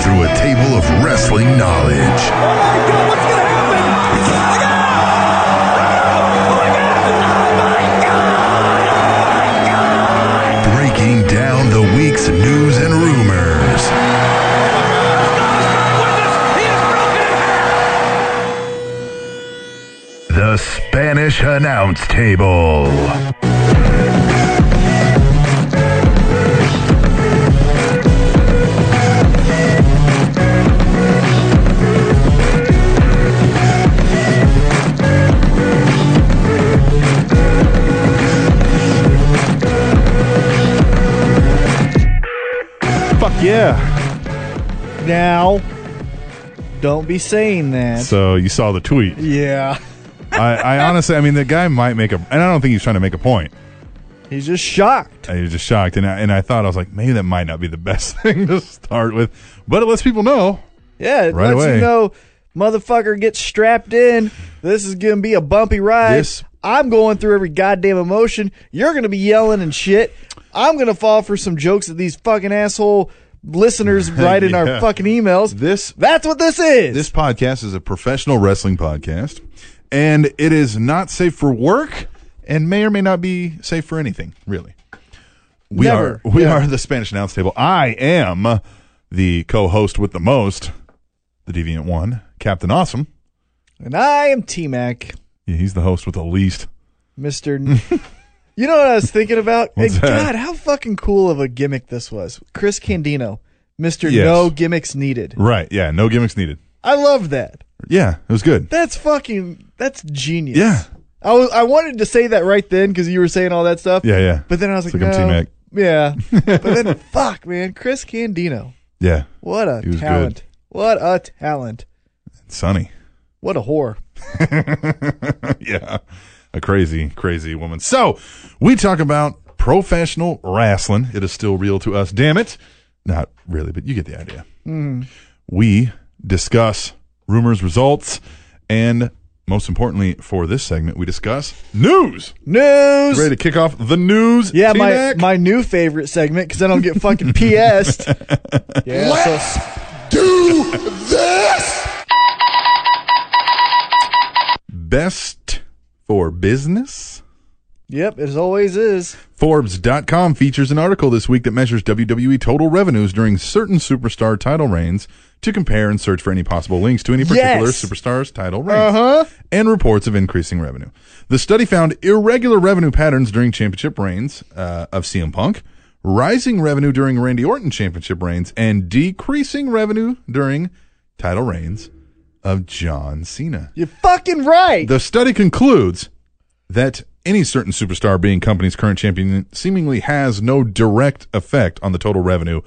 through a table of wrestling knowledge. Breaking down the week's news and rumors. The Spanish Announce Table. Fuck yeah. Now, don't be saying that. So you saw the tweet. yeah. I, I honestly, I mean, the guy might make a, and I don't think he's trying to make a point. He's just shocked. I was just shocked, and I, and I thought I was like, maybe that might not be the best thing to start with, but it lets people know. Yeah, it Right lets away. you know, motherfucker, get strapped in. This is going to be a bumpy ride. This- I'm going through every goddamn emotion. You're going to be yelling and shit. I'm going to fall for some jokes that these fucking asshole listeners write in Yeah. our fucking emails. This- That's what this is. This podcast is a professional wrestling podcast, and it is not safe for work, and may or may not be safe for anything. Really, we Never. are we are the Spanish announce table. I am the co-host with the most, the deviant one, Captain Awesome. and I am T Mac, Yeah, he's the host with the least. Mr. N- you know what I was thinking about? What's And that? God, how fucking cool of a gimmick this was. Chris Candino, Mr. Yes. No Gimmicks Needed. Right? Yeah, no gimmicks needed. I love that. Yeah, it was good. That's fucking. That's genius. Yeah. I was, I wanted to say that right then because you were saying all that stuff. Yeah, yeah. But then I was like, Took him no. T-Mac. Yeah. but then, fuck, man, Chris Candino. Yeah, What a He was talent. good. What a talent. Sunny. What a whore. yeah, a crazy, crazy woman. So we talk about professional wrestling. It is still real to us. Damn it, not really, but you get the idea. Mm-hmm. We discuss rumors, results, and most importantly, for this segment, we discuss news. News. Ready to kick off the news? Yeah, my, T-Mac? my new favorite segment because I don't get fucking PS'd. Yeah, so- best for business. yep, it always is. Forbes.com features an article this week that measures WWE total revenues during certain superstar title reigns to compare and search for any possible links to any particular Yes. Uh-huh. superstar's title reigns and reports of increasing revenue. The study found irregular revenue patterns during championship reigns uh, of CM Punk, rising revenue during Randy Orton championship reigns, and decreasing revenue during title reigns of John Cena. You're fucking right. The study concludes that any certain superstar being company's current champion seemingly has no direct effect on the total revenue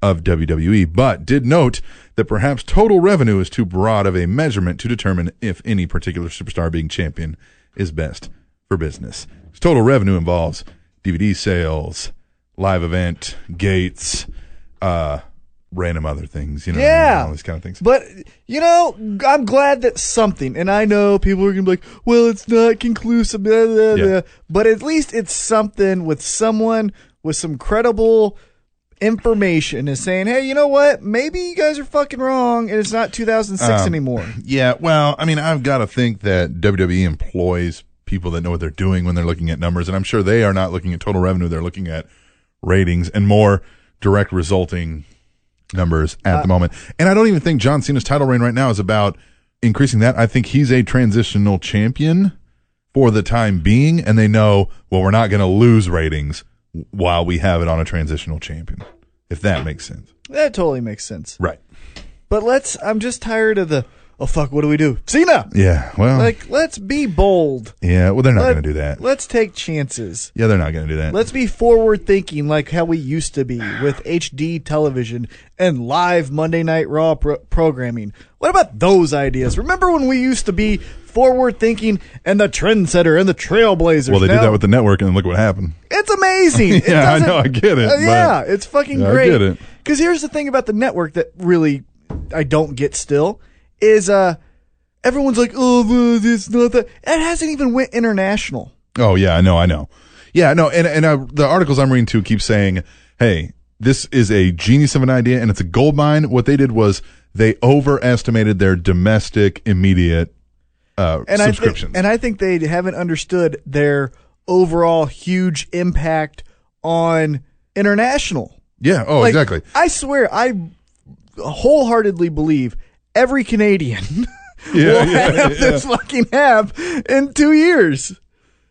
of WWE, but did note that perhaps total revenue is too broad of a measurement to determine if any particular superstar being champion is best for business. 'Cause Total revenue involves DVD sales, live event gates, uh, random other things, you know, Yeah. all these kind of things. But you know, I'm glad that something. And I know people are gonna be like, "Well, it's not conclusive," blah, blah, Yeah. blah. but at least it's something with someone with some credible information is saying, "Hey, you know what? Maybe you guys are fucking wrong, and it's not 2006 Um. anymore." Yeah, well, I mean, I've got to think that WWE employs people that know what they're doing when they're looking at numbers, and I'm sure they are not looking at total revenue; they're looking at ratings and more direct resulting numbers at Uh, the moment. And I don't even think John Cena's title reign right now is about increasing that. I think he's a transitional champion for the time being, and they know well we're not going to lose ratings while we have it on a transitional champion, if that makes sense. That totally makes sense. Right. But let's. I'm just tired of the. Oh fuck! What do we do? Cena. Yeah. Well. Like, let's be bold. yeah. Well, they're not Let- going to do that. Let's take chances. Yeah, they're not going to do that. Let's be forward thinking like how we used to be with HD television and live Monday Night Raw pro- programming. What about those ideas? Remember when we used to be forward thinking and the trendsetter and the trailblazer? well, they did that with the network, and look what happened. It's amazing. It Yeah, I doesn't- know, I get it, Uh, yeah, but- it's fucking Yeah, I great. get it. Because here's the thing about the network that really I don't get still is uh everyone's like, oh, it's not that. It hasn't even went international. Oh yeah, I know, I know. Yeah, no, and and uh, the articles I'm reading too keep saying, "Hey, This is a genius of an idea, and it's a gold mine. What they did was they overestimated their domestic immediate uh, and I think, subscriptions. and I think they haven't understood their overall huge impact on international. yeah. Oh, Like, exactly. I swear, I wholeheartedly believe every Canadian Yeah, will yeah, have yeah. this fucking app in two years.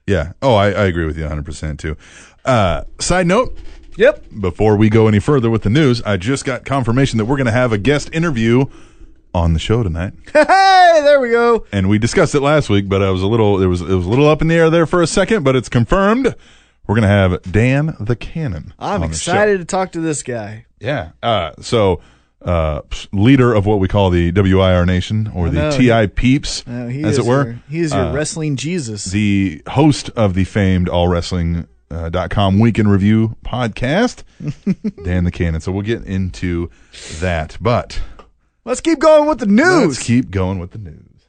Yeah. Oh, I, I agree with you 100 percent too. Uh, side note. Yep. Before we go any further with the news, I just got confirmation that we're going to have a guest interview on the show tonight. Hey, there we go. and we discussed it last week, but I was a little it was it was a little up in the air there for a second, but it's confirmed. We're gonna have Dan the Cannon. on I'm the excited to talk to this guy. show. Yeah. Uh, so uh, psh, leader of what we call the WIR Nation or the know, TI Peeps, Uh, he as it is were. uh, your- he is your wrestling Jesus. the host of the famed All Wrestling. Uh, dot com week in review podcast dan the cannon so we'll get into that but Let's keep going with the news. Let's keep going with the news.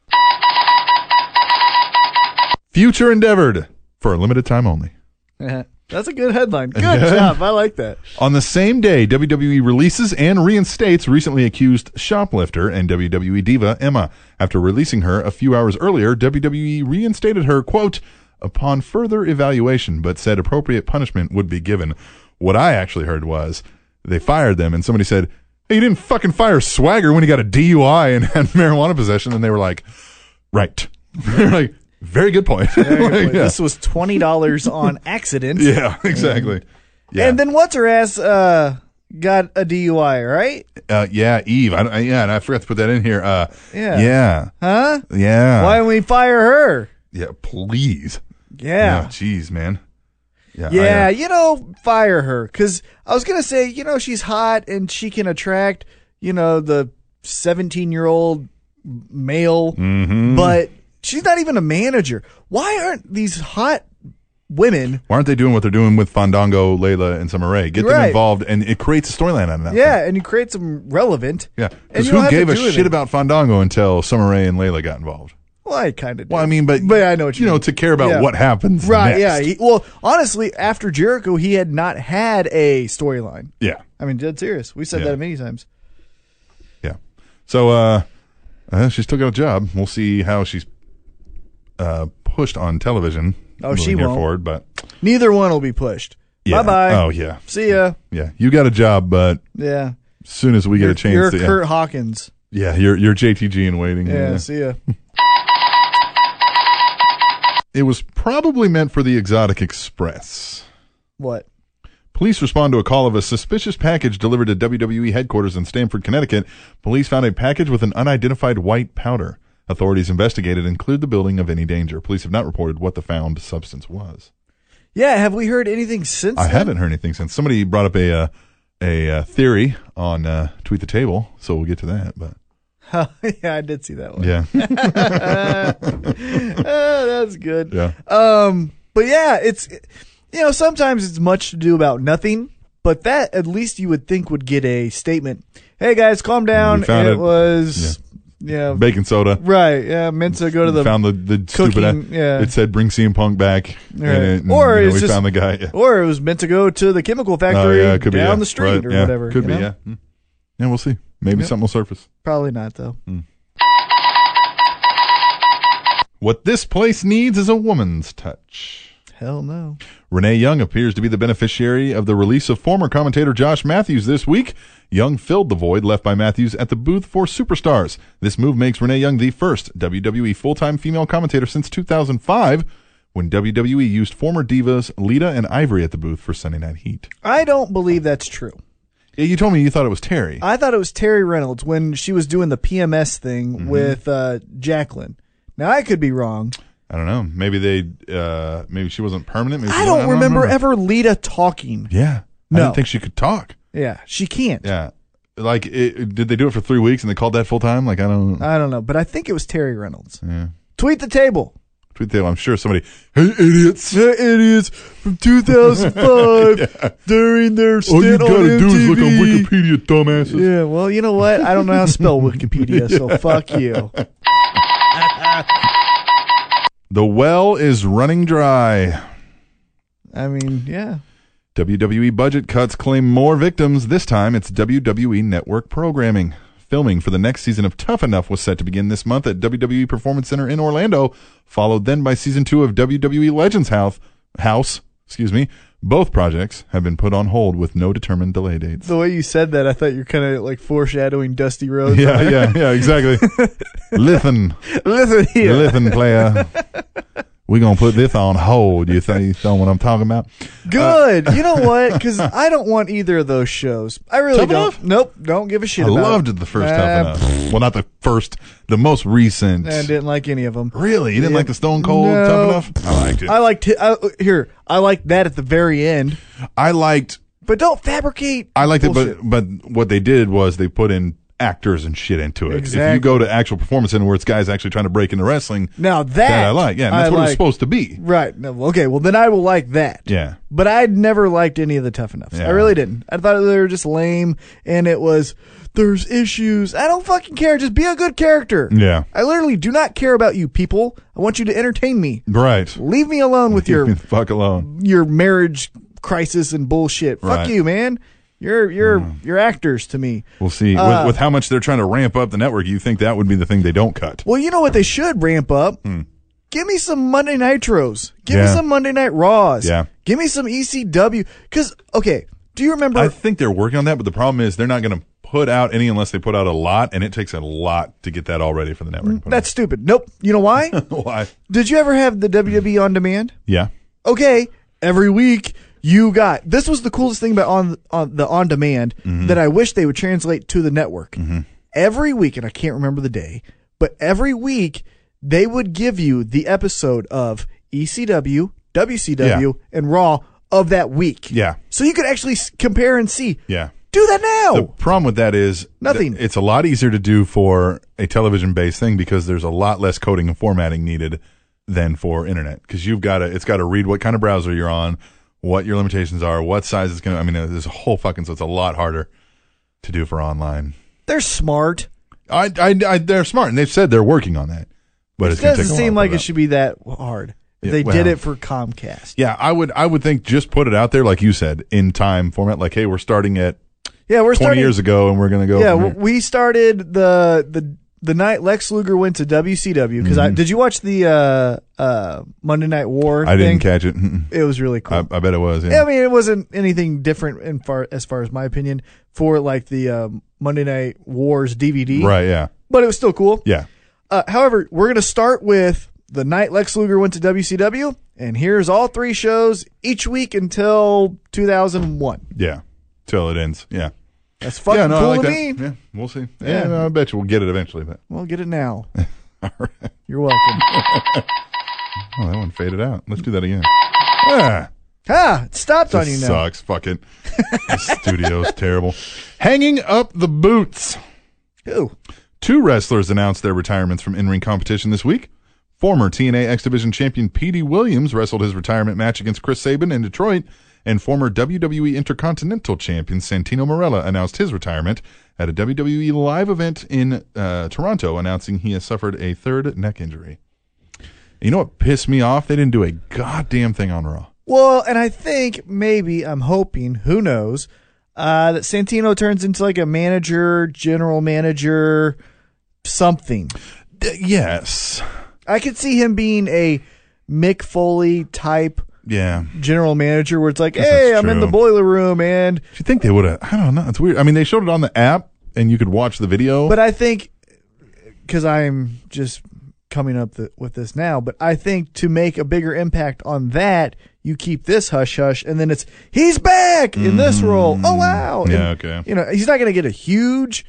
Future endeavored for a limited time only. That's a good headline. Good job. I like that. On the same day, WWE releases and reinstates recently accused shoplifter and WWE diva Emma. After releasing her a few hours earlier, WWE reinstated her, quote, upon further evaluation, but said appropriate punishment would be given. What I actually heard was they fired them and somebody said, Hey, you didn't fucking fire Swagger when he got a DUI and had marijuana possession. And they were like, Right. They're like, Very good point. Like, yeah. This was twenty dollars on accident. yeah, exactly. Yeah. And then what's her ass uh, got a DUI, right? Uh, yeah, Eve. I, I, yeah, and I forgot to put that in here. Uh, Yeah. yeah, Huh? yeah. Why don't we fire her? Yeah, please. Yeah. Jeez, man. Yeah. I, Yeah, uh, you know, fire her. Because I was going to say, you know, she's hot and she can attract, you know, the 17 year old male, Mm-hmm. but she's not even a manager. Why aren't these hot women? why aren't they doing what they're doing with Fandango, Layla, and Summer Rae? Get them Right. involved, and it creates a storyline out of that. Yeah, and you create some relevant. Yeah. And Because you don't who have to gave a do shit anything. about Fandango until Summer Rae and Layla got involved? Well, I kind of. Well, I mean, but But I know what you know mean. to care about Yeah. what happens. right? next. Yeah. He, well, honestly, after Jericho, he had not had a storyline. yeah. I mean, dead serious. We said Yeah. that many times. Yeah. So uh, uh she's still got a job. We'll see how she's uh pushed on television. Oh, moving she here won't. forward, but Neither one will be pushed. yeah. Bye bye. Oh yeah. See ya. Yeah. You got a job, but Yeah. as soon as we get a chance You're to Kurt Hawkins. Yeah, you're you're JTG in waiting. Yeah, Yeah. see ya. It was probably meant for the Exotic Express. What? Police respond to a call of a suspicious package delivered to WWE headquarters in Stamford, Connecticut. Police found a package with an unidentified white powder. Authorities investigated and cleared the building of any danger. Police have not reported what the found substance was. Yeah, have we heard anything since? I then? haven't heard anything since. Somebody brought up a uh, a uh, theory on uh, tweet the table, so we'll get to that. But yeah, I did see that one. yeah, Oh, that's good. yeah, Um, but yeah, it's you know sometimes it's much to do about nothing, but that at least you would think would get a statement. Hey guys, calm down. We found it it. was yeah, baking soda. right. Yeah, meant to go to the found the the stupid. cooking, yeah. It said bring CM Punk back, Right. and it- and, Or you know, it's we just- found the guy. Yeah. or it was meant to go to the chemical Oh, factory yeah, it could be, down yeah. the street Right, or yeah. whatever. Could you be, know? yeah. Mm. Yeah, we'll see. Maybe something will surface. Probably not though. What this place needs is a woman's touch. Hell no. Renee Young appears to be the beneficiary of the release of former commentator Josh Matthews this week. Young filled the void left by Matthews at the booth for Superstars. This move makes Renee Young the first WWE full time female commentator since 2005 when WWE used former divas Lita and Ivory at the booth for Sunday Night Heat. I don't believe that's true. Yeah, you told me you thought it was Terry. I thought it was Terry Reynolds when she was doing the PMS thing Mm-hmm. with uh, Jacqueline. Now I could be wrong. I don't know. Maybe they, uh, maybe she wasn't permanent. Maybe she I was- don't, remember, ever Lita talking. Yeah. I No. didn't think she could talk. Yeah, she can't. Yeah. Like, it, did they do it for three weeks and they called that full time? Like, I don't. I don't know, but I think it was Terry Reynolds. yeah. Tweet the table. Tweet that. I'm sure somebody, hey, idiots. The idiots from 2005 during their All stint you on gotta do is look on MTV. Wikipedia, dumbasses. Yeah, well, you know what? I don't know how to spell Wikipedia, so fuck you. The well is running dry. I mean, yeah. WWE E budget cuts claim more victims. This time it's WWE network programming. Filming for the next season of Tough Enough was set to begin this month at WWE Performance Center in Orlando, followed then by season two of WWE Legends House. House, excuse me. Both projects have been put on hold with no determined delay dates. The way you said that, I thought you were kind of like foreshadowing Dusty Rhodes. Yeah, yeah, yeah, exactly. Listen, Listen here. listen, player. We're gonna put this on hold. You think you know what I'm talking about? Good. you know what? Because I don't want either of those shows. I really Tough don't. Enough? Nope. Don't give a shit I about loved it. it the first Ah, Tough Enough. Well, not the first, the most recent. I didn't like any of them. Really, you didn't Yeah. like the Stone Cold No. Tough Enough? I liked it. I liked it. I, here, I liked that at the very end. I liked. But don't fabricate. I liked bullshit. it, but but what they did was they put in actors and shit into it. If Exactly. you go to actual performance center where it's guys actually trying to break into wrestling, now that, that I like. Yeah, and that's I what it was like. supposed to be. Right. No, okay. Well, then I will like that. Yeah. But I'd never liked any of the tough enoughs. Yeah. I really didn't. I thought they were just lame, and it was there's issues. I don't fucking care. Just be a good character. Yeah. I literally do not care about you people. I want you to entertain me. Right. Leave me alone with Leave me your the fuck alone. your marriage crisis and bullshit. Right. Mm. Fuck you, man. You're you're you're actors to me. We'll see. Uh, with, with how much they're trying to ramp up the network, you think that would be the thing they don't cut? Well, you know what they should ramp up? Give me some Monday Nitros. Give me Hmm. Yeah. some Monday Night Raws. Yeah. Give me some E ECW. Because, okay, do you remember? I think they're working on that, but the problem is they're not going to put out any unless they put out a lot, and it takes a lot to get that all ready for the network. that's stupid. Nope. You know why? why. Did you ever have the WWE on demand? Yeah. Okay, every week you got. This was the coolest thing about on, on the on demand Mm-hmm. that I wish they would translate to the network. Every week, and I can't remember the day, but every week they would give you the episode of E ECW, WCW, and Raw of that week. Yeah. So you could actually s- compare and see. Yeah. Do that now. The problem with that is Oh. Nothing. th- it's a lot easier to do for a television based thing because there's a lot less coding and formatting needed than for internet because you've got to it's got to read what kind of browser you're on, what your limitations are, what size it's going to. I mean, there's a whole fucking so it's a lot harder to do for online. They're smart. I, I, I they're smart and they've said they're working on that, but It it's gonna take a doesn't while to seem put like it up. should be that hard. If Yeah, they well. did it for Comcast. Yeah, I would I would think just put it out there like you said in time format. Like, hey, we're starting at Yeah, we're twenty starting years ago and we're gonna go. yeah, from here. w- we started the the the night Lex Luger went to WCW because Mm-hmm. I did you watch the uh, uh, Monday Night War? I didn't thing? catch it. Mm-mm. It was really cool. I, I bet it was. Yeah, Yeah. I mean, it wasn't anything different in far as far as my opinion for like the um, Monday Night Wars DVD, Right. Yeah. But it was still cool. Yeah. Uh, however, we're gonna start with the night Lex Luger went to WCW, and here's all three shows each week until 2001. Yeah. Till it ends. Yeah. That's fucking yeah, no, cool I like to that. me. Yeah, we'll see. Yeah, Yeah. no, I bet you we'll get it eventually. But Well, get it now. You're welcome. oh, that one faded out. Let's do that again. Yeah, Ah, it stopped on you this now. sucks. Fuck it. the studio's terrible. Hanging up the boots. Who? Two wrestlers announced their retirements from in ring competition this week. Former TNA X Division champion Petey Williams wrestled his retirement match against Chris Sabin in Detroit, and former WWE Intercontinental champion Santino Morella announced his retirement at a WWE live event in uh, Toronto, announcing he has suffered a third neck injury. You know what pissed me off? They didn't do a goddamn thing on Raw. Well, and I think maybe I'm hoping, who knows, uh, that Santino turns into like a manager, general manager, something. D- Uh, yes. I could see him being a Mick Foley type Yeah. general manager where it's like, Guess hey, that's I'm in true. the boiler room and Do you think they would have? I don't know. It's weird. I mean, they showed it on the app, and you could watch the video. But I think because I'm just coming up the, with this now, but I think to make a bigger impact on that, you keep this hush hush, and then it's he's back in this role. Oh wow! Mm-hmm. Yeah, And, okay. You know, he's not going to get a huge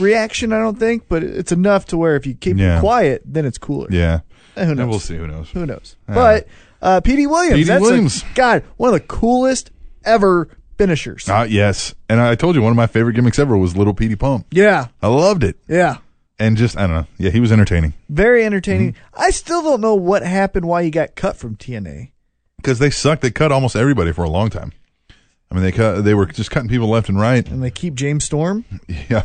reaction, I don't think, but it's enough to where if you keep Yeah. it quiet, then it's cooler. yeah. Eh, Who knows? And we'll see. Who knows? Who knows? But uh, P.D. Williams, P.D. that's a- Williams. God, one of the coolest ever finishers. Ah, yes. And I told you one of my favorite gimmicks ever was Little Petey Pump. yeah, I loved it. yeah. And just, I don't know. Yeah, he was entertaining Very entertaining. Mm-hmm. I still don't know what happened, why he got cut from TNA. because they sucked. They cut almost everybody for a long time. I mean, they cut, they were just cutting people left and right. And they keep James Storm. Yeah.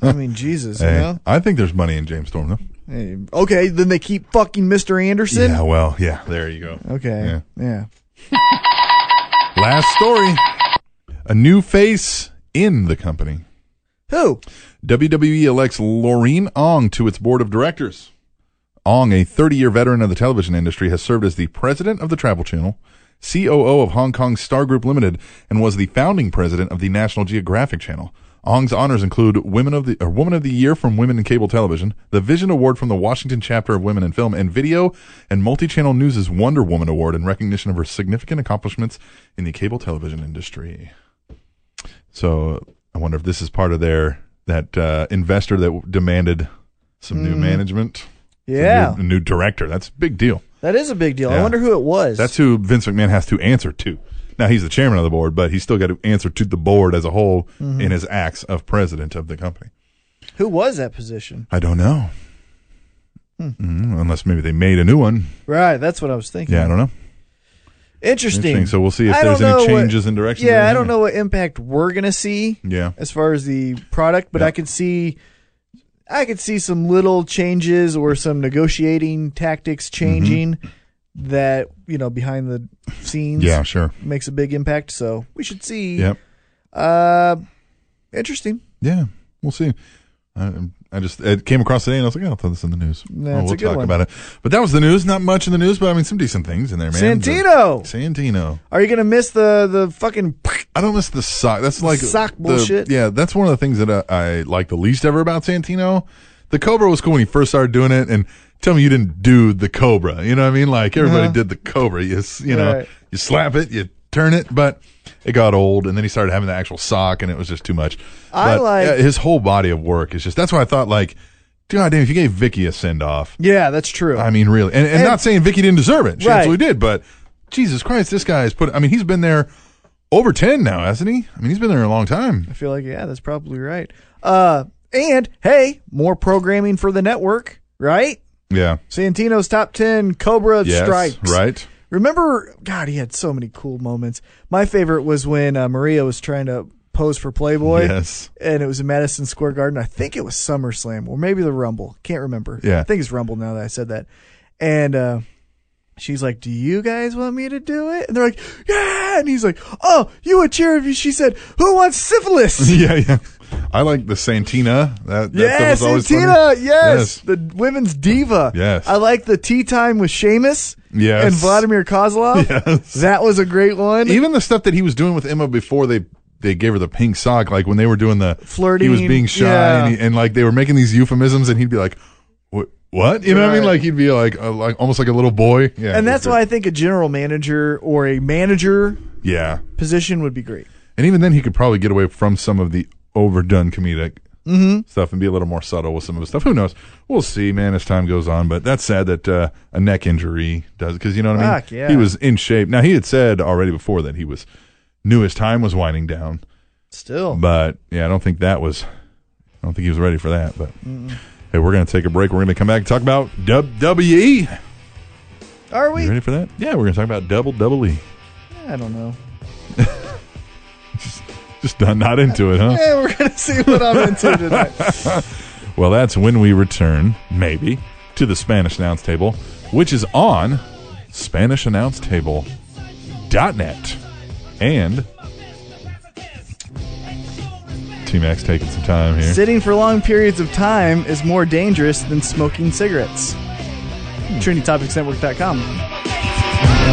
I mean, Jesus, you Hey, know? I think there's money in James Storm, though. Hey, Okay, then they keep fucking Mr. Anderson. Yeah, well, yeah. There you go. Okay. Yeah. Last story. A new face in the company. Who? WWE E elects Laureen Ong to its board of directors. Ong, a 30 year veteran of the television industry, has served as the president of the Travel Channel, COO of Hong Kong Star Group Limited, and was the founding president of the National Geographic Channel. Ong's honors include Women of the or Woman of the Year from Women in Cable Television, the Vision Award from the Washington Chapter of Women in Film and Video, and Multi-Channel News' Wonder Woman Award in recognition of her significant accomplishments in the cable television industry. So I wonder if this is part of their that uh, investor that w- demanded some new management, a Mm. Yeah, new, a new director. That's a big deal. that is a big deal. I Yeah. wonder who it was. That's who Vince McMahon has to answer to. Now he's the chairman of the board, but he's still got to answer to the board as a whole Mm-hmm. in his acts of president of the company. who was that position. I don't know, Hmm. mm, unless maybe they made a new one. Right, that's what I was thinking. Yeah, I don't know. Interesting. Interesting. So we'll see if I there's don't any know what- changes in directions or Yeah, I anything. don't know what impact we're gonna see Yeah, as far as the product, but Yeah. I can see, I could see some little changes or some negotiating Mm-hmm. tactics changing that you know behind the scenes. yeah, sure. makes a big impact. So we should see. Yep. Uh, interesting. Yeah, we'll see. I, I just it came across today and I was like, I'll throw this in the news. That's we'll a good talk one. about it. But that was the news. Not much in the news, but I mean, some decent things in there, man. Santino, The- Santino. are you gonna miss the the fucking? I don't miss the sock. That's like sock the- bullshit. Yeah, that's one of the things that uh, I, I like the least ever about Santino. The Cobra was cool when he first started doing it, and tell me you didn't do the Cobra. You know what I mean? Like everybody did the Cobra. You s- you know Uh-huh. Right. you slap it, you turn it, but it got old, and then he started having the actual sock, and it was just too much. I But, like- yeah, his whole body of work is just. That's why I thought like, God damn, if you gave Vicky a send off, Yeah, that's true. I mean, really, and, and, And- not saying Vicky didn't deserve it. She Right. absolutely did. But Jesus Christ, this guy has put. I mean, he's been there over ten now, hasn't he? I mean, he's been there a long time. I feel like yeah, that's probably right. Uh, and hey, more programming for the network, right? Yeah. Santino's top ten Cobra Yes. strikes. Right. Remember, God, he had so many cool moments. My favorite was when uh, Maria was trying to pose for Playboy. Yes. And it was in Madison Square Garden. I think it was SummerSlam or maybe the Rumble. Can't remember. Yeah. I think it's Rumble now that I said that. And uh, she's like, Do you guys want me to do it? And they're like, Yeah. And he's like, Oh, you would cheer if you. She said, Who wants syphilis? Yeah. Yeah. I like the Santina. That, that Yes, stuff was always Santina. funny. Yes. the women's diva. Yes. I like the tea time with Sheamus. Yes. and Vladimir Kozlov. Yes. that was a great one. Even the stuff that he was doing with Emma before they they gave her the pink sock, like when they were doing the Flirting, he was being shy, yeah. and, he, and like they were making these euphemisms, and he'd be like, "What? What? You know what I mean? Right. Like he'd be like, uh, like almost like a little boy. Yeah. it and was that's good. why I think a general manager or a manager Yeah. position would be great. And even then, he could probably get away from some of the overdone comedic Mm-hmm. stuff and be a little more subtle with some of his stuff. Who knows? We'll see, man, as time goes on. But that's sad that uh, a neck injury does because you know what I mean. Fuck, yeah. He was in shape. Now he had said already before that he was knew his time was winding down, Still. but yeah, I don't think that was. I don't think he was ready for that. But hey, we're gonna take a break. We're gonna come back and talk about WWE. Are You we? ready for that? Yeah, we're gonna talk about double double E. I don't know. Just not, not into it, huh? Eh, we're going to see what I'm into tonight. Well, that's when we return, maybe, to the Spanish Announce Table, which is on SpanishAnnounceTable.net and T Mac's taking some time here. Sitting for long periods of time is more dangerous than smoking cigarettes. Hmm. TrinityTopicsNetwork.com.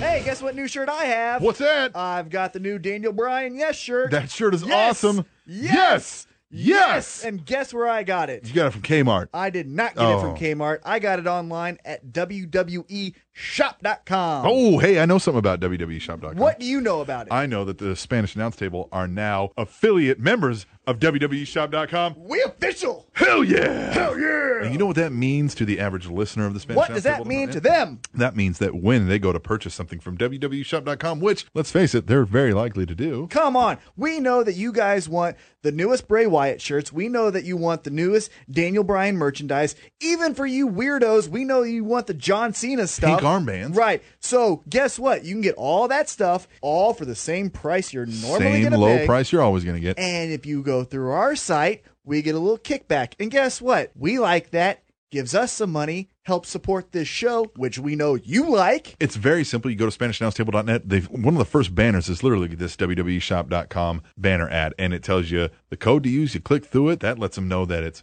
Hey, guess what new shirt I have? What's that? I've got the new Daniel Bryan Yes shirt. that shirt is Uh, Yes! awesome. Yes! Yes! And Uh, guess where I got it? You got it from Kmart. I did not get it Oh. from Kmart. I got it online at E WWEshop.com. Oh, hey, I know something about E WWEshop.com. What do you know about it? I know that the Spanish Announce Table are now affiliate members of E WWEshop.com. we official. Hell yeah! Hell yeah! And you know what that means to the average listener of the Spanish What Announce does that Table? mean to them? That means that when they go to purchase something from E www.shop.com, which, let's face it, they're very likely to do. Come on. We know that you guys want the newest Bray Wyatt shirts. We know that you want the newest Daniel Bryan merchandise. Even for you weirdos, we know you want the John Cena stuff. armbands. Right. So guess what? You can get all that stuff all for the same price you're normally Same going to low pay. price you're always going to get. And if you go through our site, we get a little kickback. And guess what? We like that. Gives us some money, helps support this show, which we know you like. It's very simple. You go to SpanishAnnounceTable.net. They've, one of the first banners is literally this E WWEShop.com banner ad, and it tells you the code to use. You click through it. That lets them know that it's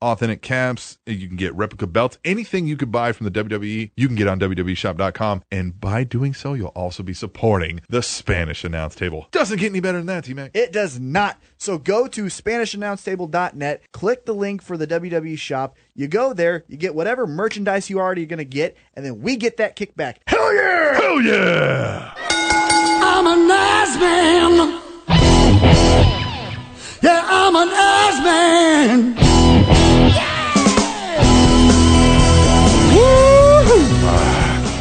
Authentic caps. You can get replica belts. Anything you could buy from the WWE, you can get on E WWEshop.com. And by doing so, you'll also be supporting the Spanish announce table. Doesn't get any better than that, T Mac. It does not. So go to SpanishAnnounceTable.net, click the link for the WWE shop. You go there, you get whatever merchandise you already going to get, and then we get that kickback. Hell yeah! Hell yeah! I'm an ass man. Yeah, I'm an ass man.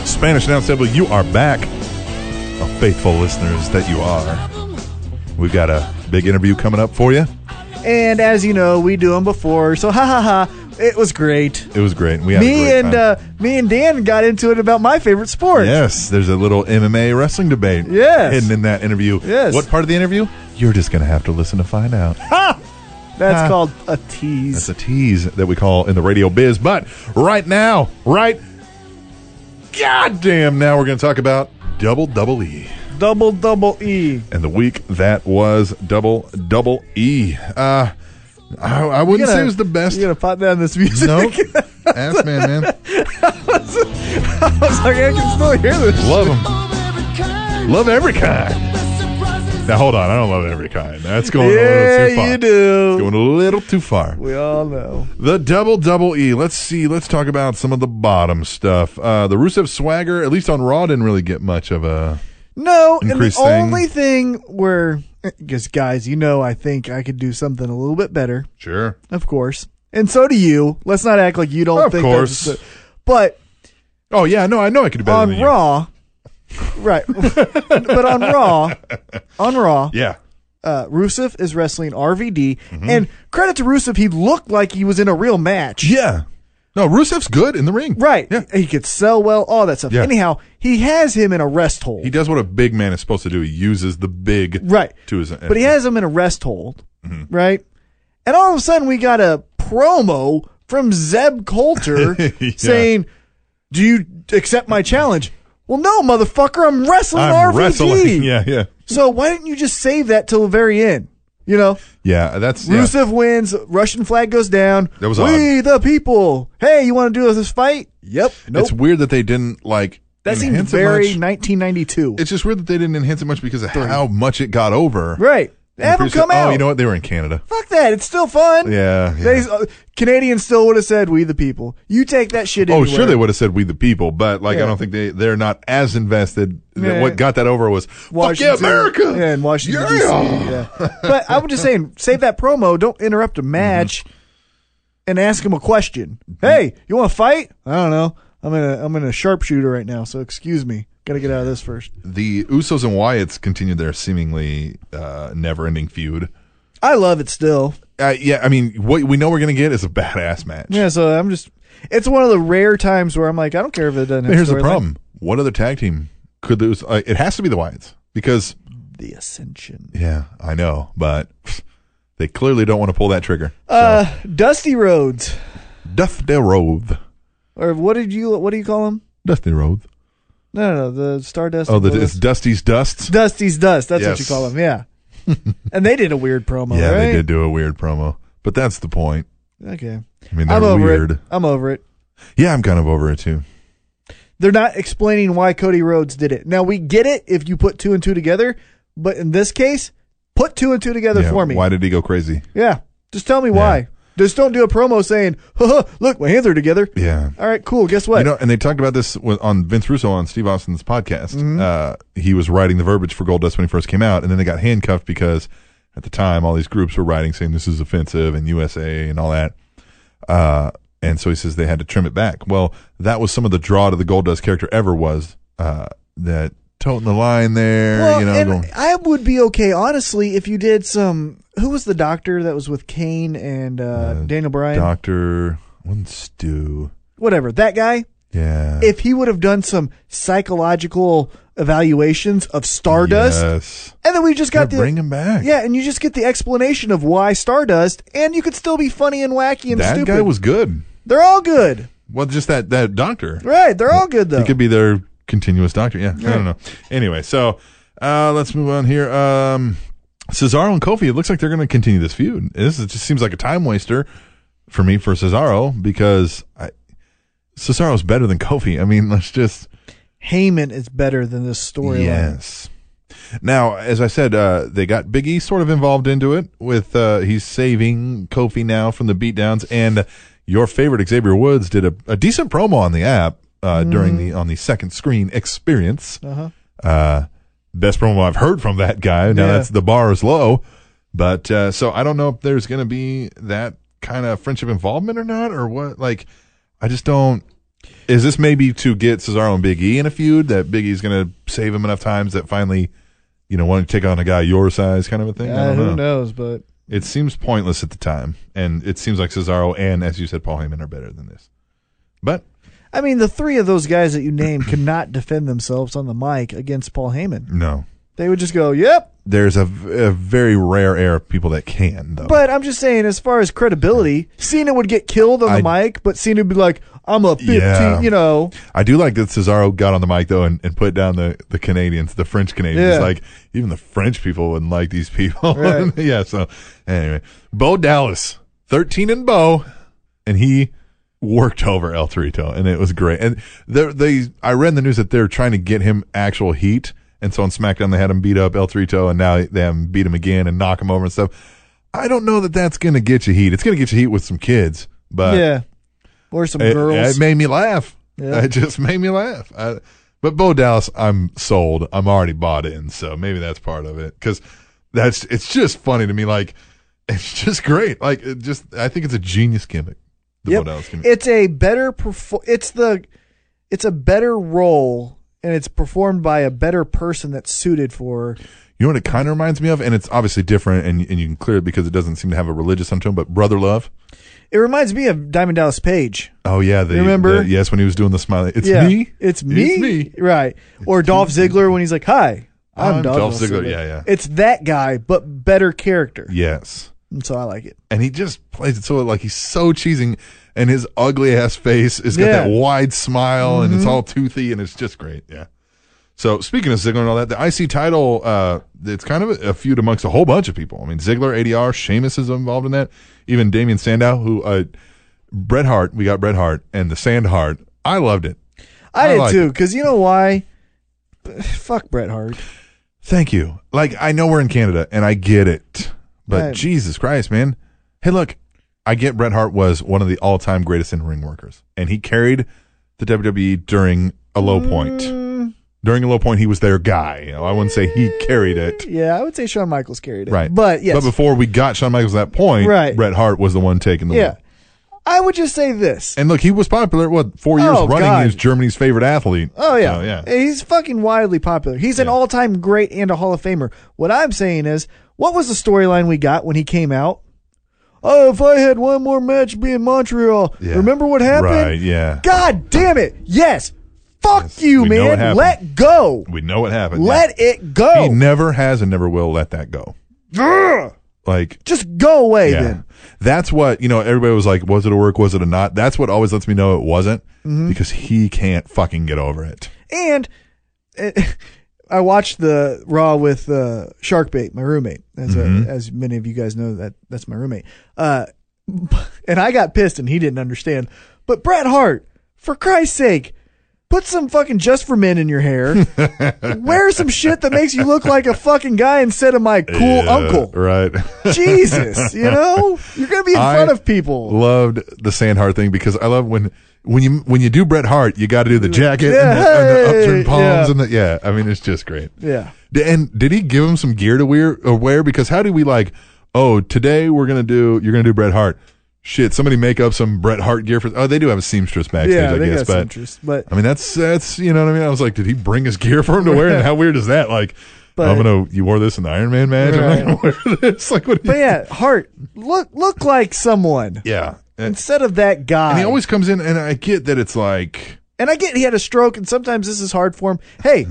Spanish Announce Table, you are back. Well, faithful listeners that you are. We've got a big interview coming up for you. And as you know, we do them before, so ha ha ha. It was great. It was great. We had a Me great and time. uh, me and Dan got into it about my favorite sport. Yes, there's a little MMA wrestling debate. Yes. Hidden in that interview. Yes. What part of the interview? You're just going to have to listen to find out. That's Ah. called a That's tease. a tease that we call in the radio biz. But right now, right goddamn now, we're going to talk about Double Double E double double E. and the week that was Double Double E. Uh, I, I wouldn't say it was the best. You gotta pop down this music. Nope. Ass man, man. I was like, I can still hear this. Love him. Love every kind. Now hold on, I don't love every kind. That's going a Yeah, little too far. you do. Going a little too far. We all know. The double double E. Let's see. Let's talk about some of the bottom stuff. Uh, the Rusev swagger, at least on Raw, didn't really get much of a. No, and the Increased thing. only thing where, because guys, you know, I think I could do something a little bit better, Sure. of course, and so do you. Let's not act like you don't. Of think course. that's- but Oh yeah, no, I know I could do better on than you. Raw, right? but on Raw, on Raw, Yeah. uh, Rusev is wrestling RVD, Mm-hmm. and credit to Rusev, he looked like he was in a real match. Yeah. No, Rusev's good in the ring. Right, Yeah. he could sell well, all that stuff. Yeah. Anyhow, he has him in a rest hold. He does what a big man is supposed to do. He uses the big Right. to his. but he has him in a rest hold, Mm-hmm. right? And all of a sudden, we got a promo from Zeb Coulter Yeah. saying, "Do you accept my challenge?" Well, no, motherfucker, I'm wrestling I'm RVD. wrestling. Yeah, yeah, So why didn't you just save that till the very end? You know, yeah. That's yeah. Rusev wins, Russian flag goes down. That was we the people. Hey, you want to do this fight? Yep. Nope. It's weird that they didn't like. That seems enhance it very much. 1992. It's just weird that they didn't enhance it much because of how much it got over. right. And Have him appreciate- come out. Oh, you know what? They were in Canada. Fuck that. It's still fun. Yeah. yeah. They, uh, Canadians still would have said, "We the people." You take that shit. Oh, anywhere. sure, they would have said we the people, but like Yeah. I don't think they they're not as invested. Yeah. What got that over was fuck Washington- yeah, America. Yeah, in Washington Yeah. D.C. Yeah. but I was just saying, save that promo. Don't interrupt a match, Mm-hmm. and ask him a question. Hey, you want to fight? I don't know. I'm in a I'm in a sharpshooter right now, so excuse me. Got to get out of this first. The Usos and Wyatts continued their seemingly uh, never-ending feud. I love it still. Uh, yeah, I mean, what we know we're gonna get is a badass match. Yeah, so I'm just. It's one of the rare times where I'm like, I don't care if it doesn't. have But Here's the storyline. problem: what other tag team could lose? Uh, it has to be the Wyatts because The Ascension. yeah, I know, but they clearly don't want to pull that trigger. Uh, Dusty Rhodes, Dusty Rhodes, or what did you what do you call him? Dusty Rhodes. No, no, no the Stardust. Oh, the, Blitz. it's Dusty's Dust. Dusty's Dust. That's what you Yes. call him. Yeah. and they did a weird promo, yeah, right? they did do a weird promo, but that's the point. Okay. I mean, they're I'm over weird. it. I'm over it. Yeah, I'm kind of over it too. They're not explaining why Cody Rhodes did it. Now, we get it if you put two and two together, but in this case, put two and two together Yeah, for me. Why did he go crazy? Yeah. Just tell me why. Just don't do a promo saying, huh, look, my hands are together. Yeah. All right, cool. Guess what? You know, and they talked about this with- on Vince Russo on Steve Austin's podcast. Mm-hmm. Uh, he was writing the verbiage for Goldust when he first came out, and then they got handcuffed because at the time all these groups were writing saying this is offensive and USA and all that. Uh, and so he says they had to trim it back. Well, that was some of the draw to the Gold Dust character ever was uh, that toting the line there. Well, you know, and going, I would be okay, honestly, if you did some. Who was the doctor that was with Kane and uh, Daniel Bryan? Doctor one stew. Whatever that guy. Yeah. If he would have done some psychological evaluations of Stardust, Yes. and then we just got Yeah, the bring him back. Yeah, and you just get the explanation of why Stardust, and you could still be funny and wacky and that stupid. guy was good. They're all good, Well, just that that doctor. right? They're all good though. He could be their continuous doctor. Yeah, I don't know. Anyway, so uh, let's move on here. Um, Cesaro and Kofi. It looks like they're going to continue this feud. This is- just seems like a time waster for me for Cesaro because I, Cesaro's better than Kofi. I mean, let's just Heyman is better than this storyline. yes. Now, as I said, uh, they got Big E sort of involved into it with uh, he's saving Kofi now from the beatdowns, and your favorite Xavier Woods did a, a decent promo on the app uh, during the on the second screen experience. Uh-huh. best promo I've heard from that guy. Now Yeah. that's the bar is low, but uh, so I don't know if there's going to be that kind of friendship involvement or not, or what. Like, I just don't. Is this maybe to get Cesaro and Big E in a feud that Big E's going to save him enough times that finally, you know, want to take on a guy your size kind of a thing? I Uh, don't who know. knows? But It seems pointless at the time, and it seems like Cesaro and, as you said, Paul Heyman are better than this. But I mean, the three of those guys that you named cannot defend themselves on the mic against Paul Heyman. no, They would just go, "Yep." there's a, v- a very rare air of people that can though. But I'm just saying, as far as credibility, Cena would get killed on the I- mic, but Cena would be like, "I'm a 15," Yeah. you know. I do like that Cesaro got on the mic though and, and put down the, the Canadians, the French Canadians. Yeah. Like even the French people wouldn't like these people. Right. yeah. So anyway, Bo Dallas, thirteen and Bo, and he worked over El Torito, and it was great. And they they I read in the news that they're trying to get him actual heat, and so on SmackDown they had him beat up El Torito, and now they have him beat him again and knock him over and stuff. I don't know that that's gonna get you heat. It's gonna get you heat with some kids, but yeah, or some it, girls. it made me laugh. Yeah. It just made me laugh. I, but Bo Dallas, I'm sold. I'm already bought in. So maybe that's part of it. Because that's it's just funny to me. Like it's just great. Like it just I think it's a genius gimmick. The Yep. Bo Dallas gimmick. It's a better perfor- It's the, it's a better role, and it's performed by a better person that's suited for. you know what it kind of reminds me of, and it's obviously different, and and you can clear it because it doesn't seem to have a religious undertone. But brother love. It reminds me of Diamond Dallas Page. Oh yeah, the, Remember? the- yes, when he was doing the smiley. It's me. It's me. It's me. Right. Or Dolph Ziggler when he's like, "Hi, I'm, I'm Dolph, Dolph Ziggler. Ziggler. Yeah, yeah. It's that guy, but better character. Yes. And so I like it. and he just plays it so like he's so cheesing and his ugly ass face is got Yeah. that wide smile and it's all toothy and it's just great yeah so speaking of Ziggler and all that, the IC title, uh, it's kind of a, a feud amongst a whole bunch of people. I mean, Ziggler, ADR, Sheamus is involved in that. Even Damian Sandow, who, uh, Bret Hart, we got Bret Hart and the Sand Hart. I loved it. I, I did like too, because you know why? Fuck Bret Hart. Thank you. Like I know we're in Canada and I get it, but Right. Jesus Christ, man. Hey, look, I get Bret Hart was one of the all-time greatest in-ring workers, and he carried the WWE during a low point. Mm, During a low point, he was their guy. You know, I wouldn't say he carried it, Yeah, I would say Shawn Michaels carried it. right? But yes. but before we got Shawn Michaels to that point, Right. Bret Hart was the one taking the yeah. win. I would just say this. And look, he was popular. What four years Oh, running? God. He was Germany's favorite athlete. Oh yeah. So, yeah. He's fucking wildly popular. He's an all-time great and a Hall of Famer. What I'm saying is, what was the storyline we got when he came out? Oh, if I had one more match be in Montreal. Yeah. Remember what happened? Right, yeah. God damn it. Yes. Fuck Yes, you, we know what man. happened. Let go. We know what happened. Let it Yeah. go. He never has and never will let that go. Like Just go away Yeah. then. That's what, you know, everybody was like, was it a work? Was it a not? That's what always lets me know it wasn't Mm-hmm. because he can't fucking get over it. And uh, I watched the Raw with uh, Sharkbait, my roommate, as Mm-hmm. uh as many of you guys know that that's my roommate. Uh, and I got pissed, and he didn't understand. But Bret Hart, for Christ's sake, put some fucking just for men in your hair. Wear some shit that makes you look like a fucking guy instead of my cool Yeah, uncle. Right. Jesus, you know you're gonna be in I front of people. Loved the Sandhart thing because I love when. When you when you do Bret Hart, you got to do the jacket and, the, and the Yeah, upturned hey, palms yeah. and the yeah. I mean, it's just great. Yeah. D- And did he give him some gear to wear or wear? Because how do we like? Oh, today we're gonna do. You're gonna do Bret Hart. shit, somebody make up some Bret Hart gear for. Oh, they do have a seamstress backstage, yeah, I they guess. got some But interest, but I mean, that's that's you know what I mean. I was like, did he bring his gear for him to wear? And how weird is that? Like, But- I'm gonna you wore this in the Iron Man match. I'm not gonna wear this. Like, what? do you- but yeah, Hart look look like someone yeah. And, instead of that guy. and he always comes in, and I get that it's like, And I get he had a stroke, and sometimes this is hard for him. Hey,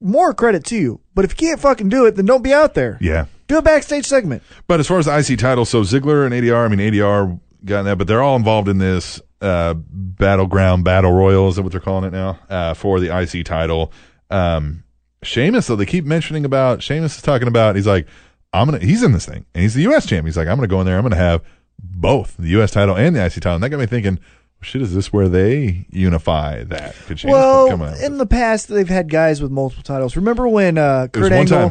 more credit to you. But if you can't fucking do it, then don't be out there. yeah. Do a backstage segment. But as far as the IC titles, so Ziggler and ADR, I mean ADR got in that, but they're all involved in this uh, battleground battle royal is that what they're calling it now uh, for the IC title. Um, Sheamus though they keep mentioning about Sheamus is talking about he's like I'm gonna he's in this thing and he's the U.S. champ. He's like I'm gonna go in there. I'm gonna have both the U.S. title and the IC title. And that got me thinking. Shit, is this where they unify that? Could Sheamus come well, out? in the past, they've had guys with multiple titles. Remember when uh, There was Kurt Angle? one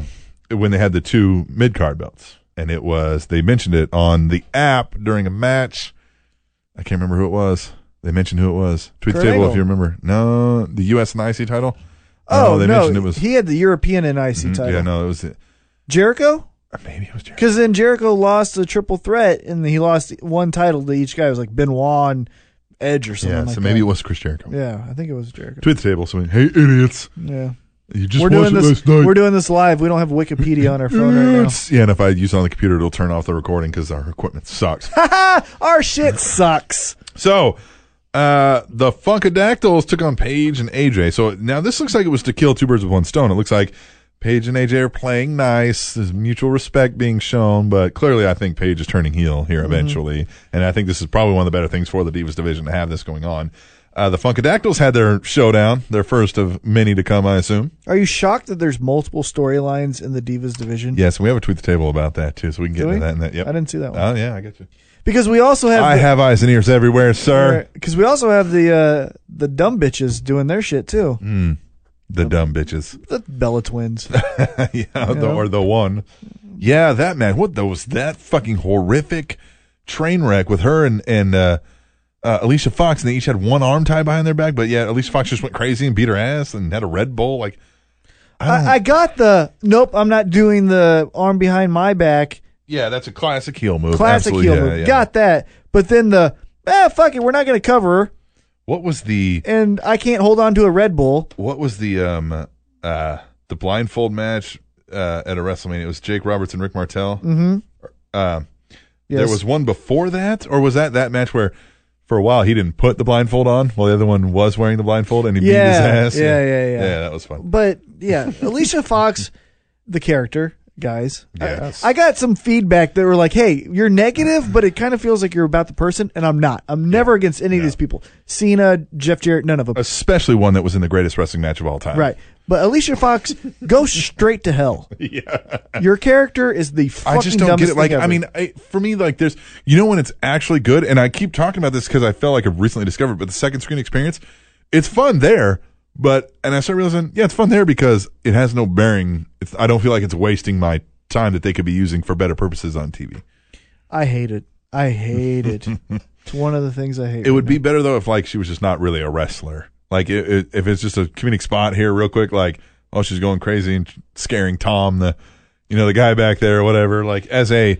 time when they had the two mid card belts, and it was they mentioned it on the app during a match. I can't remember who it was. They mentioned who it was. Tweet the table Kurt Angle. if you remember. No, the U.S. and IC title. Oh, they no, mentioned it was. he had the European and IC Mm, title. Yeah, no, it was uh, Jericho, maybe it was Jericho. because then Jericho lost the triple threat, and he lost one title to each guy. It was like Benoit and Edge or something. Yeah, like so maybe that. it was Chris Jericho. Yeah, I think it was Jericho. Tweet the table. So hey, idiots, Yeah, you just we're watched doing it this. last night. We're doing this live. We don't have Wikipedia on our phone right now. Idiots. Yeah, and if I use it on the computer, it'll turn off the recording because our equipment sucks. Our shit sucks. So, uh, the Funkadactyls took on Paige and AJ. So now this looks like it was to kill two birds with one stone. It looks like Paige and AJ are playing nice. There's mutual respect being shown, but clearly I think Paige is turning heel here Mm-hmm. eventually. And I think this is probably one of the better things for the Divas division to have this going on. Uh, the Funkadactyls had their showdown, their first of many to come, I assume. Are you shocked that there's multiple storylines in the Divas division? Yes, we have a tweet the table about that too, so we can get Do into we? that. And that, yep. I didn't see that one. Oh yeah, I got you. because we also have I the, have eyes and ears everywhere, sir. because we also have the uh, the dumb bitches doing their shit too. Mm. The dumb bitches. The Bella twins. yeah, the, or the one. Yeah, that man. What that was that fucking horrific train wreck with her and and uh, uh, Alicia Fox, and they each had one arm tied behind their back. But yeah, Alicia Fox just went crazy and beat her ass and had a Red Bull. Like, I, I, I got the nope. I'm not doing the arm behind my back. yeah, that's a classic heel move. Classic Absolutely, heel yeah, move. yeah. Got that. But then the ah fuck it, we're not gonna cover her, What was the and I can't hold on to a Red Bull. what was the um uh the blindfold match uh at a WrestleMania? It was Jake Roberts and Rick Martel. Mm-hmm. Uh, Yes. There was one before that, or was that that match where for a while he didn't put the blindfold on while the other one was wearing the blindfold and he beat Yeah, his ass? yeah, yeah, yeah. that was fun. But yeah, Alicia Fox, the character, guys. Yes. I, I got some feedback that were like, hey, you're negative, but it kind of feels like you're about the person, and I'm not. I'm never against any of these people. Cena, Jeff Jarrett, none of them. Especially one that was in the greatest wrestling match of all time. right. But Alicia Fox, go straight to hell. Yeah. Your character is the fucking I just don't get dumbest it. Like, thing ever. I mean, I, for me, like, there's, you know, when it's actually good, and I keep talking about this because I felt like I've recently discovered, but the second screen experience, it's fun there, but, and I started realizing, yeah, it's fun there because it has no bearing. It's, I don't feel like it's wasting my time that they could be using for better purposes on TV. I hate it. I hate it. it's one of the things I hate. It would be better though if like she was just not really a wrestler. Like it, it, if it's just a comedic spot here, real quick, like oh she's going crazy and scaring Tom, the you know the guy back there or whatever. Like as a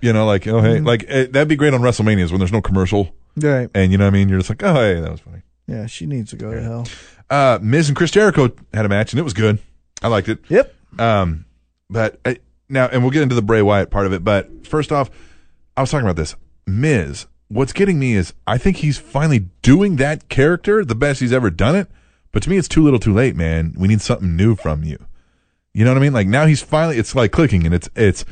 you know like oh hey like eh, that'd be great on WrestleManias when there's no commercial Right. and you know what I mean. You're just like oh hey that was funny. Yeah, she needs to go to hell. Uh, Miz and Chris Jericho had a match and it was good. I liked it. Yep. Um, but I, now, and we'll get into the Bray Wyatt part of it. But first off, I was talking about this Miz. What's getting me is I think he's finally doing that character the best he's ever done it. But to me, it's too little, too late, man. We need something new from you. You know what I mean? Like now he's finally. It's like clicking, and it's it's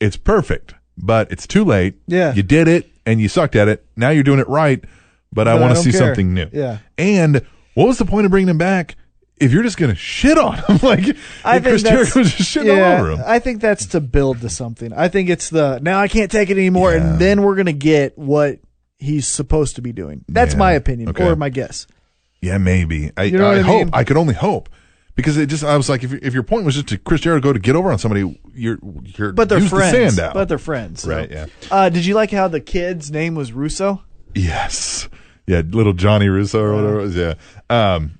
it's perfect, but it's too late. Yeah. you did it, and you sucked at it. Now you're doing it right, but I But I want to don't see care. something new. Yeah. And what was the point of bringing him back if you're just gonna shit on him? like I if think Chris that's- Jericho's just shitting all over him. I think that's to build to something. I think it's the now I can't take it anymore, Yeah. and then we're gonna get what he's supposed to be doing. That's Yeah. my opinion Okay. or my guess. yeah, maybe. I, You know I, what I hope. mean? I could only hope because it just. I was like, if, if your point was just to Chris Jericho to get over on somebody, you're you're But they're use friends. The sand out. But they're friends. so. Right, yeah. Uh, did you like how the kid's name was Russo? Yes. Yeah, little Johnny Russo or whatever it was. Yeah. Um,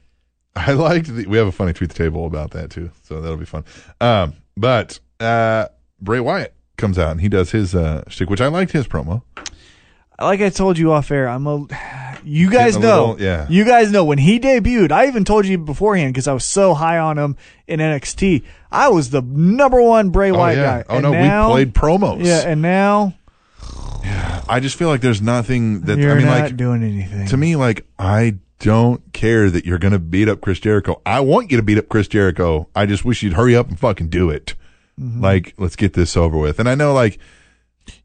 I liked the, we have a funny tweet the table about that too. So that'll be fun. Um, but uh, Bray Wyatt comes out and he does his uh, shtick, which I liked his promo. like I told you off air, I'm a. You guys Getting a know, little- yeah. You guys know when he debuted. I even told you beforehand because I was so high on him in NXT. I was the number one Bray Wyatt oh, yeah. guy. Oh, And no, now- we played promos. Yeah, and now I just feel like there's nothing that, you're I mean, not like, doing anything. to me, like, I don't care that you're going to beat up Chris Jericho. I want you to beat up Chris Jericho. I just wish you'd hurry up and fucking do it. Mm-hmm. Like, let's get this over with. And I know, like,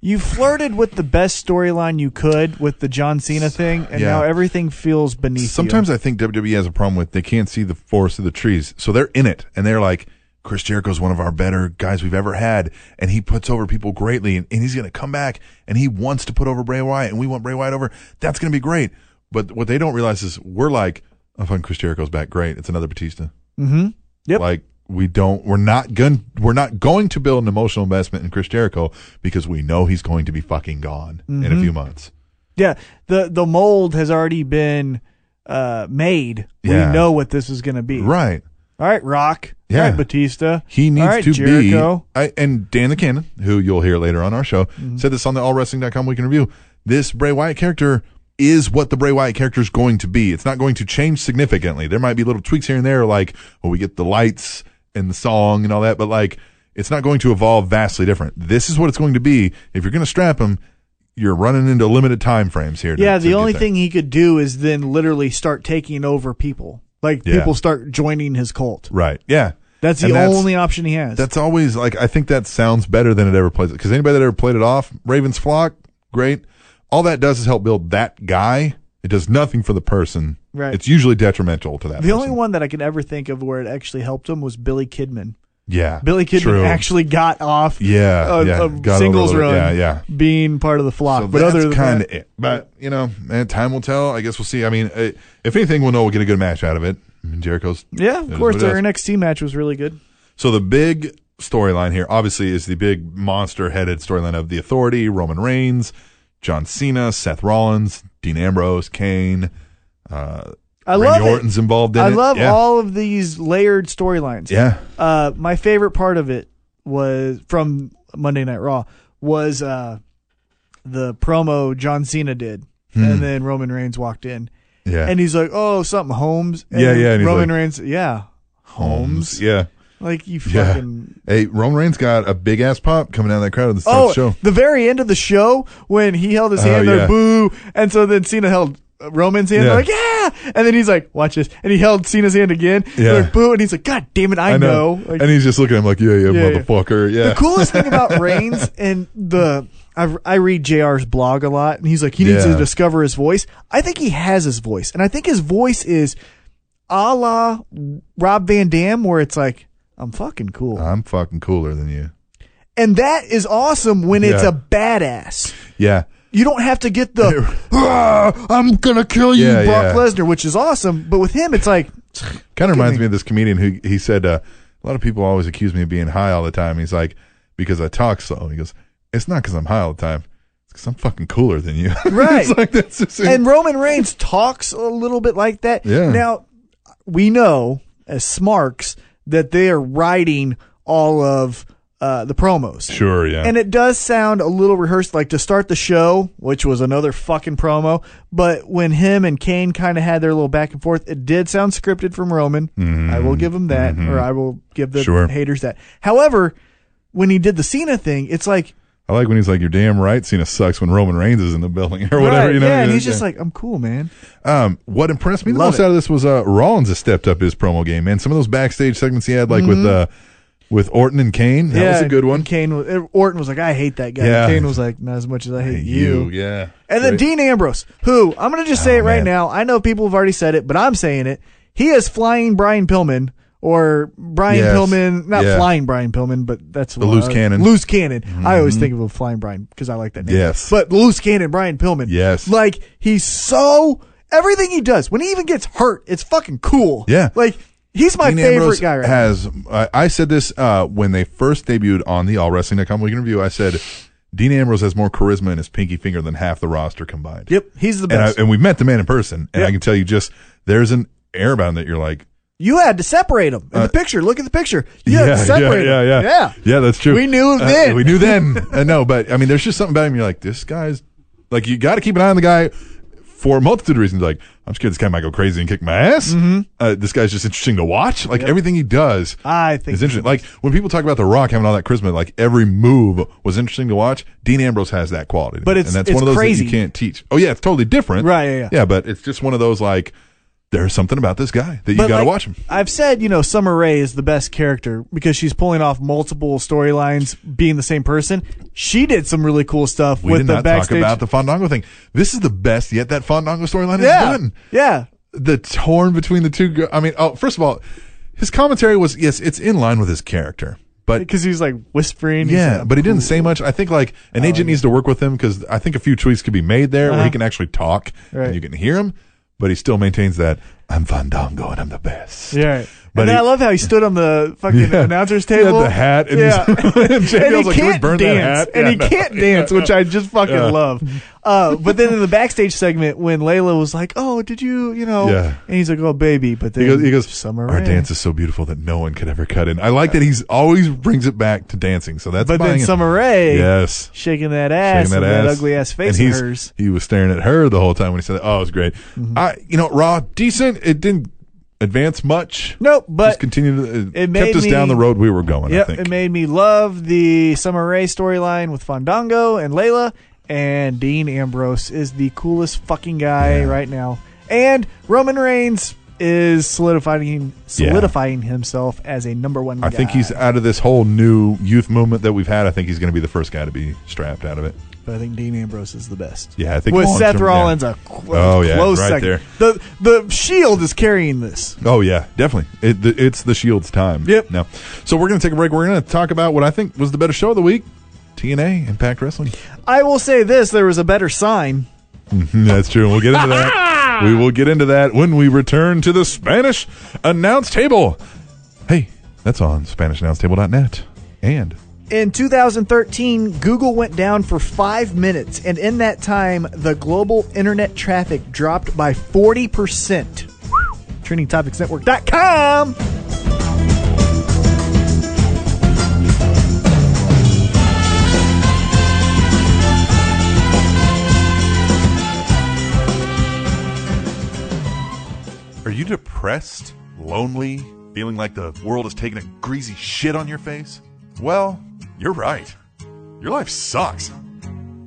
you flirted with the best storyline you could with the John Cena thing, and Yeah. now everything feels beneath. Sometimes you. I think WWE has a problem with they can't see the forest of the trees. So they're in it and they're like, Chris Jericho's one of our better guys we've ever had. And he puts over people greatly and, and he's going to come back and he wants to put over Bray Wyatt and we want Bray Wyatt over. That's going to be great. But what they don't realize is we're like, oh, fun, Chris Jericho's back. Great. It's another Batista. Mm-hmm. Yep. Like, we don't, we're not going, we're not going to build an emotional investment in Chris Jericho because we know he's going to be fucking gone in Mm-hmm. a few months. Yeah, the the mold has already been uh, made. Yeah. We know what this is going to be. Right. All right, Rock. Yeah. All right, Batista. He needs All right, to Jericho. Mm-hmm. be. I, and Dan the Cannon, who you'll hear later on our show, said this on the AllWrestling.com Week in Review. This Bray Wyatt character is what the Bray Wyatt character is going to be. It's not going to change significantly. There might be little tweaks here and there, like, oh, we get the lights and the song and all that, but like, it's not going to evolve vastly different. This is what it's going to be. If you're going to strap him, you're running into limited time frames here. to- Yeah, to the get only there. thing he could do is then literally start taking over people. Like Yeah. people start joining his cult. Right. Yeah. That's the And only option he has. That's always like I think that sounds better than it ever plays it because anybody that ever played it off, Ravens flock, great. All that does is help build that guy. It does nothing for the person. Right. It's usually detrimental to that. the only person. one that I can ever think of where it actually helped him was Billy Kidman. Yeah. Billy Kidman true. actually got off Yeah, a, Uh, yeah, a got singles over the- run yeah, yeah. being part of the flock. So but that's other than kind that, of it. But you know, man, time will tell. I guess we'll see. I mean, uh if anything, we'll know we'll get a good match out of it. I mean, Jericho's yeah, it of is course what it their is. NXT match was really good. So the big storyline here, obviously, is the big monster-headed storyline of the Authority, Roman Reigns, John Cena, Seth Rollins, Dean Ambrose, Kane. Uh, I Randy love it. Orton's involved in I it. love yeah. all of these layered storylines. Yeah, Uh, my favorite part of it was from Monday Night Raw was uh, the promo John Cena did, and then Roman Reigns walked in, Hmm. yeah. and he's like, "Oh, something Holmes." And Yeah, yeah, and he's Roman like- Reigns, yeah, Holmes. Yeah, like you yeah. fucking. Hey, Roman Reigns got a big ass pop coming down that crowd at the start Oh, of the show. the very end of the show when he held his Oh, hand, there, yeah. boo, and so then Cena held. uh, Roman's hand, Yeah. they're like yeah, and then he's like, "Watch this," and he held Cena's hand again. They're Yeah. like, boo, and he's like, "God damn it, I, know." Like, and he's just looking at him like, yeah, yeah, Yeah, yeah. motherfucker. Yeah. The coolest thing about Reigns and the I, I read JR's blog a lot, and he's like, he needs Yeah. to discover his voice. I think he has his voice, and I think his voice is a la Rob Van Dam, where it's like, I'm fucking cool. I'm fucking cooler than you. and that is awesome when it's Yeah. a badass. Yeah. You don't have to get the "Ah, I'm gonna kill you, Brock Lesnar, which is awesome, but with him, it's like, Kind of reminds me of this comedian who he said, uh, a lot of people always accuse me of being high all the time. He's like, because I talk slow. He goes, it's not because I'm high all the time. It's because I'm fucking cooler than you. Right. it's like, that's just, and Roman Reigns talks a little bit like that. Yeah. Now we know as smarks that they are writing all of uh, the promos. sure, yeah. And it does sound a little rehearsed, like to start the show, which was another fucking promo. But when him and Kane kind of had their little back and forth, it did sound scripted from Roman. I will give him that, or I will give the Mm-hmm. Sure. haters that. However, when he did the Cena thing, it's like, I like when he's like, you're damn right. Cena sucks when Roman Reigns is in the building or whatever, right, you know? yeah, and he's just like, I'm cool, man. Um, what impressed me the Love most it. out of this was uh, Rollins has stepped up his promo game, man. Some of those backstage segments he had, like with uh, with Orton and Kane, that was a and- good one. and Mm-hmm. Kane was, er, Orton was like, I hate that guy. Yeah. And Kane was like, not as much as I hate you. you, yeah. And then Great. Dean Ambrose, who I'm going to just say Oh, it right man. now. I know people have already said it, but I'm saying it. He is flying Brian Pillman or Brian Yes. Pillman, not Yeah. flying Brian Pillman, but that's the loose cannon. Mm-hmm. Loose cannon. I always think of a flying Brian because I like that name. Yes. But loose cannon Brian Pillman. Yes. Like he's so everything he does when he even gets hurt, it's fucking cool. Yeah. Like he's my Dean favorite Ambrose guy right has. I I said this uh, when they first debuted on the All Wrestling.com Week in Review. I said Dean Ambrose has more charisma in his pinky finger than half the roster combined. now. Yep. He's the And, I, best. and we met the man in person, and I Yep. can tell you just there's an air about him that you're like, You had to separate them in Uh, the picture. Look at the picture. You had to separate yeah, 'em. yeah, yeah, yeah. yeah. That's true. We knew Uh, then. we knew then. uh, no, but I mean, there's just something about him. You're like, this guy's Like you got to keep an eye on the guy for a multitude of reasons. Like I'm scared this guy might go crazy and kick my ass. Uh, this guy's just interesting to watch. Like everything he does, Mm-hmm. I think is interesting. Like when people talk about The Rock having all that charisma, like every move was interesting to watch. Dean Ambrose has that quality, But it's- and that's it's one of those crazy. that you can't teach. Oh yeah, it's totally different. Right, yeah, yeah. yeah, but it's just one of those like there's something about this guy that you got to like, watch him. I've said, you know, Summer Rae is the best character because she's pulling off multiple storylines being the same person. She did some really cool stuff We with did the not backstage. talk about the Fandango thing. This is the best yet that Fandango storyline has yeah. done. Yeah. The torn between the two. gir- I mean, oh, first of all, his commentary was yes, it's in line with his character, but Because he's like whispering. He's yeah, like, but he didn't say much. I think like an Oh, agent needs to work with him because I think a few tweets could be made there where he can actually talk Uh-huh. Right. and you can hear him, but he still maintains that I'm Fandango and I'm the best. Yeah. Right. But and then he- I love how he stood on the fucking Yeah. announcer's He had table. the hat and yeah. he's- and and he JBL's like, "Can we can't burn that dance. hat?" And Yeah, he no. can't dance, which I just fucking Yeah. love. Uh, but then in the backstage segment, when Layla was like, "Oh, did you, you know?" Yeah. And he's like, "Oh, baby," but then He goes, he goes "Summer our Rae." dance is so beautiful that no one could ever cut in. I like that he's always brings it back to dancing. So that's But then buying it. Summer Rae, Yes. shaking that ass, Shaking and that ugly ass face and of he's- hers. Mm-hmm. He was staring at her the whole time when he said that. Oh, it was great. I, you know, Raw decent. It didn't advance much. Nope, but just continued. to- It, it made kept us me- down the road we were going. I Yep, think. it made me love the Summer Rae storyline with Fandango and Layla, and Dean Ambrose is the coolest fucking guy right now. And Roman Reigns is solidifying solidifying himself as a number one. I think he's out of this whole new youth movement that we've had. I think he's going to be the first guy to be strapped out of it. But I think Dean Ambrose is the best. Yeah, I think with long Seth term- yeah. Rollins a cl- Oh, yeah, close right second. there. The the Shield is carrying this. Oh yeah, definitely. It, the, it's the Shield's time. Yep. Now, so we're going to take a break. We're going to talk about what I think was the better show of the week: TNA Impact Wrestling. I will say this: there was a better sign. That's true. We'll get into that. we will get into that when we return to the Spanish announce table. Hey, that's on SpanishAnnounceTable.net and In 2013, Google went down for five minutes, and in that time, the global internet traffic dropped by 40%. TrendingTopicsNetwork.com. Are you depressed, lonely, feeling like the world is taking a greasy shit on your face? Well, you're right. Your life sucks.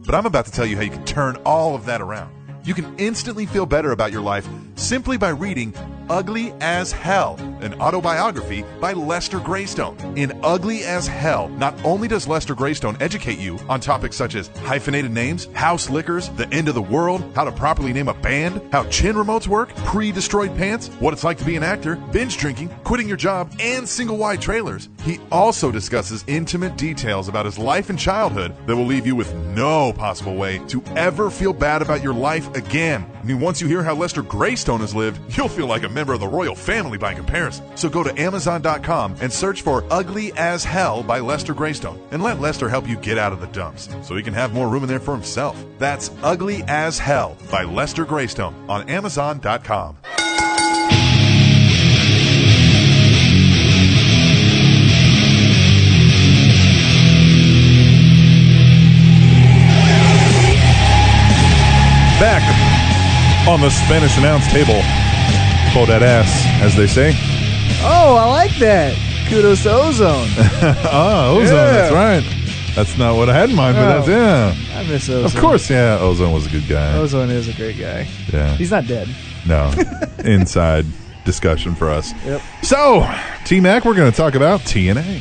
But I'm about to tell you how you can turn all of that around. You can instantly feel better about your life simply by reading Ugly as Hell, an autobiography by Lester Greystone. In Ugly as Hell, not only does Lester Greystone educate you on topics such as hyphenated names, house liquors, the end of the world, how to properly name a band, how chin remotes work, pre destroyed pants, what it's like to be an actor, binge drinking, quitting your job, and single wide trailers, he also discusses intimate details about his life and childhood that will leave you with no possible way to ever feel bad about your life again. I mean, once you hear how Lester Greystone has lived, you'll feel like a member of the royal family by comparison. So go to Amazon.com and search for Ugly as Hell by Lester Greystone and let Lester help you get out of the dumps so he can have more room in there for himself. That's Ugly as Hell by Lester Greystone on Amazon.com. back on the Spanish announce table. Pull that ass, as they say. Oh, I like that. Kudos to Ozone. Ah, ozone. Yeah. That's right. That's not what I had in mind, but No. that's yeah. I miss Ozone. Of course, yeah. Oh. Ozone was a good guy. Ozone is a great guy. yeah. He's not dead. no inside discussion for us. Yep. So, T Mac, we're going to talk about TNA.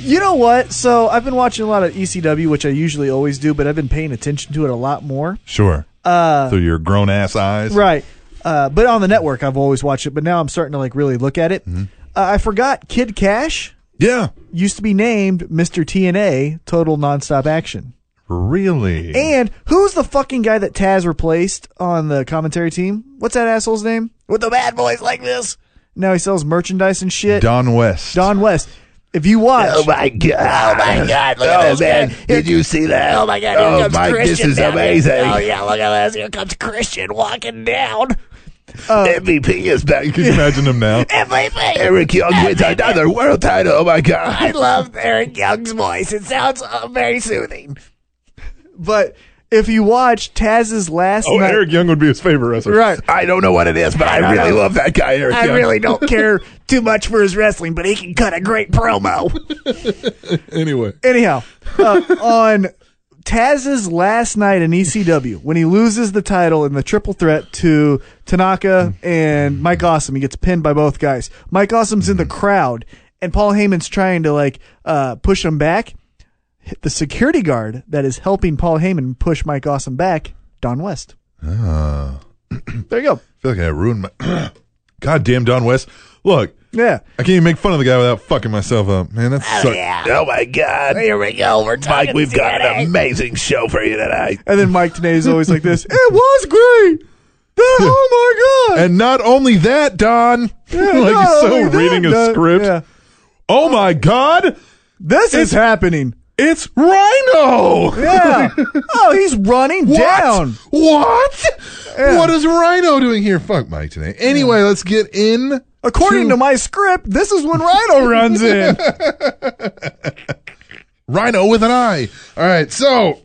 You know what? So I've been watching a lot of ECW, which I usually always do, but I've been paying attention to it a lot more. Sure. Uh, Through your grown ass eyes. Right. Uh, but on the network, I've always watched it, but now I'm starting to like really look at Mm-hmm. it. Uh, I forgot Kid Cash Yeah. used to be named Mr. TNA, Total Nonstop Action. Really. And who's the fucking guy that Taz replaced on the commentary team? What's that asshole's name? With the bad boys like this. Now he sells merchandise and shit. Don, Don West. West. If you watch, my god! Oh my god! Look at this man! Did you see that? Oh my god! oh my, this is amazing! Oh yeah! Look at this! Here comes Christian walking down. Oh. MVP is back. Can you imagine him now? MVP. Eric Young wins another world title. Oh my god! I love Eric Young's voice. It sounds uh, very soothing. but if you watch Taz's last Oh, night, Eric Young would be his favorite wrestler. right? I don't know what it is, but I, I really really love that guy, Eric I Young. really don't care too much for his wrestling, but he can cut a great promo. Anyway, Anyhow, uh, on Taz's last night in ECW, when he loses the title in the triple threat to Tanaka and Mike Awesome, he gets pinned by both guys. Mike Awesome's in the Mm-hmm. crowd, and Paul Heyman's trying to like uh, push him back. The security guard that is helping Paul Heyman push Mike Awesome back, Don West. Ah. there you go. I feel like I ruined my. Goddamn Don West. Look, Yeah. I can't even make fun of the guy without fucking myself up. Man, that's so. Oh my God! Here we go. We're Mike, we've got an amazing show for you tonight. And then Mike today is always like this. It was great. That- oh my god. And not only that, Don. like, Not he's so only that, reading a no- script. yeah. Oh my God. This is happening. It's Rhino. Yeah. oh, he's running What? down. What? Yeah. What is Rhino doing here? Fuck Mike today. Anyway, let's get in. According to my script, this is when Rhino runs in. Rhino with an eye. All right, so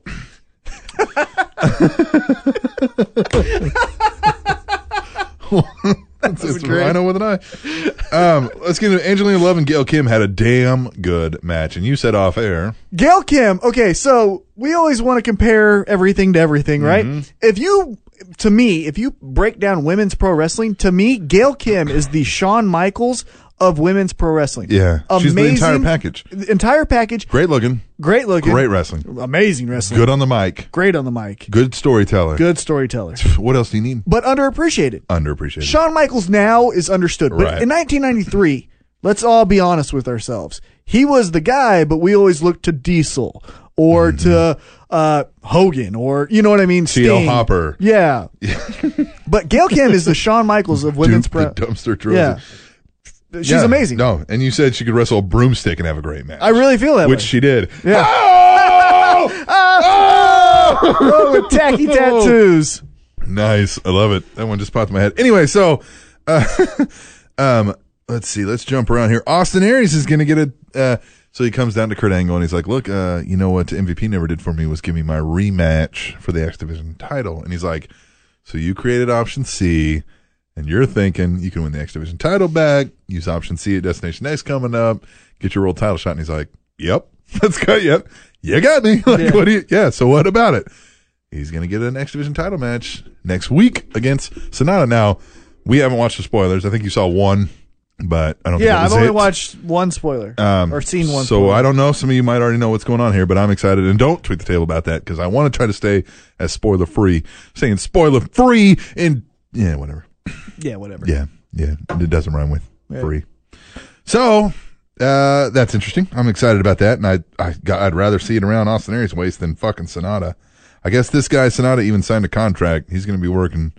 That's it's great. Rhino with an eye. Um, let's get into Angelina Love and Gail Kim had a damn good match, and you said off air. Gail Kim. Okay, so we always want to compare everything to everything, right? Mm-hmm. If you, to me, if you break down women's pro wrestling, to me, Gail Kim is the Shawn Michaels of women's pro wrestling. Yeah, Amazing, she's the entire package. the entire package. Great looking, Great looking. great wrestling, Amazing wrestling. good on the mic, Great on the mic. good storyteller. Good storyteller. What else do you need? But underappreciated. Underappreciated. Shawn Michaels now is understood, but Right. in 1993, let's all be honest with ourselves. He was the guy, but we always looked to Diesel or Mm-hmm. to uh, Hogan or you know what I mean, T.L. Sting. Hopper. Yeah, but Gail Kim is the Shawn Michaels of women's Duke, pro. the dumpster drove. Yeah, she's Yeah, amazing. No, and you said she could wrestle a broomstick and have a great match. I really feel that which way. she did. Yeah. Oh! Oh! oh, with tacky tattoos. nice. I love it. That one just popped in my head. Anyway, so uh, um, let's see. Let's jump around here. Austin Aries is going to get a. Uh, so he comes down to Kurt Angle and he's like, "Look, uh, you know what MVP never did for me was give me my rematch for the X Division title." And he's like, "So you created option C." and you're thinking you can win the X Division title back, use option C at Destination X coming up, get your world title shot. And he's like, Yep, that's good. Yep, you got me. Like, what do you, yeah, so what about it? He's going to get an X Division title match next week against Sonata. Now, we haven't watched the spoilers. I think you saw one, but I don't think Yeah, that was I've only it. watched one spoiler Um, or seen one. So spoiler. I don't know. Some of you might already know what's going on here, but I'm excited. And don't tweet the table about that because I want to try to stay as spoiler free, saying spoiler free and yeah, whatever. yeah, whatever. Yeah, yeah, it doesn't rhyme with free. So uh, that's interesting. I'm excited about that, and I, I got, I'd rather see it around Austin Aries' waist than fucking Sonata. I guess this guy Sonata even signed a contract. He's going to be working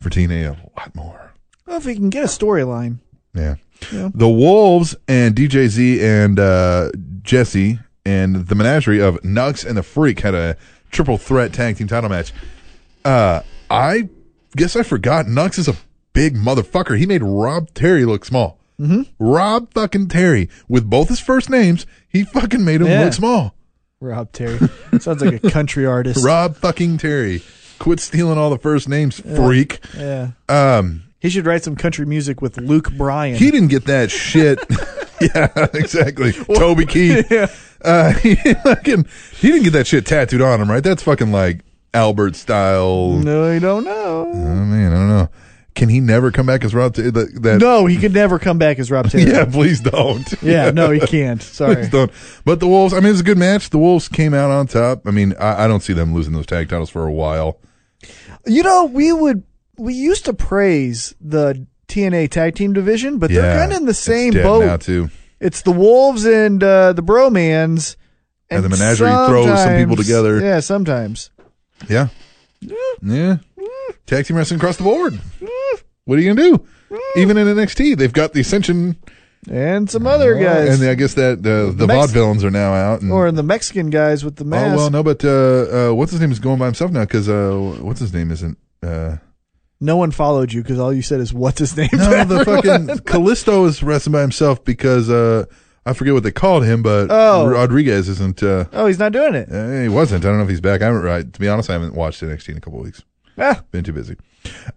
for TNA a lot more. Well, if we can get a storyline, Yeah. Yeah. The Wolves and DJZ and uh, Jesse and the menagerie of Nux and the Freak had a triple threat tag team title match. Uh, I guess I forgot Nux is a big motherfucker. He made Rob Terry look small. Mm-hmm. Rob fucking Terry with both his first names, he fucking made him Yeah. look small. Rob Terry sounds like a country artist. Rob fucking Terry. Quit stealing all the first names, freak. Yeah. Um, He should write some country music with Luke Bryan. He didn't get that shit. yeah, exactly. Toby Keith. Uh, he, fucking, he didn't get that shit tattooed on him, right? That's fucking like Albert style. no, I don't know. Oh man, I don't know. Can he never come back as Rob? T- that, that, No, he could never come back as Rob Terry. Yeah, please don't. Yeah, no, he can't. Sorry. Please don't. But the Wolves, I mean, it's a good match. The Wolves came out on top. I mean, I, I don't see them losing those tag titles for a while. You know, we would we used to praise the TNA tag team division, but they're Yeah, kind of in the it's same dead boat. now too. It's the Wolves and uh, the Bromans. And the menagerie throws some sometimes- people together. Yeah, sometimes. Yeah. Yeah. Tag team wrestling across the board. What are you gonna do? Even in NXT, they've got the Ascension And some other guys. And I guess that uh, the Mex- vaudevillains are now out. And, or the Mexican guys with the mask. oh well, no, but uh, uh, what's his name is going by himself now because uh, what's his name isn't. Uh, No one followed you because all you said is, what's his name? no, the fucking Callisto is wrestling by himself because uh, I forget what they called him, but Oh. Rodriguez isn't. Uh, Oh, he's not doing it. eh, he wasn't. I don't know if he's back. I haven't. Right, to be honest, I haven't watched NXT in a couple weeks. Ah, Been too busy.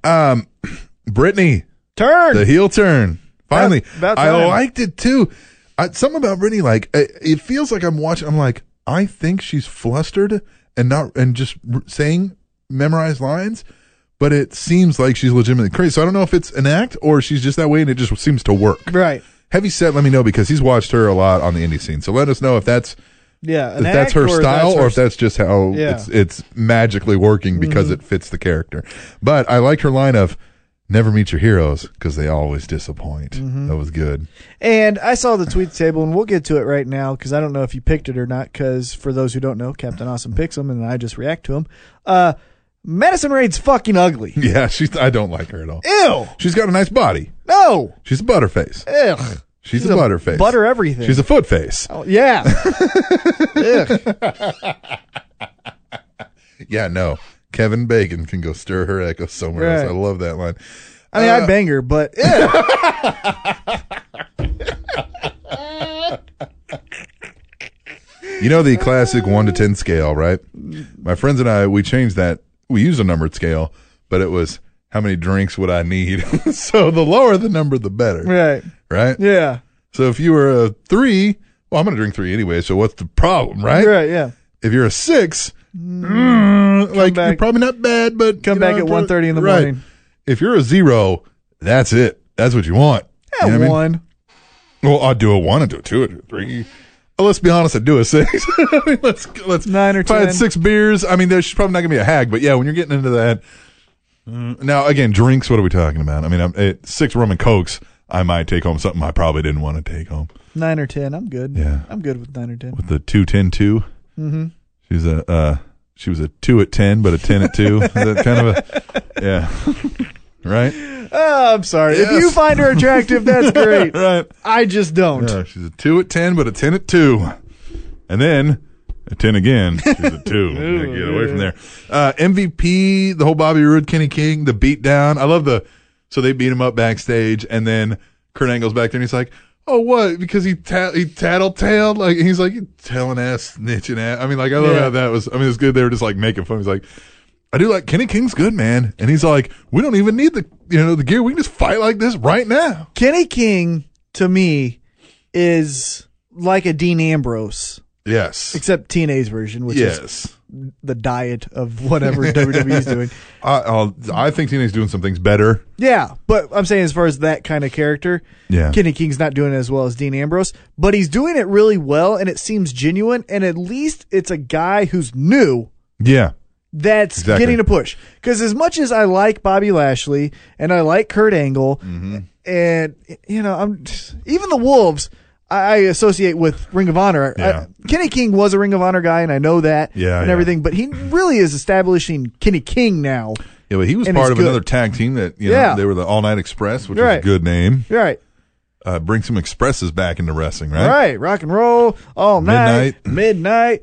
Um, Brittany, turn. the heel turn. Finally, About- about I time. liked it too. I, something about Brittany, like it, it feels like I'm watching. I'm like, I think she's flustered and not and just r- saying memorized lines, but it seems like she's legitimately crazy. So I don't know if it's an act or she's just that way and it just seems to work. right. Heavy set, let me know because he's watched her a lot on the indie scene. So let us know if that's Yeah. if that's her style or if that's just how Yeah. it's it's magically working because it fits the character. But I liked her line of never meet your heroes because they always disappoint. That was good. And I saw the tweet table, and we'll get to it right now because I don't know if you picked it or not. Because for those who don't know, Captain Awesome picks them, and I just react to them. Uh, Madison Raid's fucking ugly. Yeah, she's I don't like her at all. Ew. She's got a nice body. No. She's a butterface. Ugh. She's, a, butterface. Butter everything. She's a foot face. Oh, yeah. Yeah, no. Kevin Bacon can go stir her echo somewhere Right. else. I love that line. I mean, Uh, I'd bang her, but ew. You know the classic one to ten scale, right? My friends and I, we changed that. We used a numbered scale, but it was how many drinks would I need? so the lower the number, the better, right. right? Yeah. So if you were a three, well, I'm going to drink three anyway. So what's the problem, right? Right. Yeah. If you're a six, mm, like you're back- probably not bad, but Come you back know, at pro- 1:30 in the right. morning. If you're a zero, that's it. That's what you want. Yeah, You know what I mean? one. Well, I'd do a one, I'd do a two, I'd do a three. Well, let's be honest, I'd do a six. I mean, let's let's Nine or if I had 10. six beers. I mean, there's she's probably not gonna be a hag, but yeah, when you're getting into that. Mm, Now again, drinks. What are we talking about? I mean, I'm, at six rum and cokes. I might take home something I probably didn't want to take home. Nine or ten. I'm good. Yeah. I'm good with nine or ten. With the two ten two, Mm-hmm. she's a uh, she was a two at ten, but a ten at two. Is that kind of a yeah, right? Oh, I'm sorry. If Yes. you find her attractive, that's great. Right. I just don't. Yeah, she's a two at ten, but a ten at two, and then a ten again. She's a two. Yeah, Get away from there. Uh, MVP, the whole Bobby Roode, Kenny King, the beatdown. I love the. So they beat him up backstage, and then Kurt Angle's back there, and he's like, "Oh, what?" Because he ta- he tattletaled like he's like "You telling ass, snitching ass. I mean, like I love Yeah. how that was. I mean, it's good. They were just like making fun. He's like. I do like Kenny King's good man, and he's like, we don't even need the you know the gear. We can just fight like this right now. Kenny King to me is like a Dean Ambrose, Yes, except TNA's version, which is yes. the diet of whatever WWE's doing. I, I'll, I think TNA's doing some things better. Yeah, but I'm saying as far as that kind of character, Yeah. Kenny King's not doing it as well as Dean Ambrose, but he's doing it really well, and it seems genuine. And at least it's a guy who's new Yeah. that's Exactly. getting a push. Because as much as I like Bobby Lashley and I like Kurt Angle, Mm-hmm. and you know, I'm even the Wolves. I I associate with Ring of Honor. I- Yeah. Kenny King was a Ring of Honor guy, and I know that, Yeah, and yeah. everything. But he really is establishing Kenny King now, Yeah, but he was And part it's of good. another tag team that, you know, Yeah. they were the All Night Express, which is Right. a good name. right? Uh, bring some expresses back into wrestling, right? Right, rock and roll all night, midnight.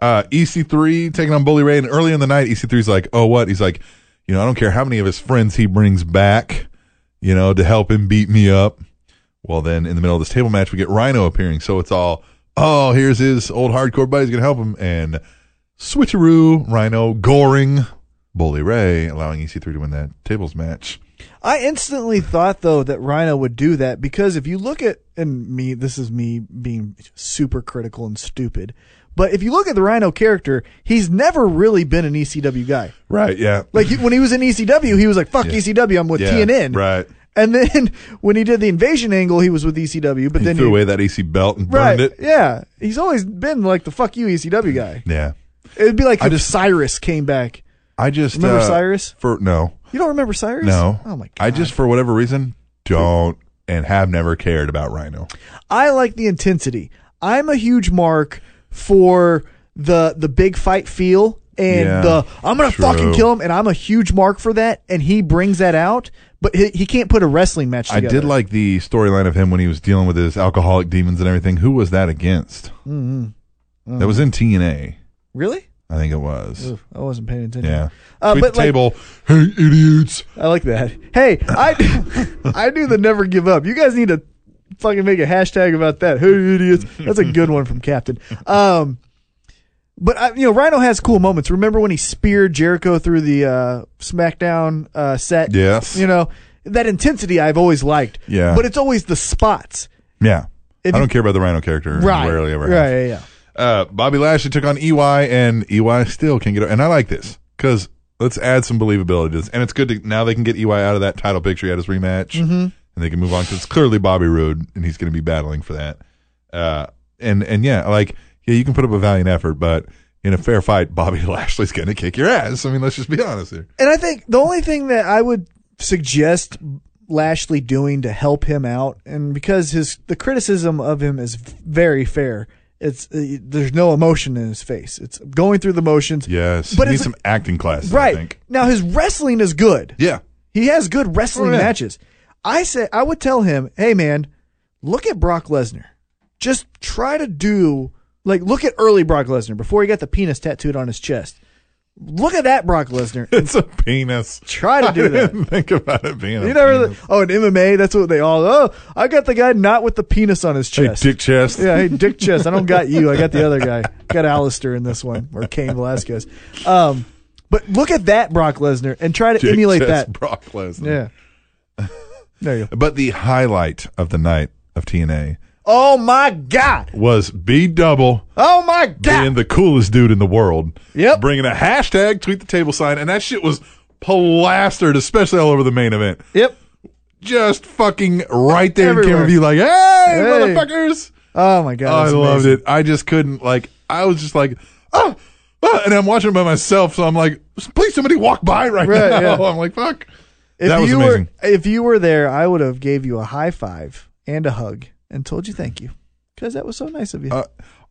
Uh, EC3 taking on Bully Ray, and early in the night, EC3's like, oh, what? He's like, you know, I don't care how many of his friends he brings back, you know, to help him beat me up. Well, then in the middle of this table match, we get Rhino appearing. So it's all, oh, here's his old hardcore buddy's going to help him. And switcheroo, Rhino goring Bully Ray, allowing EC3 to win that tables match. I instantly thought though that Rhino would do that because if you look at and me, this is me being super critical and stupid, but if you look at the Rhino character, he's never really been an ECW guy. Right. Yeah. Like he- when he was in ECW, he was like "fuck ECW," I'm with Yeah, TNN. right. And then when he did the invasion angle, he was with ECW. But He then threw he, away that AC belt and right, burned it. yeah, he's always been like the "fuck you" ECW guy. Yeah. It'd be like I if just- Cyrus came back. I just Remember uh, Cyrus? For no, You don't remember Cyrus? no. Oh my god. I just for whatever reason don't and have never cared about Rhino. I like the intensity. I'm a huge mark for the the big fight feel and Yeah, the I'm gonna true. fucking kill him, and I'm a huge mark for that. And he brings that out, but he, he can't put a wrestling match I together. did like the storyline of him when he was dealing with his alcoholic demons and everything. Who was that against? Mm-hmm. That was in TNA, really. I think it was. Mm-hmm. Oof, I wasn't paying attention. Yeah. Uh, Tweet but the like- table. Hey, idiots! I like that. Hey, I I do the never give up. You guys need to fucking make a hashtag about that. Hey, idiots. That's a good one from Captain. Um, but I, you know, Rhino has cool moments. Remember when he speared Jericho through the uh, SmackDown uh, set? Yes. You know that intensity I've always liked. Yeah. But it's always the spots. Yeah. If I you- don't care about the Rhino character. Right. Rarely ever. have. Right. Yeah. yeah. Uh, Bobby Lashley took on EY, and EY still can get. And I like this because let's add some believability to this. And it's good to now they can get EY out of that title picture. He had his rematch, Mm-hmm. and they can move on because it's clearly Bobby Roode, and he's going to be battling for that. Uh, and and yeah, like yeah, you can put up a valiant effort, but in a fair fight, Bobby Lashley's going to kick your ass. I mean, let's just be honest here. And I think the only thing that I would suggest Lashley doing to help him out, and because his the criticism of him is very fair, it's uh, there's no emotion in his face. It's going through the motions. Yes, But he needs it's- some acting classes. Right I think. now, his wrestling is good. Yeah. He has good wrestling Oh, yeah. matches. I say I would tell him, "Hey man, look at Brock Lesnar. Just try to do like look at early Brock Lesnar before he got the penis tattooed on his chest. Look at that Brock Lesnar. It's a penis. Try to do I that. didn't think about it being. a You never. penis. Oh, in MMA, that's what they all. Oh, I got the guy not with the penis on his Hey, chest. dick chest. Yeah, hey, Dick Chest. I don't got you. I got the other guy. Got Alistair in this one, or Kane Velasquez. Um, but look at that Brock Lesnar and try to Dick emulate chest that. Brock Lesnar. Yeah. There you go. But the highlight of the night of TNA Oh my God. was B Double Oh my being God. the coolest dude in the world. Yep. Bringing a hashtag tweet the table sign, and that shit was plastered, especially all over the main event. Yep. Just fucking right there in Everywhere. camera view, like, hey, motherfuckers. Oh my God. I that's loved amazing. it. I just couldn't, like, I was just like, ah, ah, and I'm watching it by myself, so I'm like, please somebody walk by right, Right, now. yeah. I'm like, fuck. If that was you amazing. Were, if you were there, I would have gave you a high five and a hug and told you thank you because that was so nice of you. Uh,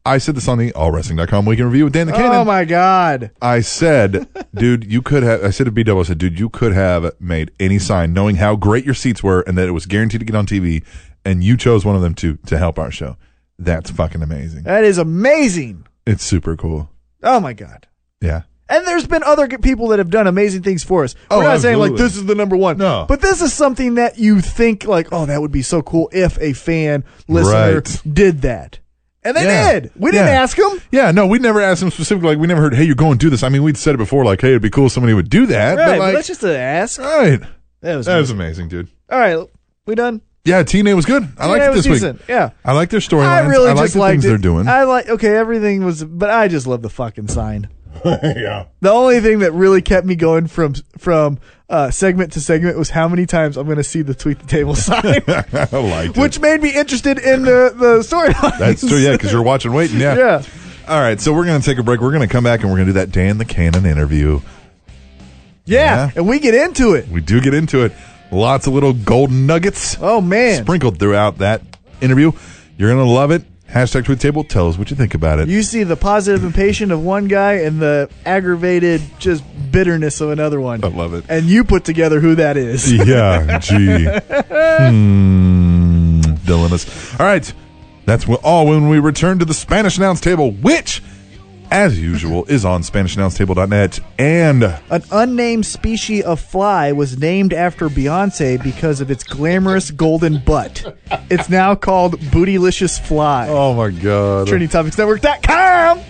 I said this on the allwrestling.com weekend review with Dan the Cannon. oh my God. I said, dude, you could have. I said to B Double, I said, dude, you could have made any sign, knowing how great your seats were and that it was guaranteed to get on TV, and you chose one of them to to help our show. That's fucking amazing. That is amazing. It's super cool. Oh my God. Yeah. And there's been other g- people that have done amazing things for us. We're Oh, not saying like absolutely. this is the number one. No. But this is something that you think like, oh, that would be so cool if a fan listener Right. did that. And they Yeah. did. We didn't Yeah. ask them. Yeah, no, we never asked him specifically. Like, we never heard, hey, you're going to do this. I mean, we'd said it before, like, hey, it'd be cool if somebody would do that. Right. But, like, that's just an ask. right. That was, That was amazing, dude. All right. We done? Yeah, TNA was good. I liked Yeah, it this was week. decent. Yeah. I like their storylines. I really like just the liked things it. they're doing. I like okay, everything was but I just love the fucking sign. yeah. The only thing that really kept me going from from uh, segment to segment was how many times I'm going to see the tweet the table sign. I liked it. which made me interested in the the storyline. That's true, yeah, because you're watching, waiting. Yeah. yeah. All right, so we're going to take a break. We're going to come back and we're going to do that Dan the Cannon interview. yeah, and we get into it. We do get into it. Lots of little golden nuggets Oh man, sprinkled throughout that interview. You're going to love it. Hashtag tweet the table. Tell us what you think about it. you see the positive impatient of one guy and the aggravated just bitterness of another one. I love it. And you put together who that is. yeah, gee. Hmm, dilemmas. All right, that's wh- all when we return to the Spanish Announce Table, which, as usual, is on SpanishAnnounceTable.net and An unnamed species of fly was named after Beyonce because of its glamorous golden butt. It's now called Bootylicious Fly. Oh my god. TrinityTopicsNetwork.com.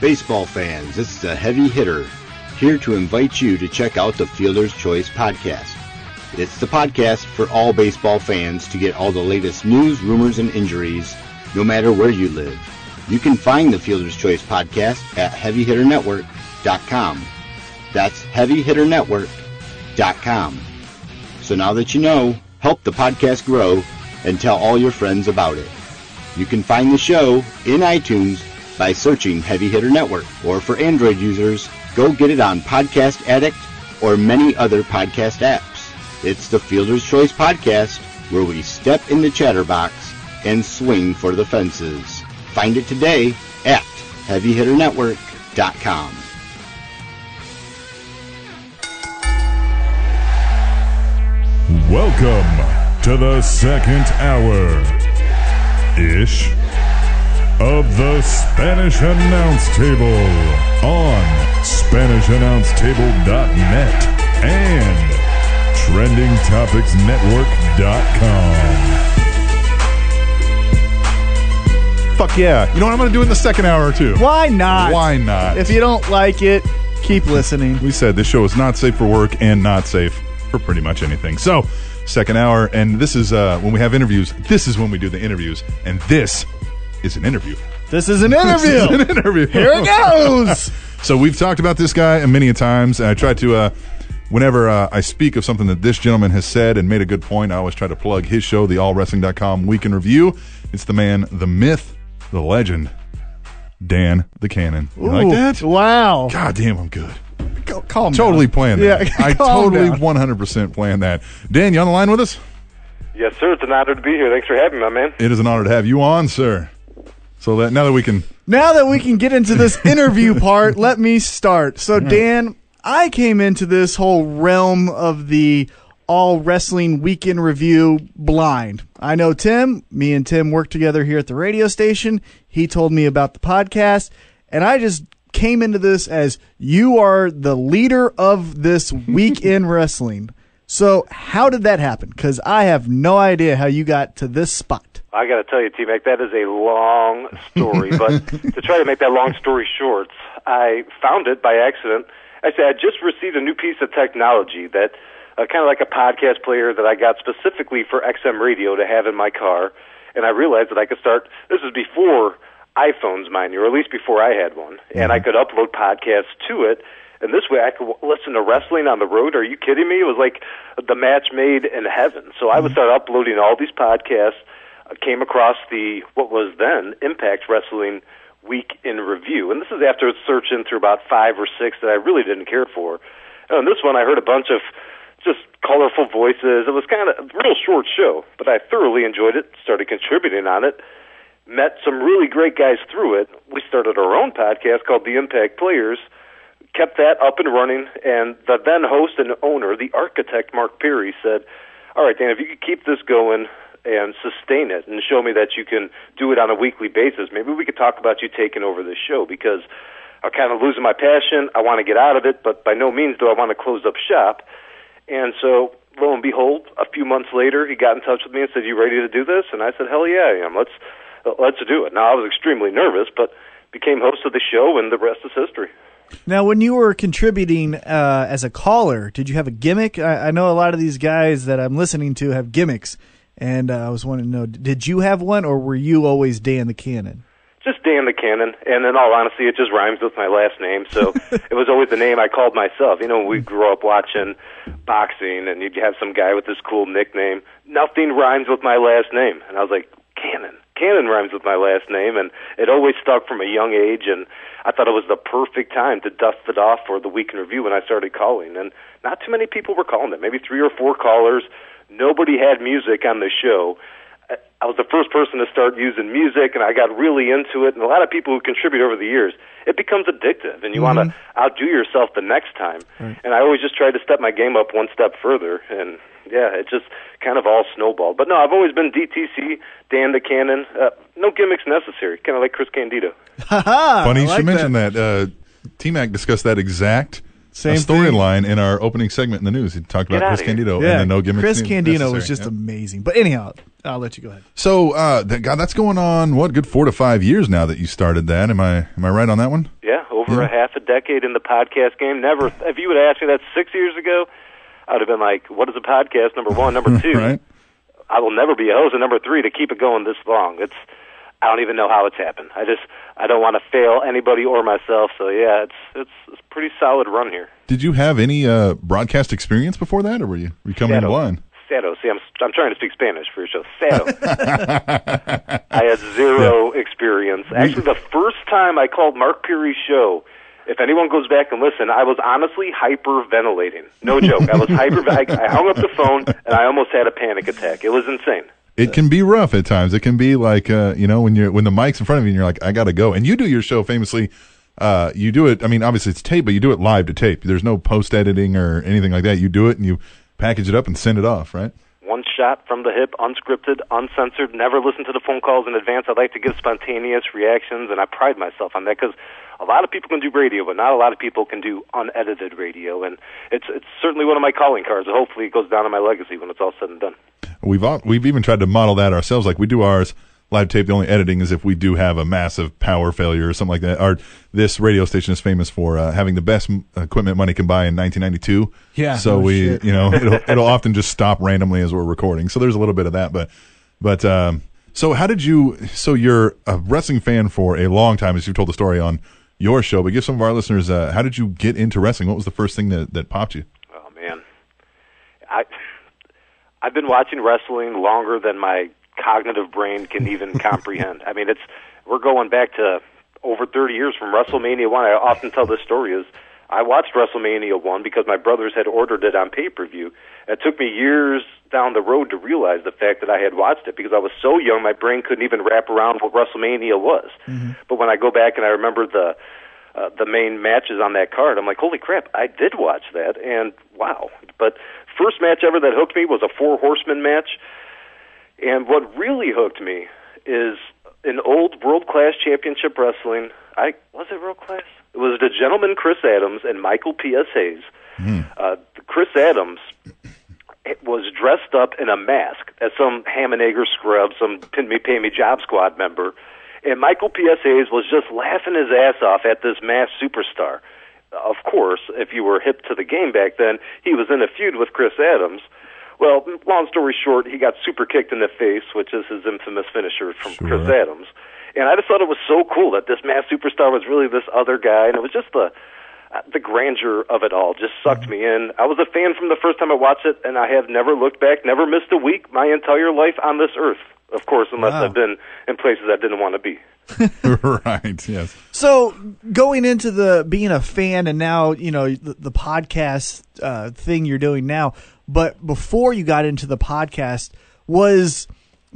Baseball fans, this is a heavy hitter here to invite you to check out the Fielder's Choice podcast. It's the podcast for all baseball fans to get all the latest news, rumors, and injuries, no matter where you live. You can find the Fielder's Choice podcast at heavyhitternetwork.com. That's heavyhitternetwork.com. So now that you know, help the podcast grow and tell all your friends about it. You can find the show in iTunes by searching Heavy Hitter Network, or for Android users, go get it on Podcast Addict or many other podcast apps. It's the Fielder's Choice Podcast, where we step in the chatterbox and swing for the fences. Find it today at HeavyHitterNetwork.com. Welcome to the second hour ish of the Spanish Announce Table on SpanishAnnounceTable.net and TrendingTopicsNetwork.com. Fuck yeah. You know what I'm going to do in the second hour, too? Why not? Why not? If you don't like it, keep listening. We said this show is not safe for work and not safe for pretty much anything. So, second hour, and this is uh, when we have interviews. This is when we do the interviews, and this is an interview. This is an This interview. is an interview. Here it goes. So we've talked about this guy many a times, and I try to, uh, whenever uh, I speak of something that this gentleman has said and made a good point, I always try to plug his show, the AllWrestling.com Week in Review. It's the man, the myth, the legend, Dan the Cannon. You like Ooh, that? Wow. God damn, I'm good. Cal- calm Totally down. planned that. Yeah, I calm totally down. 100% planned that. Dan, you on the line with us? Yes, sir. It's an honor to be here. Thanks for having me, my man. It is an honor to have you on, sir. So that now that we can Now that we can get into this interview part, let me start. So, Dan, I came into this whole realm of the all wrestling weekend review blind. I know Tim. Me and Tim worked together here at the radio station. He told me about the podcast, and I just came into this as you are the leader of this weekend wrestling. So, how did that happen? Because I have no idea how you got to this spot. I got to tell you, T Mac, that is a long story. but to try to make that long story short, I found it by accident. Actually, I just received a new piece of technology that, uh, kind of like a podcast player that I got specifically for XM radio to have in my car. And I realized that I could start, this is before iPhones, mind you, or at least before I had one. And I could upload podcasts to it. And this way I could w- listen to wrestling on the road. Are you kidding me? It was like the match made in heaven. So I would start uploading all these podcasts. uh, Came across the, what was then, Impact Wrestling Week in Review. And this is after searching through about five or six that I really didn't care for. And on this one, I heard a bunch of just colorful voices. It was kind of a real short show, but I thoroughly enjoyed it, started contributing on it met some really great guys through it. We started our own podcast called The Impact Players, kept that up and running, and the then host and owner, the architect Mark Perry, said, All right, Dan, if you could keep this going and sustain it and show me that you can do it on a weekly basis, maybe we could talk about you taking over this show because I'm kind of losing my passion. I want to get out of it, but by no means do I want to close up shop. And so, lo and behold, a few months later, he got in touch with me and said, "You ready to do this?" And I said, "Hell yeah, I am. Let's let's do it." Now I was extremely nervous, but became host of the show, and the rest is history. Now, when you were contributing uh, as a caller, did you have a gimmick? I, I know a lot of these guys that I'm listening to have gimmicks, and uh, I was wanting to know: did you have one, or were you always Dan the Cannon? Just Dan the Cannon, and in all honesty, it just rhymes with my last name, so it was always the name I called myself. You know, we grew up watching boxing, and you'd have some guy with this cool nickname. Nothing rhymes with my last name, and I was like, Cannon. Cannon rhymes with my last name, and it always stuck from a young age. And I thought it was the perfect time to dust it off for the week in review when I started calling. And not too many people were calling it. Maybe three or four callers. Nobody had music on the show. I- I was the first person to start using music, and I got really into it. And a lot of people who contribute over the years, it becomes addictive, and you want to outdo yourself the next time. And I always just tried to step my game up one step further, and yeah, it just kind of all snowballed. But no, I've always been DTC, Dan the Cannon. Uh, no gimmicks necessary, kind of like Chris Candido. Funny I you like should mention that. Uh, T Mac discussed that exact uh, Same storyline in our opening segment in the news. He talked about outta Chris here. Candido and the no gimmicks. Chris ne- Candino necessary. was just Yeah. amazing. But anyhow, I'll let you go ahead. So, uh, that, God, that's going on what good four to five years now that you started that. Am I am I right on that one? Yeah, over Yeah. a half a decade in the podcast game. Never, if you would have asked me that six years ago, I would have been like, "What is a podcast?" Number one, number two. right. I will never be a host. And number three, to keep it going this long. It's I don't even know how it's happened. I just I don't want to fail anybody or myself. So yeah, it's it's, it's a pretty solid run here. Did you have any uh, broadcast experience before that, or were you, were you coming in Shadow. blind? Sado. See, I'm I'm trying to speak Spanish for your show. Sado. I had zero experience. Actually, the first time I called Mark Perry's show, if anyone goes back and listen, I was honestly hyperventilating. No joke. I was hyper. I, I hung up the phone and I almost had a panic attack. It was insane. It can be rough at times. It can be like uh, you know when you're when the mic's in front of you and you're like, I gotta go. And you do your show famously. Uh, you do it. I mean, obviously it's tape, but you do it live to tape. There's no post editing or anything like that. You do it and you package it up and send it off, right? One shot from the hip, unscripted, uncensored. Never listen to the phone calls in advance. I like to give spontaneous reactions, and I pride myself on that because a lot of people can do radio, but not a lot of people can do unedited radio. And it's it's certainly one of my calling cards. and Hopefully, it goes down in my legacy when it's all said and done. We've all, we've even tried to model that ourselves. Like we do ours live tape. The only editing is if we do have a massive power failure or something like that. Our this radio station is famous for uh, having the best m- equipment money can buy in 1992. Yeah. So Oh, we, shit. you know, it'll it'll often just stop randomly as we're recording. So there's a little bit of that, but but um, so how did you? So you're a wrestling fan for a long time, as you've told the story on your show. But give some of our listeners uh, how did you get into wrestling? What was the first thing that that popped you? Oh man, I I've been watching wrestling longer than my cognitive brain can even comprehend. I mean, it's we're going back to over 30 years from WrestleMania one. I often tell this story is I watched WrestleMania one because my brothers had ordered it on pay per view. It took me years down the road to realize the fact that I had watched it because I was so young, my brain couldn't even wrap around what WrestleMania was. But when I go back and I remember the uh, the main matches on that card. I'm like, holy crap, I did watch that, and wow. But first match ever that hooked me was a four horseman match, and what really hooked me is an old world class championship wrestling. I was it world class. It was the gentleman Chris Adams and Michael P.S. Hayes. Uh, Chris Adams it was dressed up in a mask as some ham and egger scrub, some pin me pay me job squad member, and Michael PSAs was just laughing his ass off at this masked superstar. Of course, if you were hip to the game back then, he was in a feud with Chris Adams. Well, long story short, he got super kicked in the face, which is his infamous finisher from Chris Adams. And I just thought it was so cool that this masked superstar was really this other guy, and it was just the uh, the grandeur of it all just sucked me in. I was a fan from the first time I watched it, and I have never looked back, never missed a week my entire life on this earth. Of course, unless Wow. I've been in places I didn't want to be. right. Yes. So going into the being a fan and now you know the, the podcast uh, thing you're doing now, but before you got into the podcast, was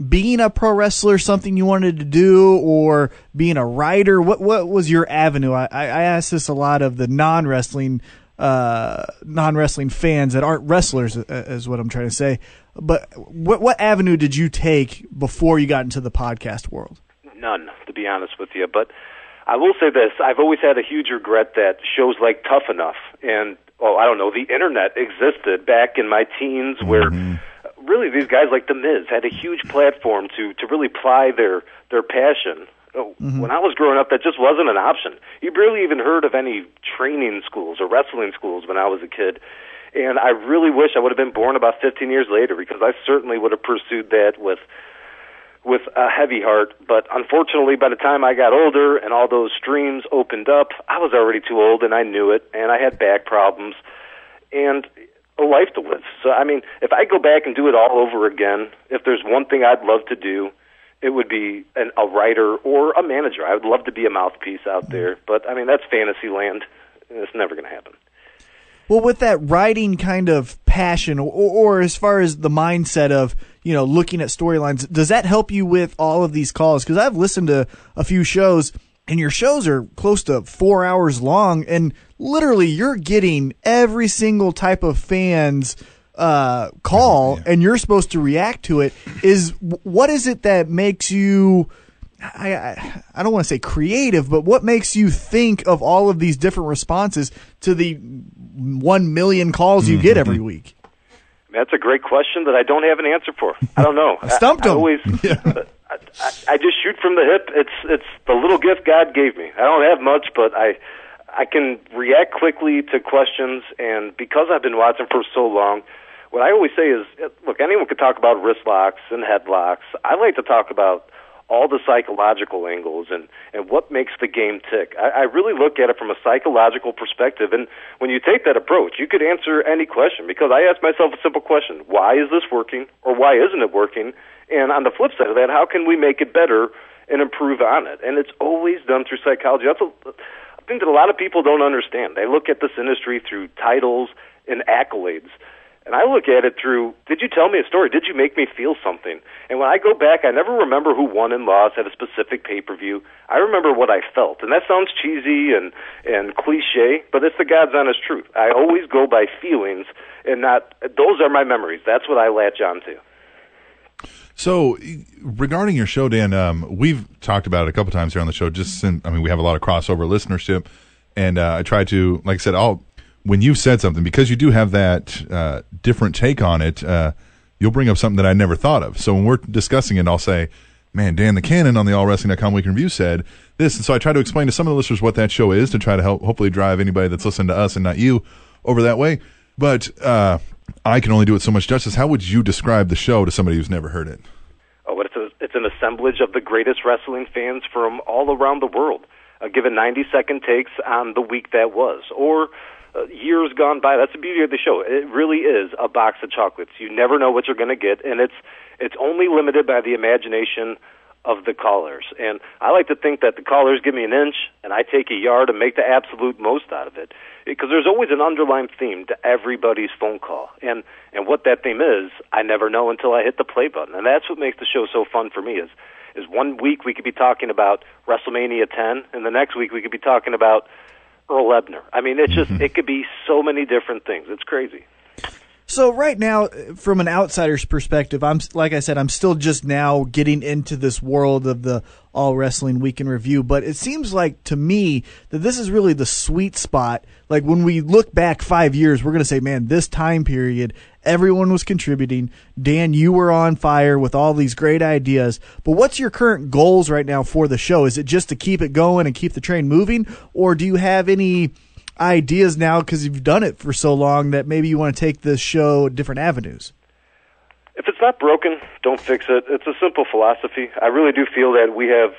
being a pro wrestler something you wanted to do, or being a writer? What what was your avenue? I, I I ask this a lot of the non wrestling uh, non wrestling fans that aren't wrestlers, uh, is what I'm trying to say. But what what avenue did you take before you got into the podcast world? None, to be honest with you. But I will say this: I've always had a huge regret that shows like Tough Enough and oh, I don't know, the internet existed back in my teens, where really these guys like The Miz had a huge platform to to really ply their their passion. Oh, When I was growing up, that just wasn't an option. You barely even heard of any training schools or wrestling schools when I was a kid. And I really wish I would have been born about 15 years later because I certainly would have pursued that with with a heavy heart, but unfortunately, by the time I got older and all those streams opened up, I was already too old and I knew it, and I had back problems and a life to live. So, I mean, if I go back and do it all over again, if there's one thing I'd love to do, it would be an, a writer or a manager. I would love to be a mouthpiece out there, but I mean, that's fantasy land. It's never going to happen. Well, with that writing kind of passion, or, or as far as the mindset of you know looking at storylines, does that help you with all of these calls? Because I've listened to a few shows, and your shows are close to four hours long, and literally you're getting every single type of fans uh, call, and you're supposed to react to it. Is what is it that makes you? I, I I don't want to say creative, but what makes you think of all of these different responses to the one million calls you get every week? That's a great question that I don't have an answer for. I don't know. I Stumped I, I him. always, I, I, I just shoot from the hip. It's it's the little gift God gave me. I don't have much, but I I can react quickly to questions, and because I've been watching for so long, what I always say is, eh, look, anyone could talk about wrist locks and headlocks. I like to talk about all the psychological angles and, and what makes the game tick. I, I really look at it from a psychological perspective. And when you take that approach, you could answer any question because I ask myself a simple question why is this working or why isn't it working? And on the flip side of that, how can we make it better and improve on it? And it's always done through psychology. That's a, I think that a lot of people don't understand. They look at this industry through titles and accolades. And I look at it through did you tell me a story? Did you make me feel something? And when I go back, I never remember who won and lost at a specific pay per view. I remember what I felt. And that sounds cheesy and, and cliche, but it's the God's honest truth. I always go by feelings and not those are my memories. That's what I latch on to. So, e- regarding your show, Dan, um, we've talked about it a couple times here on the show. Just since, I mean, we have a lot of crossover listenership, and uh, I try to, like I said, I'll when you've said something because you do have that uh, different take on it. Uh, you'll bring up something that I never thought of. So when we're discussing it, I'll say, "Man, Dan the Cannon on the AllWrestling.com Weekend Review said this," and so I try to explain to some of the listeners what that show is to try to help, hopefully, drive anybody that's listening to us and not you over that way. But uh, I can only do it so much justice. How would you describe the show to somebody who's never heard it? Oh, but it's, a, it's an assemblage of the greatest wrestling fans from all around the world, uh, given 90 second takes on the week that was, or uh, years gone by. That's the beauty of the show. It really is a box of chocolates. You never know what you're going to get, and it's it's only limited by the imagination of the callers. And I like to think that the callers give me an inch, and I take a yard and make the absolute most out of it, because there's always an underlying theme to everybody's phone call. And and what that theme is, I never know until I hit the play button. And that's what makes the show so fun for me is is one week we could be talking about WrestleMania 10, and the next week we could be talking about Earl Ebner. I mean, it's just it could be so many different things. It's crazy. So right now, from an outsider's perspective, I'm like I said, I'm still just now getting into this world of the All Wrestling Week in Review. But it seems like to me that this is really the sweet spot. Like when we look back five years, we're gonna say, man, this time period, everyone was contributing. Dan, you were on fire with all these great ideas. But what's your current goals right now for the show? Is it just to keep it going and keep the train moving, or do you have any? ideas now because you've done it for so long that maybe you want to take this show different avenues. If it's not broken, don't fix it. It's a simple philosophy. I really do feel that we have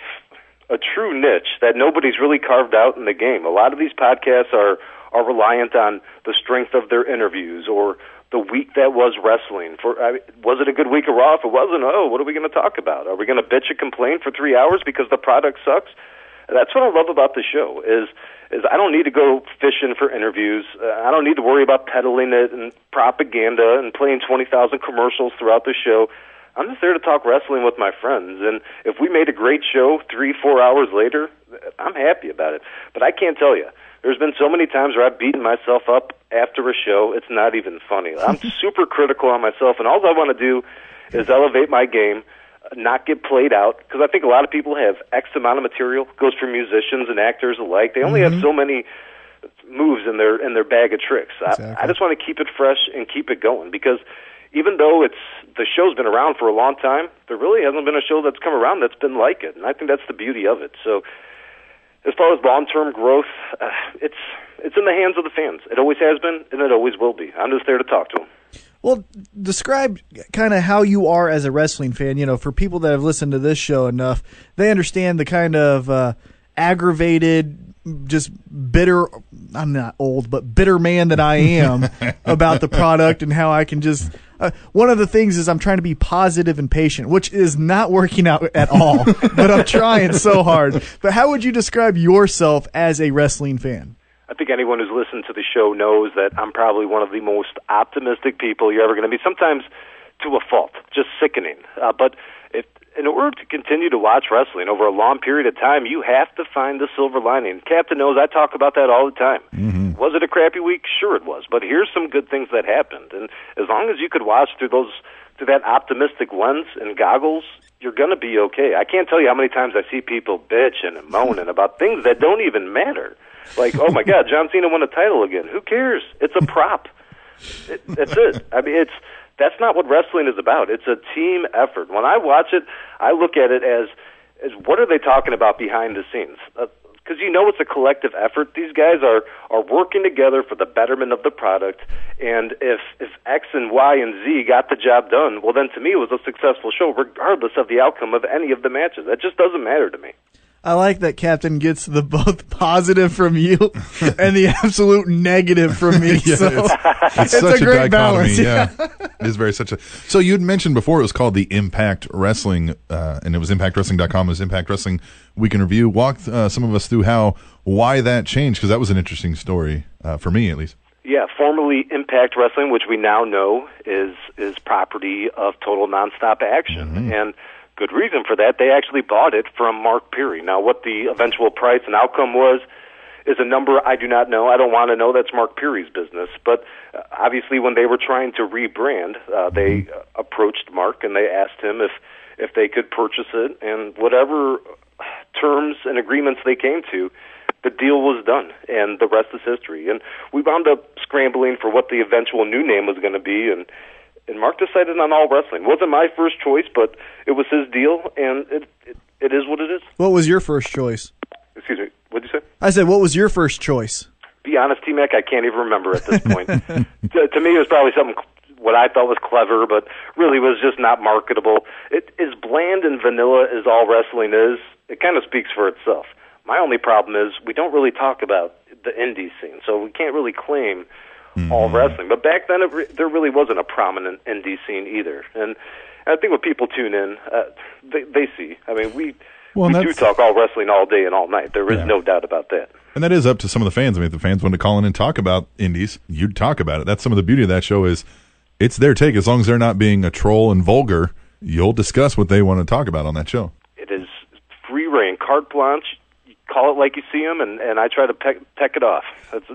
a true niche that nobody's really carved out in the game. A lot of these podcasts are are reliant on the strength of their interviews or the week that was wrestling. For I, was it a good week of Raw? If it wasn't, oh, what are we going to talk about? Are we going to bitch and complain for three hours because the product sucks? That's what I love about the show is is I don't need to go fishing for interviews. Uh, I don't need to worry about peddling it and propaganda and playing 20,000 commercials throughout the show. I'm just there to talk wrestling with my friends. And if we made a great show three, four hours later, I'm happy about it. But I can't tell you. There's been so many times where I've beaten myself up after a show. It's not even funny. I'm super critical on myself, and all I want to do is elevate my game not get played out because I think a lot of people have X amount of material goes for musicians and actors alike. They only have so many moves in their in their bag of tricks. I, I just want to keep it fresh and keep it going because even though it's the show's been around for a long time, there really hasn't been a show that's come around that's been like it, and I think that's the beauty of it. So as far as long-term growth, uh, it's it's in the hands of the fans. It always has been, and it always will be. I'm just there to talk to them. Well, describe kind of how you are as a wrestling fan. You know, for people that have listened to this show enough, they understand the kind of uh, aggravated, just bitter. I'm not old, but bitter man that I am about the product and how I can just. Uh, one of the things is I'm trying to be positive and patient, which is not working out at all, but I'm trying so hard. But how would you describe yourself as a wrestling fan? I think anyone who's listened to the show knows that I'm probably one of the most optimistic people you're ever going to be. Sometimes to a fault, just sickening. Uh, but if, in order to continue to watch wrestling over a long period of time, you have to find the silver lining. Captain knows I talk about that all the time. Was it a crappy week? Sure, it was. But here's some good things that happened. And as long as you could watch through those through that optimistic lens and goggles, you're going to be okay. I can't tell you how many times I see people bitching and moaning about things that don't even matter. Like, oh my God, John Cena won a title again. Who cares? It's a prop. It, that's it. I mean, it's that's not what wrestling is about. It's a team effort. When I watch it, I look at it as as what are they talking about behind the scenes? Because you know it's a collective effort. These guys are are working together for the betterment of the product. And if if X and Y and Z got the job done, well, then to me it was a successful show, regardless of the outcome of any of the matches. That just doesn't matter to me. I like that Captain gets the both positive from you and the absolute negative from me. so it's, such a great balance. Yeah, it is very such a. So you'd mentioned before it was called the Impact Wrestling, uh, and it was ImpactWrestling.com. It was Impact Wrestling Week in Review. Walk uh, some of us through how why that changed because that was an interesting story uh, for me at least. Yeah, formerly Impact Wrestling, which we now know is is property of Total Nonstop Action, and good reason for that. They actually bought it from Mark Peary. Now, what the eventual price and outcome was is a number I do not know. I don't want to know. That's Mark Peary's business. But uh, obviously, when they were trying to rebrand, uh, they uh, approached Mark and they asked him if if they could purchase it, and whatever terms and agreements they came to, the deal was done, and the rest is history. And we wound up scrambling for what the eventual new name was going to be, and and Mark decided on All Wrestling. wasn't my first choice, but it was his deal, and it it, it is what it is. What was your first choice? Excuse me, what did you say? I said, what was your first choice? Be honest, T Mac, I can't even remember at this point. to, to me, it was probably something cl- what I thought was clever, but really was just not marketable. It as bland and vanilla as all wrestling is. It kind of speaks for itself. My only problem is we don't really talk about the indie scene, so we can't really claim all Mm-hmm. wrestling. But back then, it re- there really wasn't a prominent indie scene either. And I think when people tune in, uh, they, they see. I mean, we Well, we and do that's- talk all wrestling all day and all night. There is no doubt about that. And that is up to some of the fans. I mean, if the fans wanted to call in and talk about indies, you'd talk about it. That's some of the beauty of that show is it's their take. As long as they're not being a troll and vulgar, you'll discuss what they want to talk about on that show. it is free reign, carte blanche. You call it like you see them, and, and I try to peck, peck it off. That's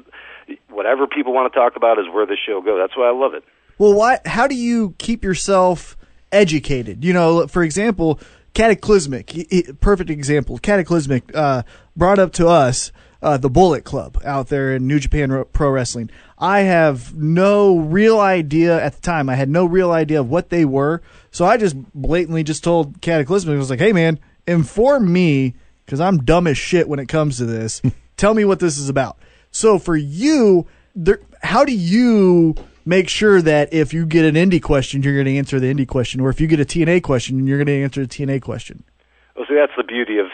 whatever people want to talk about is where the show goes. That's why I love it. Well, why? How do you keep yourself educated? You know, for example, Cataclysmic, he- he- perfect example. Cataclysmic uh, brought up to us uh, the Bullet Club out there in New Japan Ro- Pro Wrestling. I have no real idea at the time. I had no real idea of what they were, so I just blatantly just told Cataclysmic, I was like, "Hey, man, inform me because I'm dumb as shit when it comes to this. Tell me what this is about." So for you, there, how do you make sure that if you get an indie question, you're going to answer the indie question, or if you get a TNA question, you're going to answer the TNA question? Well, Oh, see, that's the beauty of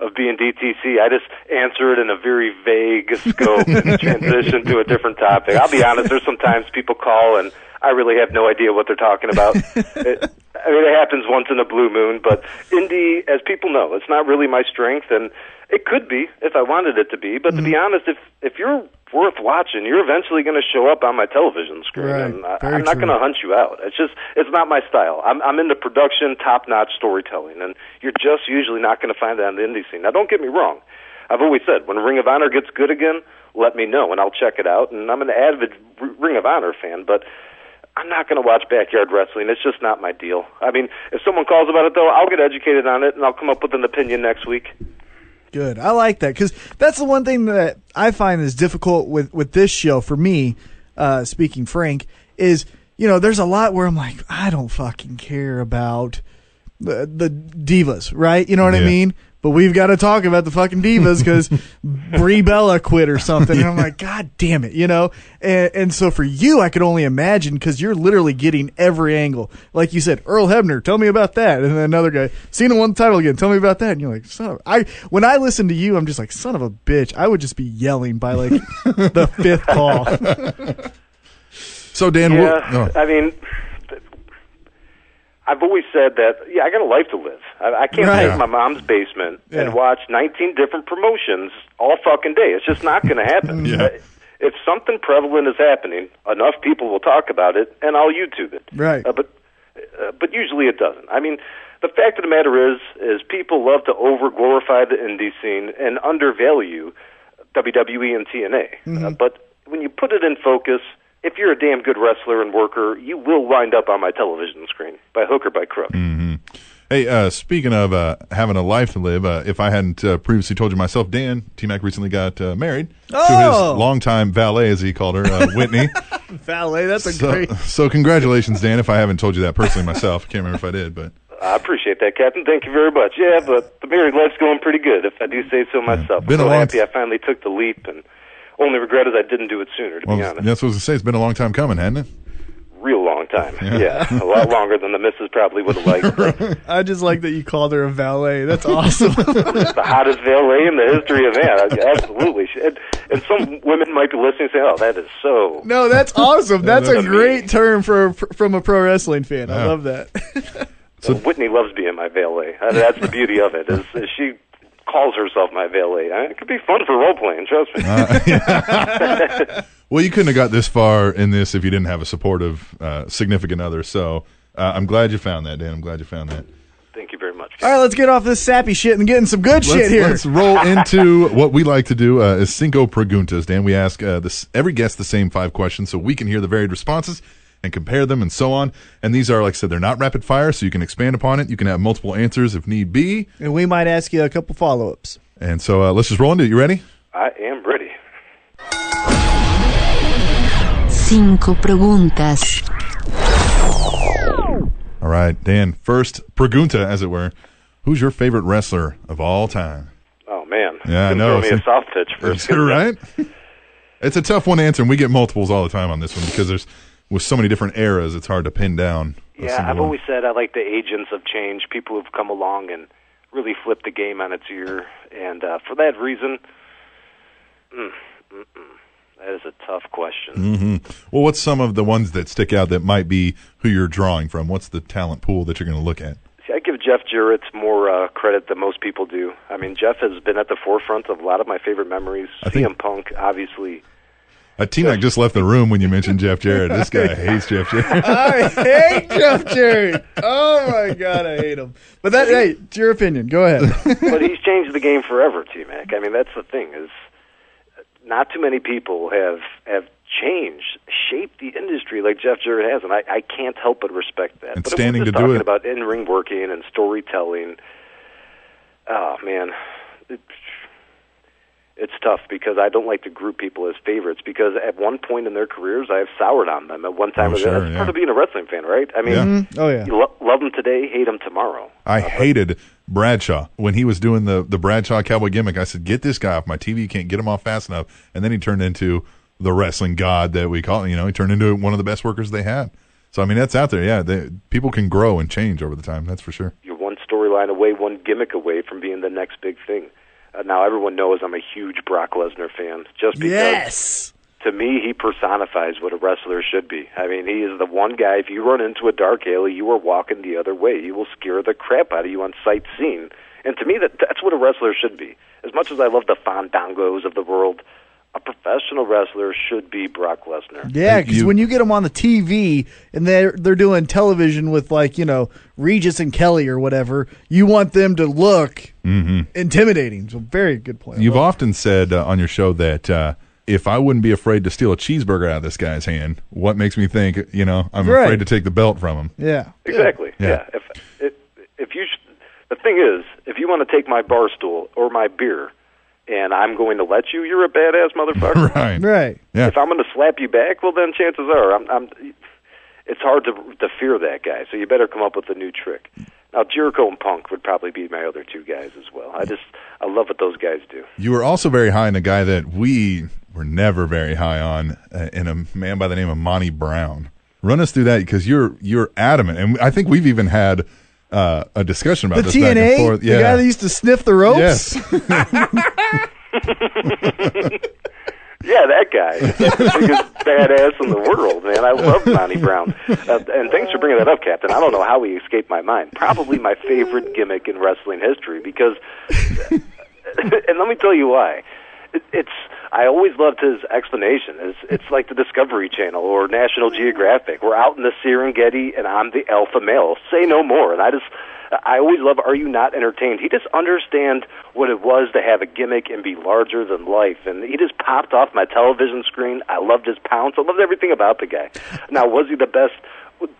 of being DTC. I just answer it in a very vague scope and transition to a different topic. I'll be honest. There's sometimes people call and I really have no idea what they're talking about. It, I mean, it happens once in a blue moon, but indie, as people know, it's not really my strength, and it could be if I wanted it to be. But to be Mm-hmm. honest, if if you're worth watching, you're eventually going to show up on my television screen, Right. and I, Very I'm not true. going to hunt you out. It's just it's not my style. I'm I'm into production, top notch storytelling, and you're just usually not going to find that on the indie scene. Now, don't get me wrong. I've always said when Ring of Honor gets good again, let me know and I'll check it out. And I'm an avid R- Ring of Honor fan, but I'm not going to watch backyard wrestling. It's just not my deal. I mean, if someone calls about it though, I'll get educated on it and I'll come up with an opinion next week. Good. I like that because that's the one thing that I find is difficult with with this show for me. Uh, speaking frank, is you know there's a lot where I'm like I don't fucking care about the, the divas, right? You know what I Yeah. mean? But we've got to talk about the fucking divas because Brie Bella quit or something. And I'm like, God damn it, you know? And, and so for you, I could only imagine because you're literally getting every angle. Like you said, Earl Hebner, tell me about that. And then another guy, Cena won the title again, tell me about that. And you're like, son of, I, when I listen to you, I'm just like, son of a bitch. I would just be yelling by like the fifth call. So, Dan, Yeah, what, oh, I mean, th- I've always said that. Yeah, I got a life to live. I, I can't Right. take my mom's basement Yeah. and watch 19 different promotions all fucking day. It's just not going to happen. Yeah. If something prevalent is happening, enough people will talk about it, and I'll YouTube it. Right. Uh, but uh, but usually it doesn't. I mean, the fact of the matter is, is people love to over glorify the indie scene and undervalue WWE and TNA. Mm-hmm. Uh, but when you put it in focus, if you're a damn good wrestler and worker, you will wind up on my television screen by hook or by crook. Mm. hey, uh, speaking of uh, having a life to live, uh, if I hadn't uh, previously told you myself, Dan T Mac recently got uh, married to Oh! his longtime valet, as he called her, uh, Whitney. Valet, that's a so, great. so, congratulations, Dan. If I haven't told you that personally myself, I can't remember if I did, but I appreciate that, Captain. Thank you very much. Yeah, but the married life's going pretty good, if I do say so myself. Mm. Been I'm a so long- happy I finally took the leap, and only regret is I didn't do it sooner, to well, be honest. that's what I was gonna say. It's been a long time coming, hadn't it? Real long time. Yeah. a lot longer than the missus probably would have liked. but- I just like that you called her a valet. That's awesome. the hottest valet in the history of man. Absolutely. She- And, and some women might be listening and say, oh, that is so. No, that's awesome. That's a that's great amazing. term for from a pro wrestling fan. I Yeah. love that. Whitney loves being my valet. Uh, That's the beauty of it, is, is she calls herself my valet. Uh, It could be fun for role-playing, trust me. Well, you couldn't have got this far in this if you didn't have a supportive, uh, significant other. So uh, I'm glad you found that, Dan. I'm glad you found that. Thank you very much. All right, let's get off this sappy shit and get in some good shit let's, here. let's roll into what we like to do uh, is cinco preguntas. Dan, we ask uh, this every guest the same five questions so we can hear the varied responses and compare them and so on. And these are, like I said, they're not rapid fire, so you can expand upon it. You can have multiple answers if need be. And we might ask you a couple follow ups. And so uh, let's just roll into it. You ready? I am ready. Cinco preguntas. All right, Dan. First pregunta, as it were. Who's your favorite wrestler of all time? Oh man. Yeah, I Couldn't know. Throw me a soft pitch for a Is that right? It's a tough one to answer, and we get multiples all the time on this one because there's with so many different eras, it's hard to pin down. a Yeah, single I've one. always said I like the agents of change, people who've come along and really flipped the game on its ear. And uh, for that reason, mm, mm, mm, that is a tough question. Mm. Well, what's some of the ones that stick out that might be who you're drawing from? What's the talent pool that you're going to look at? See, I give Jeff Jarrett more uh, credit than most people do. I mean, Jeff has been at the forefront of a lot of my favorite memories. I think- CM Punk, obviously. Uh, T Mac just left the room when you mentioned Jeff Jarrett. This guy hates Jeff Jarrett. I hate Jeff Jarrett. Oh my god, I hate him. But that hey, it's your opinion. Go ahead. but he's changed the game forever, T Mac. I mean, that's the thing is, not too many people have have changed, shaped the industry like Jeff Jarrett has, and I, I can't help but respect that. And but standing if we're to just do talking it. about in ring working and storytelling. Oh man, it, it's tough because I don't like to group people as favorites because at one point in their careers I have soured on them. At one time, Oh, or the- sure, that's part yeah. of being a wrestling fan, right? I mean, Yeah. oh yeah. you lo- love them today, hate them tomorrow. I hated Bradshaw when he was doing the, the Bradshaw cowboy gimmick. I said, Get this guy off my TV. You can't get him off fast enough. And then he turned into the wrestling god that we call You know, he turned into one of the best workers they had. So, I mean, that's out there. Yeah, they, people can grow and change over the time. That's for sure. you're one storyline away, one gimmick away from being the next big thing. Uh, now everyone knows I'm a huge Brock Lesnar fan, just because Yes. to me he personifies what a wrestler should be. I mean, he is the one guy. If you run into a dark alley, you are walking the other way. He will scare the crap out of you on sight scene. And to me, that that's what a wrestler should be. As much as I love the fandangos of the world, a professional wrestler should be Brock Lesnar. Yeah, Thank because you. when you get them on the TV and they're they're doing television with like you know Regis and Kelly or whatever, you want them to look Mm-hmm. intimidating. So very good point. You've often said uh, on your show that uh, if I wouldn't be afraid to steal a cheeseburger out of this guy's hand, what makes me think, you know, I'm Right. afraid to take the belt from him? yeah. Exactly. Yeah. Yeah. If if, if you sh- the thing is, if you want to take my bar stool or my beer, and I'm going to let you, you're a badass motherfucker. right. Right. Yeah. If I'm going to slap you back, well then chances are I'm. I'm it's hard to to fear that guy, so you better come up with a new trick. Now Jericho and Punk would probably be my other two guys as well. I just I love what those guys do. You were also very high on a guy that we were never very high on, uh, in a man by the name of Monty Brown. Run us through that because you're you're adamant, and I think we've even had uh, a discussion The about this back and TNA, forth. Yeah. the guy that used to sniff the ropes. yes. Yeah, that guy. That's the biggest badass in the world, man. I love Monty Brown. Uh, and thanks for bringing that up, Captain. I don't know how he escaped my mind. Probably my favorite gimmick in wrestling history because, and let me tell you why. It- It's I always loved his explanation. It's, it's like the Discovery Channel or National Geographic. We're out in the Serengeti, and I'm the alpha male. Say no more. And I just I always love Are You Not Entertained? He just understands what it was to have a gimmick and be larger than life. And he just popped off my television screen. I loved his pounce. I loved everything about the guy. Now, was he the best?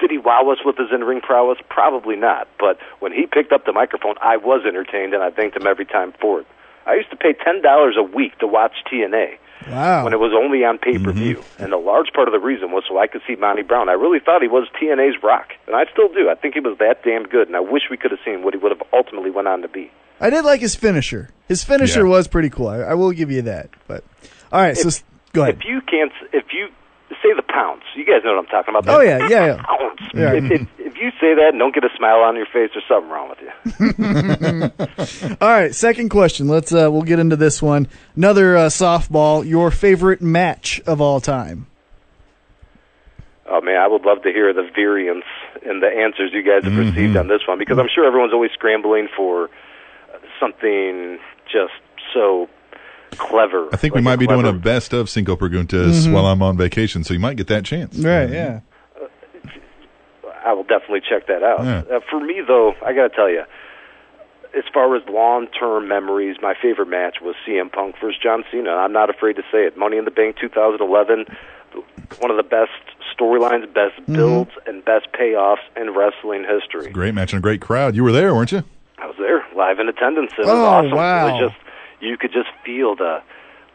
Did he wow us with his in ring prowess? Probably not. But when he picked up the microphone, I was entertained, and I thanked him every time for it. I used to pay $10 a week to watch TNA Wow. Mm-hmm. when it was only on pay per view. And a large part of the reason was so I could see Monty Brown. I really thought he was TNA's rock, and I still do. I think he was that damn good, and I wish we could have seen what he would have ultimately went on to be. I did like his finisher. His finisher Yeah. was pretty cool. I, I will give you that. But all right, so s- go ahead. If you can't, if you say the pounce, you guys know what I'm talking about. Oh, yeah, that yeah, yeah. pounce. Yeah. If, if, if you say that and don't get a smile on your face, there's something wrong with you. All right, second question. Let's uh, we'll get into this one. Another uh, softball. Your favorite match of all time? Oh man, I would love to hear the variance and the answers you guys have Mm-hmm. received on this one because I'm sure everyone's always scrambling for uh, something just so clever. I think we like might be doing a clever- best of Cinco Mm-hmm. Preguntas while I'm on vacation, so you might get that chance. Right. Yeah. I will definitely check that out. Yeah. Uh, for me, though, I got to tell you, as far as long-term memories, my favorite match was CM Punk versus John Cena. I'm not afraid to say it. Money in the Bank 2011, one of the best storylines, best Mm-hmm. builds, and best payoffs in wrestling history. Great match and a great crowd. You were there, weren't you? I was there, live in attendance. It was Oh, awesome. It wow. was just you could just feel the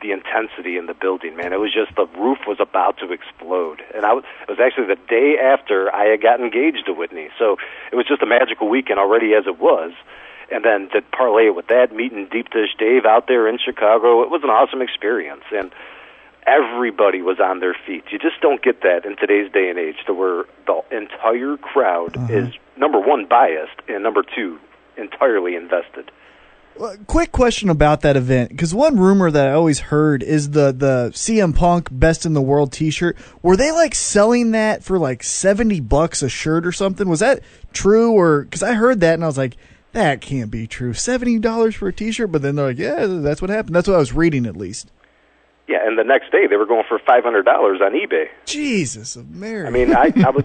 the intensity in the building, man. It was just the roof was about to explode, and I was, it was actually the day after I had got engaged to Whitney, so it was just a magical weekend already as it was. And then to parlay it with that, meeting Deep Dish Dave out there in Chicago, it was an awesome experience. And everybody was on their feet. You just don't get that in today's day and age to where the entire crowd is number one biased and number two entirely invested. Uh, Quick question about that event, because one rumor that I always heard is the the CM Punk Best in the World T-shirt. Were they like selling that for like seventy bucks a shirt or something? Was that true? Or because I heard that and I was like, that can't be true. Seventy dollars for a T-shirt, but then they're like, yeah, that's what happened. That's what I was reading at least. Yeah, and the next day they were going for five hundred dollars on eBay. Jesus of Mary. I mean, I, I was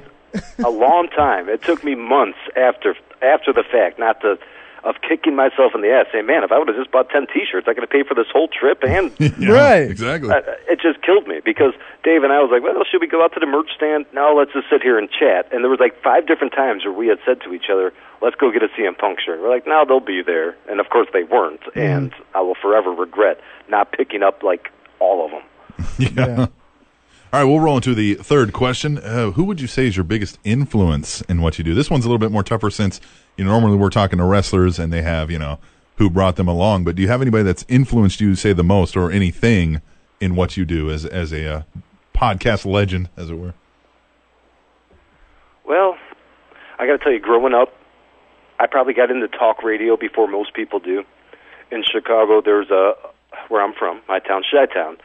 a long time. It took me months after after the fact, not to of kicking myself in the ass, saying, "Man, if I would have just bought ten T-shirts, I could have paid for this whole trip and Yeah, Right. Exactly. I, it just killed me because Dave and I was like, well, should we go out to the merch stand? No, let's just sit here and chat. And there was like five different times where we had said to each other, let's go get a CM Punk shirt. We're like, no, they'll be there. And of course they weren't. And I will forever regret not picking up like all of them. yeah. All right, we'll roll into the third question. Uh, who would you say is your biggest influence in what you do? This one's a little bit more tougher since you know normally we're talking to wrestlers and they have you know who brought them along. But do you have anybody that's influenced you, say the most, or anything in what you do as as a uh, podcast legend, as it were? Well, I got to tell you, growing up, I probably got into talk radio before most people do. In Chicago, there's a where I'm from, my town, Chi Town.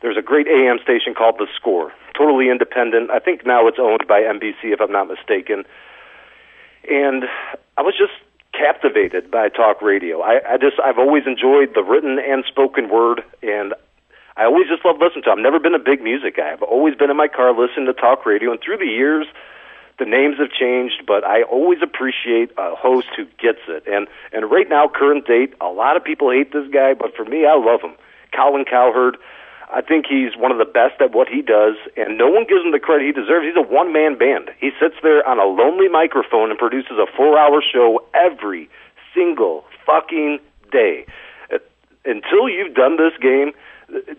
There's a great AM station called The Score, totally independent. I think now it's owned by NBC, if I'm not mistaken. And I was just captivated by talk radio. I, I just I've always enjoyed the written and spoken word, and I always just love listening to. I've never been a big music guy. I've always been in my car listening to talk radio, and through the years, the names have changed, but I always appreciate a host who gets it. And and right now, current date, a lot of people hate this guy, but for me, I love him. Colin Cowherd. I think he's one of the best at what he does, and no one gives him the credit he deserves. He's a one man band. He sits there on a lonely microphone and produces a four hour show every single fucking day. Uh, Until you've done this game, uh,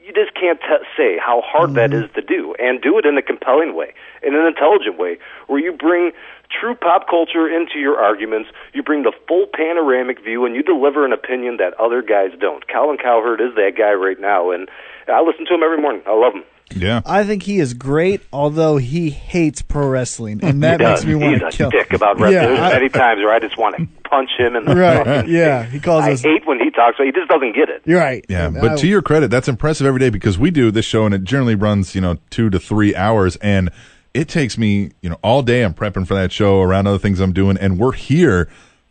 you just can't t- say how hard that Mm-hmm. is to do and do it in a compelling way in an intelligent way where you bring true pop culture into your arguments you bring the full panoramic view and you deliver an opinion that other guys don't colin cowherd is that guy right now and i listen to him every morning i love him Yeah. I think he is great, although he hates pro wrestling, and that He makes does. me want he's to a kill. dick about wrestling Yeah, there's I- many times where i just want to punch him in the Right? fucking Yeah, he calls i us. hate when he talks but he just doesn't get it You're right. Yeah, And but I- to your credit, that's impressive every day because we do this show and it generally runs, you know, two to three hours. And it takes me, you know, all day I'm prepping for that show around other things I'm doing. And we're here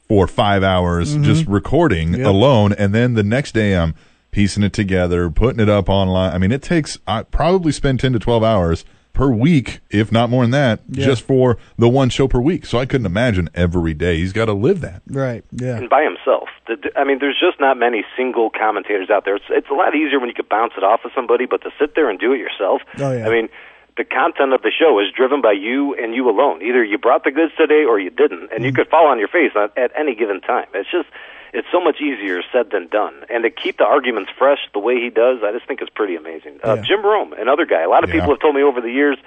for five hours Mm-hmm. just recording alone. And then the next day I'm piecing it together, putting it up online. I mean, it takes, I probably spend 10 to 12 hours per week, if not more than that, just for the one show per week. So I couldn't imagine every day. He's got to live that. right. Yeah. and by himself. The- the- I mean, there's just not many single commentators out there. It's, it's a lot easier when you could bounce it off of somebody, but to sit there and do it yourself. Oh, yeah. I mean, the content of the show is driven by you and you alone. Either you brought the goods today or you didn't, and Mm. you could fall on your face at, at any given time. It's just, it's so much easier said than done. And to keep the arguments fresh the way he does, I just think it's pretty amazing. Uh, Jim Rome, another guy. A lot of Yeah. people have told me over the years,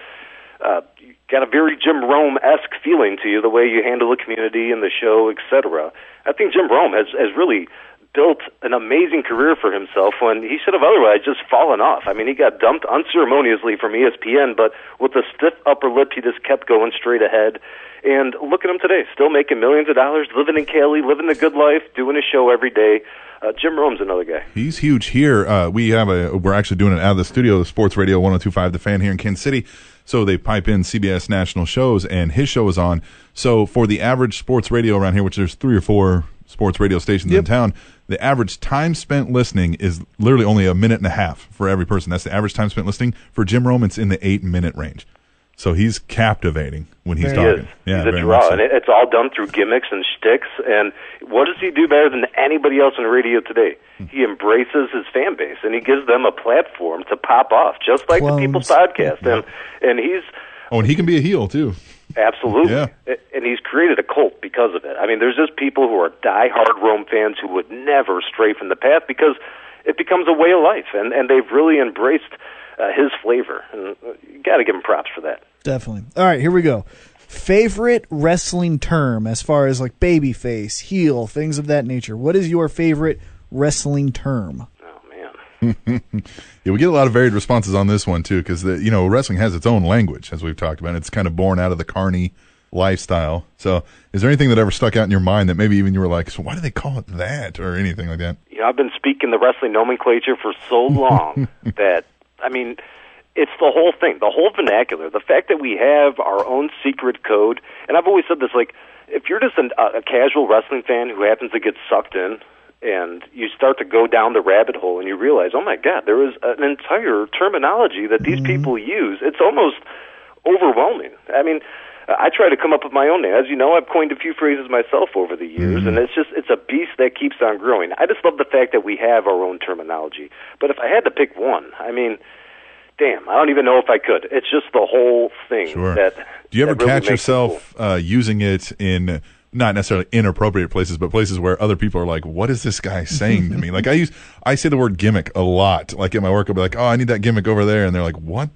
uh, you got a very Jim Rome esque feeling to you, the way you handle the community and the show, etc. I think Jim Rome has, has really built an amazing career for himself when he should have otherwise just fallen off. I mean, he got dumped unceremoniously from E ESPN, but with a stiff upper lip, he just kept going straight ahead. And look at him today, still making millions of dollars, living in Cali, living the good life, doing his show every day. Uh, Jim Rome's another guy. He's huge here. Uh, we have a we're actually doing it out of the studio, the Sports Radio 1025 the fan here in Kansas City. So they pipe in CBS national shows and his show is on. So for the average sports radio around here, which there's three or four sports radio stations in town, the average time spent listening is literally only a minute and a half for every person. That's the average time spent listening. For Jim Rome, it's in the eight minute range. So he's captivating when he's He talking. is. Yeah, he's a very draw, much so. and it, it's all done through gimmicks and shticks. And what does he do better than anybody else in radio today? Hmm. He embraces his fan base and he gives them a platform to pop off, just like Clones. the People's Podcast. And and he's Oh, and he can be a heel too. absolutely, Yeah. a- and he's created a cult because of it. I mean, there's just people who are diehard Rome fans who would never stray from the path because it becomes a way of life, and and they've really embraced uh, his flavor. And uh, you got to give him props for that. Definitely. All right, here we go. Favorite wrestling term as far as like babyface, heel, things of that nature. What is your favorite wrestling term? Oh man. Yeah, we get a lot of varied responses on this one too, because you know wrestling has its own language, as we've talked about. It's kind of born out of the carny lifestyle. So, is there anything that ever stuck out in your mind that maybe even you were like, "So why do they call it that?" or anything like that? you know, I've been speaking the wrestling nomenclature for so long that I mean, it's the whole thing, the whole vernacular, the fact that we have our own secret code. And I've always said this: like, if you're just an, a a casual wrestling fan who happens to get sucked in, and you start to go down the rabbit hole, and you realize, oh my God, there is an entire terminology that these people use. It's almost overwhelming. I mean, I try to come up with my own name. As you know, I've coined a few phrases myself over the years, Mm-hmm. and it's just it's a beast that keeps on growing. I just love the fact that we have our own terminology. But if I had to pick one, I mean, damn, I don't even know if I could. It's just the whole thing Sure. that. Do you ever that really catch makes it yourself uh, using it in not necessarily inappropriate places, but places where other people are like, "What is this guy saying to me?" Like I use, I say the word gimmick a lot. Like at my work, I'll be like, "Oh, I need that gimmick over there," and they're like, "What?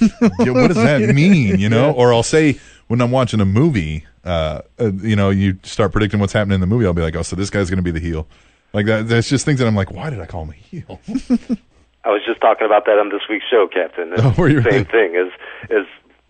Yeah, what does that mean?" You know? Or I'll say when I'm watching a movie, uh, uh, you know, you start predicting what's happening in the movie. I'll be like, "Oh, so this guy's going to be the heel." Like that. That's just things that I'm like, "Why did I call him a heel?" I was just talking about that on this week's show, Captain. Oh, were you same really? thing is is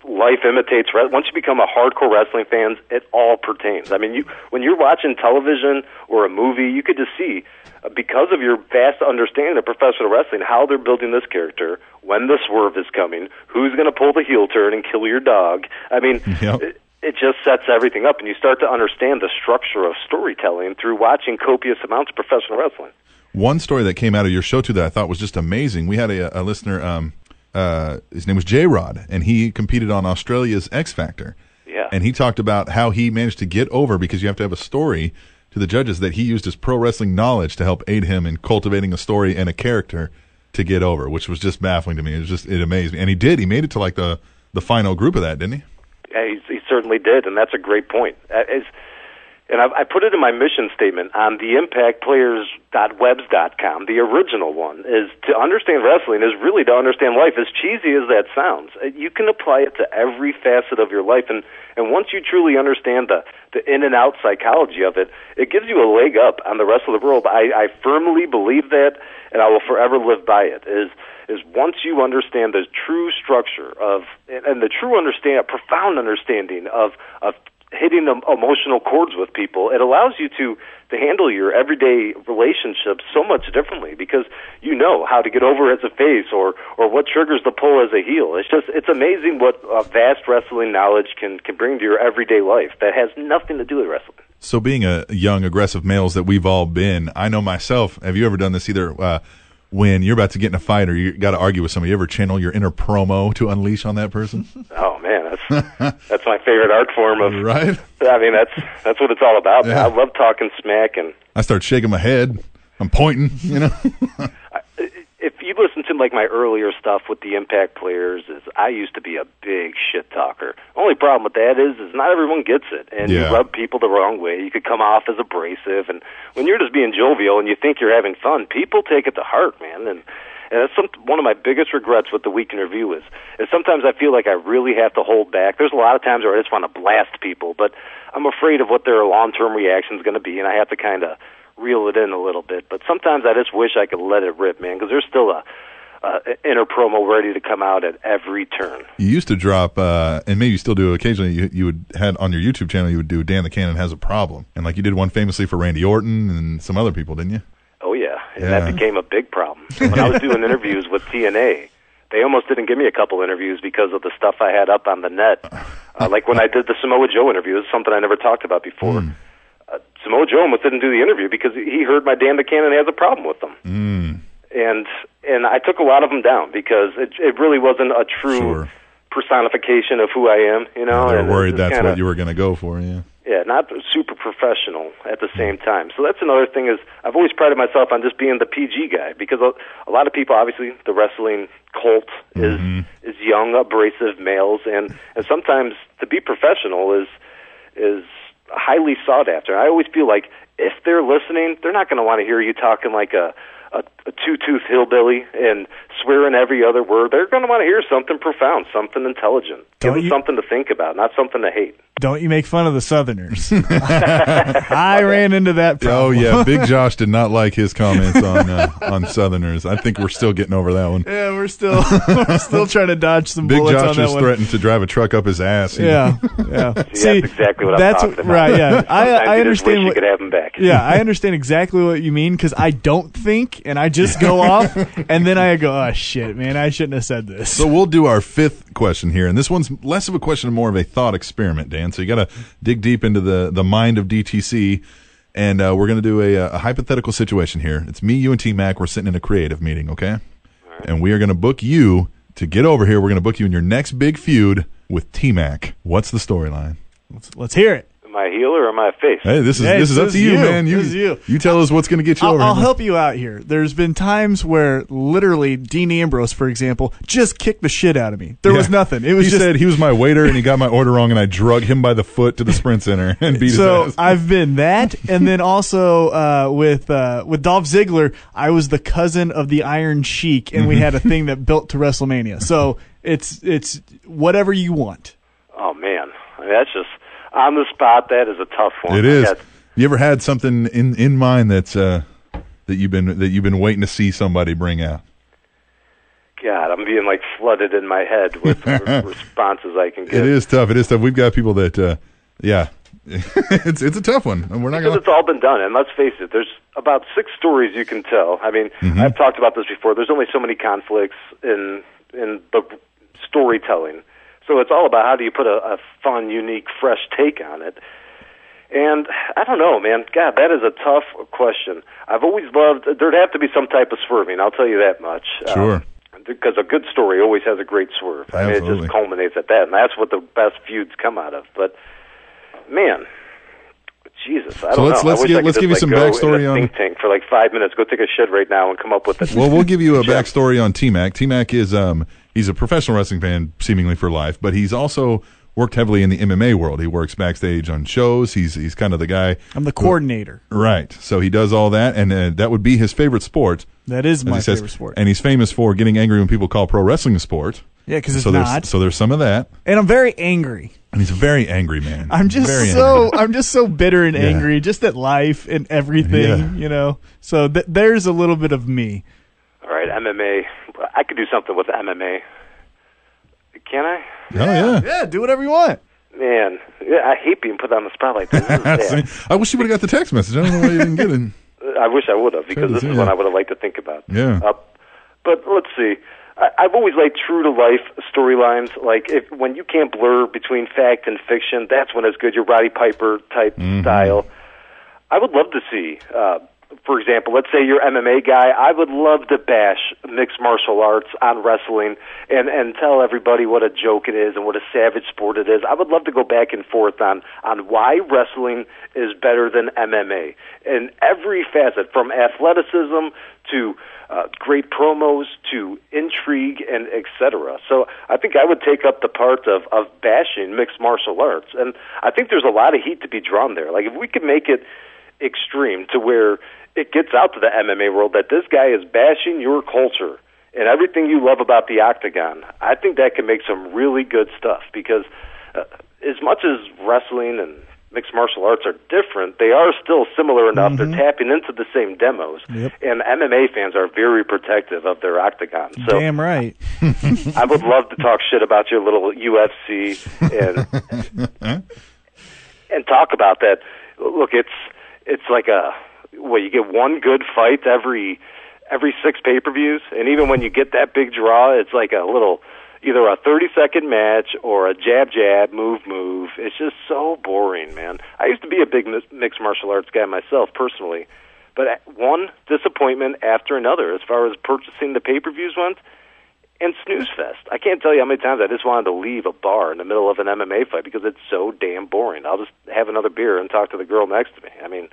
life imitates re- once you become a hardcore wrestling fan, it all pertains. I mean, you when you're watching television or a movie, you could just see uh, because of your vast understanding of professional wrestling how they're building this character, when the swerve is coming, who's going to pull the heel turn and kill your dog. I mean, Yep. it, it just sets everything up, and you start to understand the structure of storytelling through watching copious amounts of professional wrestling. one story that came out of your show too that I thought was just amazing. We had a, a listener, um, uh, his name was J Rod, and he competed on Australia's X Factor. Yeah. And he talked about how he managed to get over because you have to have a story to the judges that he used his pro wrestling knowledge to help aid him in cultivating a story and a character to get over, which was just baffling to me. It was just it amazed me, and he did. He made it to like the the final group of that, didn't he? Yeah, he, he certainly did, and that's a great point. Uh, It's, and I, I put it in my mission statement on the impactplayers.webs.com, the original one, is to understand wrestling is really to understand life. As cheesy as that sounds, uh, you can apply it to every facet of your life. And, and once you truly understand the, the in and out psychology of it, it gives you a leg up on the rest of the world. I, I firmly believe that, and I will forever live by it. Is is once you understand the true structure of and and the true understand profound understanding of of hitting the emotional chords with people it allows you to to handle your everyday relationships so much differently because you know how to get over as a face or or what triggers the pull as a heel it's just it's amazing what uh, vast wrestling knowledge can can bring to your everyday life that has nothing to do with wrestling So, being a young, aggressive males that we've all been, I know myself. Have you ever done this either? Uh, when you're about to get in a fight or you got to argue with somebody, you ever channel your inner promo to unleash on that person? oh man that's that's my favorite art form of right? I mean that's that's what it's all about. man. Yeah. I love talking smack and I start shaking my head. I'm pointing, you know? if you listen to like my earlier stuff with the impact players is i used to be a big shit talker only problem with that is is not everyone gets it and Yeah. you rub people the wrong way you could come off as abrasive and when you're just being jovial and you think you're having fun people take it to heart man and and that's some, one of my biggest regrets with the week in review is is sometimes I feel like I really have to hold back. There's a lot of times where I just want to blast people, but I'm afraid of what their long term reaction is going to be, and I have to kind of reel it in a little bit. But sometimes I just wish I could let it rip, man, because there's still a, a inner promo ready to come out at every turn. You used to drop, uh, and maybe you still do occasionally, you, you would had on your YouTube channel, you would do Dan the Cannon Has a Problem. And like you did one famously for Randy Orton and some other people, didn't you? Oh yeah, and Yeah. that became a big problem. When I was doing interviews with TNA, they almost didn't give me a couple interviews because of the stuff I had up on the net. Uh, like when I did the Samoa Joe interview, this is something I never talked about before. Hmm. Uh, Mm. Samoa Joe almost didn't do the interview because he heard my Dan Buchanan has a problem with them. Mm. And and I took a lot of them down because it it really wasn't a true Sure. personification of who I am, you know. They're and it's worried Oh, just that's kinda- what you were going to go for. Yeah. yeah, not super professional at the same time. So that's another thing is I've always prided myself on just being the PG guy because a, a lot of people, obviously, the wrestling cult is Mm-hmm. is young, abrasive males, and and sometimes to be professional is is highly sought after. I always feel like if they're listening, they're not going to want to hear you talking like a a, a two tooth hillbilly and swearing every other word. They're going to want to hear something profound, something intelligent, Don't give them you- something to think about, not something to hate. Don't you make fun of the Southerners. I ran into that Oh problem. yeah, Big Josh did not like his comments on uh, on Southerners. I think we're still getting over that one. Yeah, we're still we're still trying to dodge some Big bullets on Josh that was one. threatened to drive a truck up his ass. you know. Yeah, yeah. See, that's exactly what I'm that's talking about. right. Yeah, I, Sometimes I you just wish understand. you What, could have him back. yeah, I understand exactly what you mean because I don't think, and I just go off, and then I go, "Oh shit, man, I shouldn't have said this." So we'll do our fifth question here, and this one's less of a question and more of a thought experiment, Dan. So you got to dig deep into the the mind of DTC, and uh, we're going to do a, a hypothetical situation here. It's me, you, and T Mac. We're sitting in a creative meeting, okay? And we are going to book you to get over here. We're going to book you in your next big feud with T Mac. What's the storyline? let's, let's hear it. Am I a healer or am I a face? Hey, this is Hey, this is this up is to you, you. man. You This is you. tell us what's going to get you I'll, over. I'll here. help you out here. There's been times where literally Dean Ambrose, for example, just kicked the shit out of me. There was Yeah. nothing. It was he just said he was my waiter and he got my order wrong, and I drug him by the foot to the Sprint Center and beat so his ass. I've been that, and then also uh, with uh, with Dolph Ziggler, I was the cousin of the Iron Sheik, and we Mm-hmm. had a thing that built to WrestleMania. So it's it's whatever you want. Oh man, I mean, that's just on the spot. That is a tough one. It I is. got- You ever had something in in mind that's uh that you've been that you've been waiting to see somebody bring out? God, I'm being like flooded in my head with r- responses I can get. It is tough. It is tough. We've got people that, uh yeah, it's it's a tough one. and We're not Because gonna. it's all been done, and let's face it, there's about six stories you can tell. I mean, Mm-hmm. I've talked about this before. There's only so many conflicts in in the storytelling, so it's all about how do you put a, a fun, unique, fresh take on it. And I don't know, man. God, that is a tough question. I've always loved. There'd have to be some type of swerving. I'll tell you that much. Um, Sure. Because a good story always has a great swerve. I mean, it Absolutely. just culminates at that, and that's what the best feuds come out of. But man, Jesus, I So don't let's- know. I let's wish get- I could let's just, give you like, some go in backstory a on- think tank for like five minutes. Go take a shit right now and come up with it. Well, we'll give you a backstory on T Mac. T Mac is um he's a professional wrestling fan seemingly for life, but he's also worked heavily in the MMA world. He works backstage on shows. He's he's kind of the guy. I'm the coordinator. Right. So he does all that, and uh, that would be his favorite sport. That is as my he says. favorite sport. And he's famous for getting angry when people call pro wrestling a sport. Yeah, 'cause it's so there's, not. So there's some of that, and I'm very angry. and he's a very angry man. I'm just Very so angry. I'm just so bitter and angry, just at life and everything, Yeah. you know. So th- there's a little bit of me. All right, MMA. I could do something with MMA. Can I? Oh yeah. Yeah, do whatever you want. Man, yeah, I hate being put on the spot like this. This is See, bad. I wish you would have got the text message. I don't know why you didn't get it. I wish I would have because Should've, this is yeah. one I would have liked to think about. Yeah. Uh, but let's see. I, I've always liked true to life storylines. Like if when you can't blur between fact and fiction, that's when it's good. Your Roddy Piper type style. I would love to see. Uh, for example, let's say you're MMA guy. I would love to bash mixed martial arts on wrestling and and tell everybody what a joke it is and what a savage sport it is. I would love to go back and forth on on why wrestling is better than MMA in every facet, from athleticism to uh, great promos to intrigue and etc. So I think I would take up the part of of bashing mixed martial arts, and I think there's a lot of heat to be drawn there. Like if we could make it extreme to where it gets out to the MMA world that this guy is bashing your culture and everything you love about the octagon. I think that can make some really good stuff because uh, as much as wrestling and mixed martial arts are different, they are still similar enough. They're tapping into the same demos. And MMA fans are very protective of their octagon. So Damn right. I would love to talk shit about your little UFC and and talk about that. Look, it's it's like a well, you get one good fight every every six pay per views, and even when you get that big draw, it's like a little either a thirty second match or a jab jab move move. It's just so boring, man. I used to be a big mi- mixed martial arts guy myself personally. But one disappointment after another, as far as purchasing the pay per views went, and snooze fest. I can't tell you how many times I just wanted to leave a bar in the middle of an MMA fight because it's so damn boring. I'll just have another beer and talk to the girl next to me. I mean,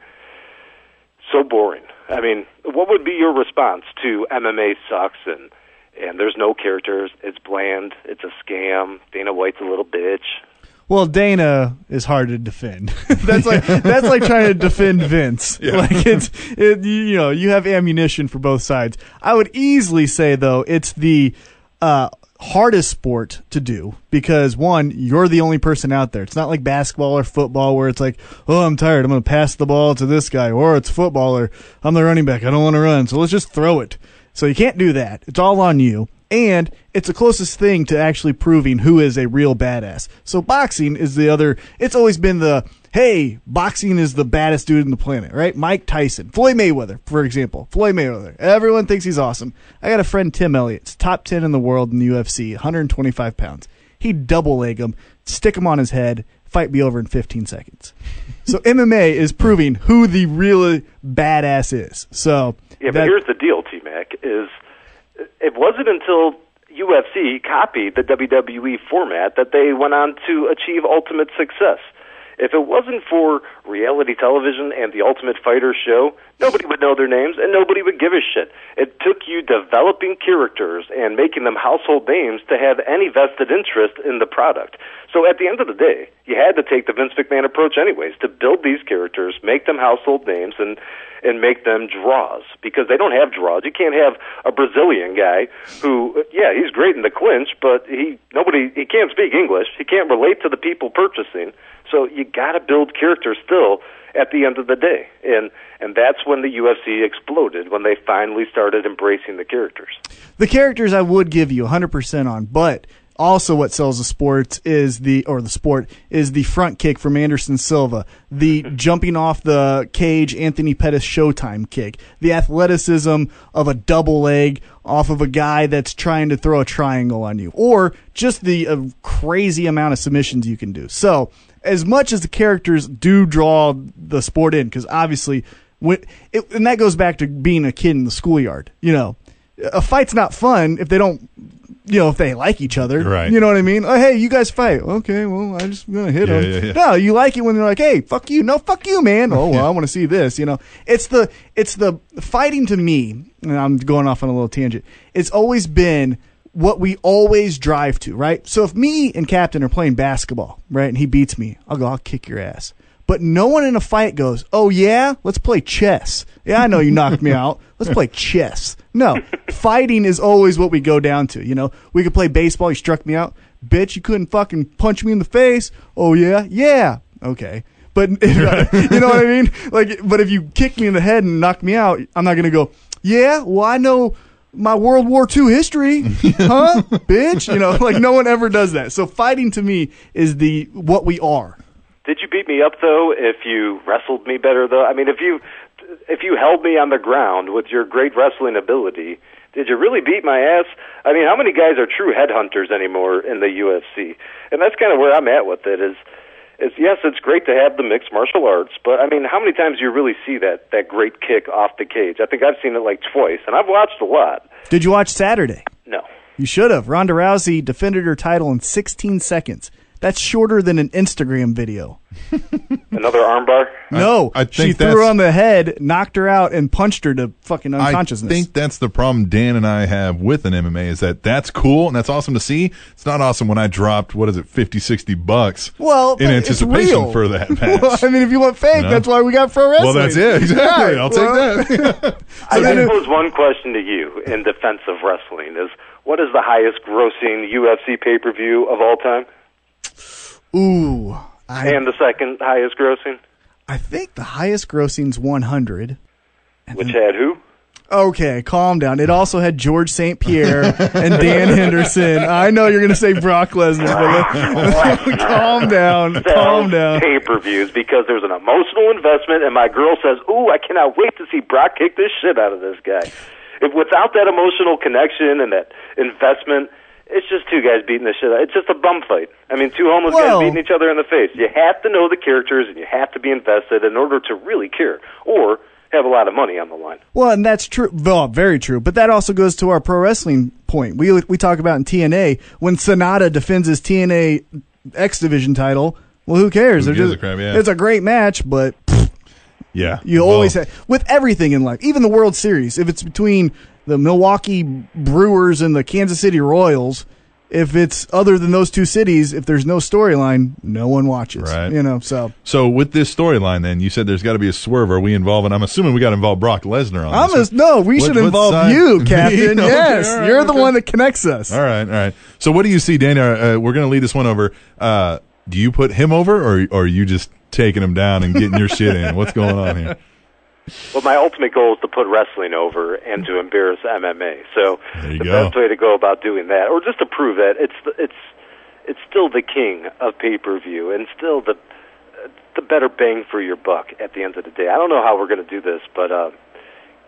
so boring. I mean, what would be your response to MMA sucks and and there's no characters, it's bland, it's a scam, Dana White's a little bitch. Well, Dana is hard to defend. that's like that's like trying to defend Vince. Like it's it, you you know you have ammunition for both sides. I would easily say though it's the uh, hardest sport to do because one you're the only person out there. It's not like basketball or football where it's like oh I'm tired I'm going to pass the ball to this guy or it's football or I'm the running back I don't want to run so let's just throw it. So you can't do that. It's all on you. And it's the closest thing to actually proving who is a real badass. So boxing is the other, it's always been the, hey, boxing is the baddest dude on the planet, right? Mike Tyson, Floyd Mayweather, for example. Floyd Mayweather. Everyone thinks he's awesome. I got a friend, Tim Elliott's top 10 in the world in the UFC, 125 pounds. He'd double leg him, stick him on his head, fight be over in 15 seconds. so MMA is proving who the real badass is. So Yeah, but that- here's the deal, T Mac, is it wasn't until UFC copied the WWE format that they went on to achieve ultimate success. If it wasn't for reality television and the Ultimate Fighter show, nobody would know their names and nobody would give a shit. It took you developing characters and making them household names to have any vested interest in the product. So at the end of the day, you had to take the Vince McMahon approach anyways to build these characters, make them household names and and make them draws because they don't have draws. You can't have a Brazilian guy who yeah, he's great in the clinch, but he nobody he can't speak English. He can't relate to the people purchasing. So you got to build character still at the end of the day. And and that's when the UFC exploded when they finally started embracing the characters. the characters I would give you 100% on, but also what sells the sports is the or the sport is the front kick from Anderson Silva, the jumping off the cage Anthony Pettis Showtime kick, the athleticism of a double leg off of a guy that's trying to throw a triangle on you, or just the uh, crazy amount of submissions you can do. So as much as the characters do draw the sport in, because obviously, when, it, and that goes back to being a kid in the schoolyard. You know, a fight's not fun if they don't, you know, if they like each other. Right. You know what I mean? Oh, hey, you guys fight. Okay, well, I'm just gonna hit Yeah, them. yeah, yeah. No, you like it when they're like, hey, fuck you. No, fuck you, man. Oh, well, I want to see this. You know, it's the it's the fighting to me. And I'm going off on a little tangent. It's always been what we always drive to, right? So if me and Captain are playing basketball, right, and he beats me, I'll go, I'll kick your ass. But no one in a fight goes, oh, yeah, let's play chess. Yeah, I know you knocked me out. Let's play chess. No, fighting is always what we go down to. You know, we could play baseball. You struck me out. Bitch, you couldn't fucking punch me in the face. Oh, yeah, yeah. Okay. But you know what I mean? Like, but if you kick me in the head and knock me out, I'm not going to go, yeah, well, I know my World War II history, huh, bitch? You know, like no one ever does that. So fighting to me is the what we are. Did you beat me up though? If you wrestled me better though, I mean, if you if you held me on the ground with your great wrestling ability, did you really beat my ass? I mean, how many guys are true headhunters anymore in the UFC? And that's kind of where I'm at with it. Is is yes, it's great to have the mixed martial arts, but I mean, how many times do you really see that that great kick off the cage? I think I've seen it like twice, and I've watched a lot. Did you watch Saturday? No. You should have. Ronda Rousey defended her title in 16 seconds. That's shorter than an Instagram video. Another armbar? No, I she think threw her that's- on the head, knocked her out, and punched her to fucking I unconsciousness. think that's the problem Dan and I have with an MMA is that that's cool and that's awesome to see. It's not awesome when I dropped what is it 50 60 bucks well, in but it's anticipation real. for that match. Well, I mean, if you want fake, No. that's why we got pro Well, wrestling. that's it. Exactly. Right. I'll Well, take that. I then it- would pose one question to you in defense of wrestling is what is the highest grossing UFC pay per view of all time? Ooh, I And the second highest grossing? I think the highest grossing's 100. Which had who? Okay, calm down. It also had George St. Pierre and Dan Henderson. I know you're going to say Brock Lesnar, but calm down. Calm down. Pay per views because there was an emotional investment, and my girl says, Ooh, I cannot wait to see Brock kick this shit out of this guy. If without that emotional connection and that investment, it's just two guys beating the shit out. It's just a bum fight. I mean, two homeless Well- guys beating each other in the face. You have to know the characters and you have to be invested in order to really care. Or have a lot of money on the line. Well, and that's true. Well, very true. But that also goes to our pro wrestling point. We we talk about in TNA when Sonata defends his TNA X Division title. Well, who cares? Who They're gives just- a crap, yeah. It's a great match, but pfft, Yeah. you Well, always have, with everything in life, even the World Series. If it's between the Milwaukee Brewers and the Kansas City Royals, if it's other than those two cities, if there's no storyline, no one watches. Right. You know, so So with this storyline, then you said there's got to be a swerve. Are we involved? And I'm assuming we got to involve Brock Lesnar on I'm this. a, no. We What- should what involve side- you, Me? Captain. Okay, yes, all right, you're the okay. one that connects us. All right, all right. So what do you see, Dana? Uh, we're going to lead this one over. Uh, do you put him over, or, or are you just taking him down and getting your shit in? What's going on here? Well, my ultimate goal is to put wrestling over and to embarrass MMA. So There you the go. best way to go about doing that, or just to prove that it's the- it's it's still the king of pay per view and still the the better bang for your buck at the end of the day. I don't know how we're going to do this, but uh,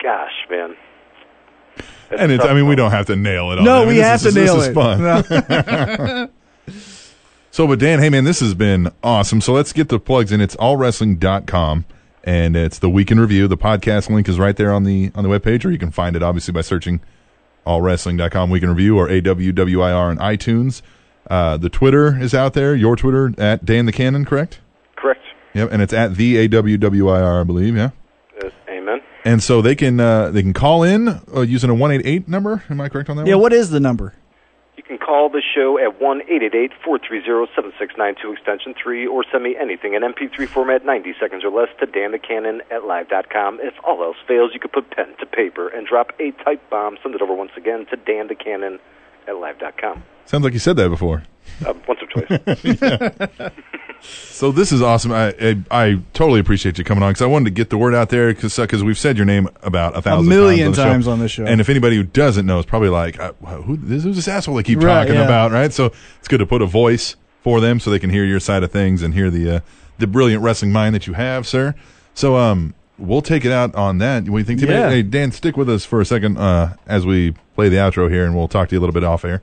gosh, man. That's And it's, tough I mean, we one. don't have to nail it. all. I No, mean, we this have is- to this nail is it. fun. No. So, but Dan, hey man, this has been awesome. So let's get the plugs in. It's allwrestling.com and it's the week in review. The podcast link is right there on the on the webpage, or you can find it obviously by searching allwrestling.com week in review or AWWIR on iTunes. Uh, the Twitter is out there, your Twitter at Dan the Cannon, correct? correct. Yep, and it's at the AWWIR, I believe, yeah. Uh, amen. And so they can uh, they can call in uh, using a one eight eight number. Am I correct on that Yeah, one? what is the number? You can call the show at one eight eight eight four three zero seven six nine two extension 3 or send me anything in MP3 format 90 seconds or less to danthecannon at live dot com. If all else fails, you can put pen to paper and drop a type bomb. Send it over once again to danthecannon at live dot com. Sounds like you said that before. Uh, once or twice. So this is awesome. I I, I totally appreciate you coming on because I wanted to get the word out there because we've said your name about a thousand million times, on the times show. on this show. And if anybody who doesn't know is probably like, uh, who this, who's this asshole they keep Right, talking yeah. about, right? So it's good to put a voice for them so they can hear your side of things and hear the uh, the brilliant wrestling mind that you have, sir. So um, we'll take it out on that. What do you think? Timmy? Yeah. Hey Dan, stick with us for a second uh, as we play the outro here, and we'll talk to you a little bit off air.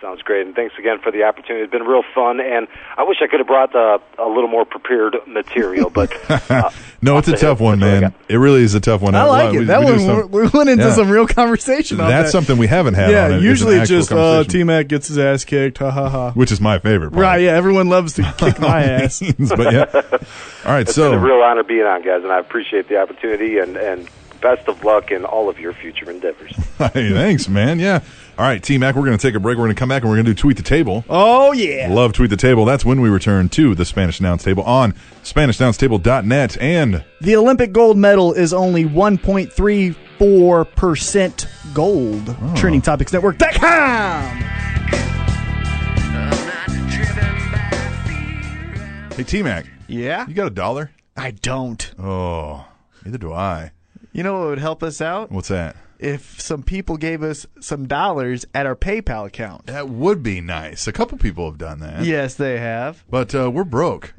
Sounds great. And thanks again for the opportunity. It's been real fun. And I wish I could have brought uh, a little more prepared material, but uh, No, it's a off the tough hip, one, that's what man. I got. It really is a tough one. I like we- it. That we do one some- we went into Yeah. some real conversation. on That's that. something we haven't had. on Yeah, it. It's an usually it's actual just uh, conversation, T Mac gets his ass kicked. Ha ha ha. which is my favorite. Part. Right? Yeah, everyone loves to kick my ass. but yeah. All right, It's been so a real honor being on, guys, and I appreciate the opportunity and, and best of luck in all of your future endeavors. hey, thanks, man. Yeah. All right, T Mac, we're going to take a break. We're going to come back and we're going to do tweet the table. Oh yeah. Love tweet the table. That's when we return to the Spanish Announce Table on SpanishAnnounceTable.net and The Olympic gold medal is only 1.34 percent gold. Oh. Trending Topics Network. hey, T Mac, Yeah? you got a dollar? I don't. Oh, neither do I. You know what would help us out? What's that? If some people gave us some dollars at our PayPal account. That would be nice. A couple people have done that, Yes, they have. but uh, we're broke.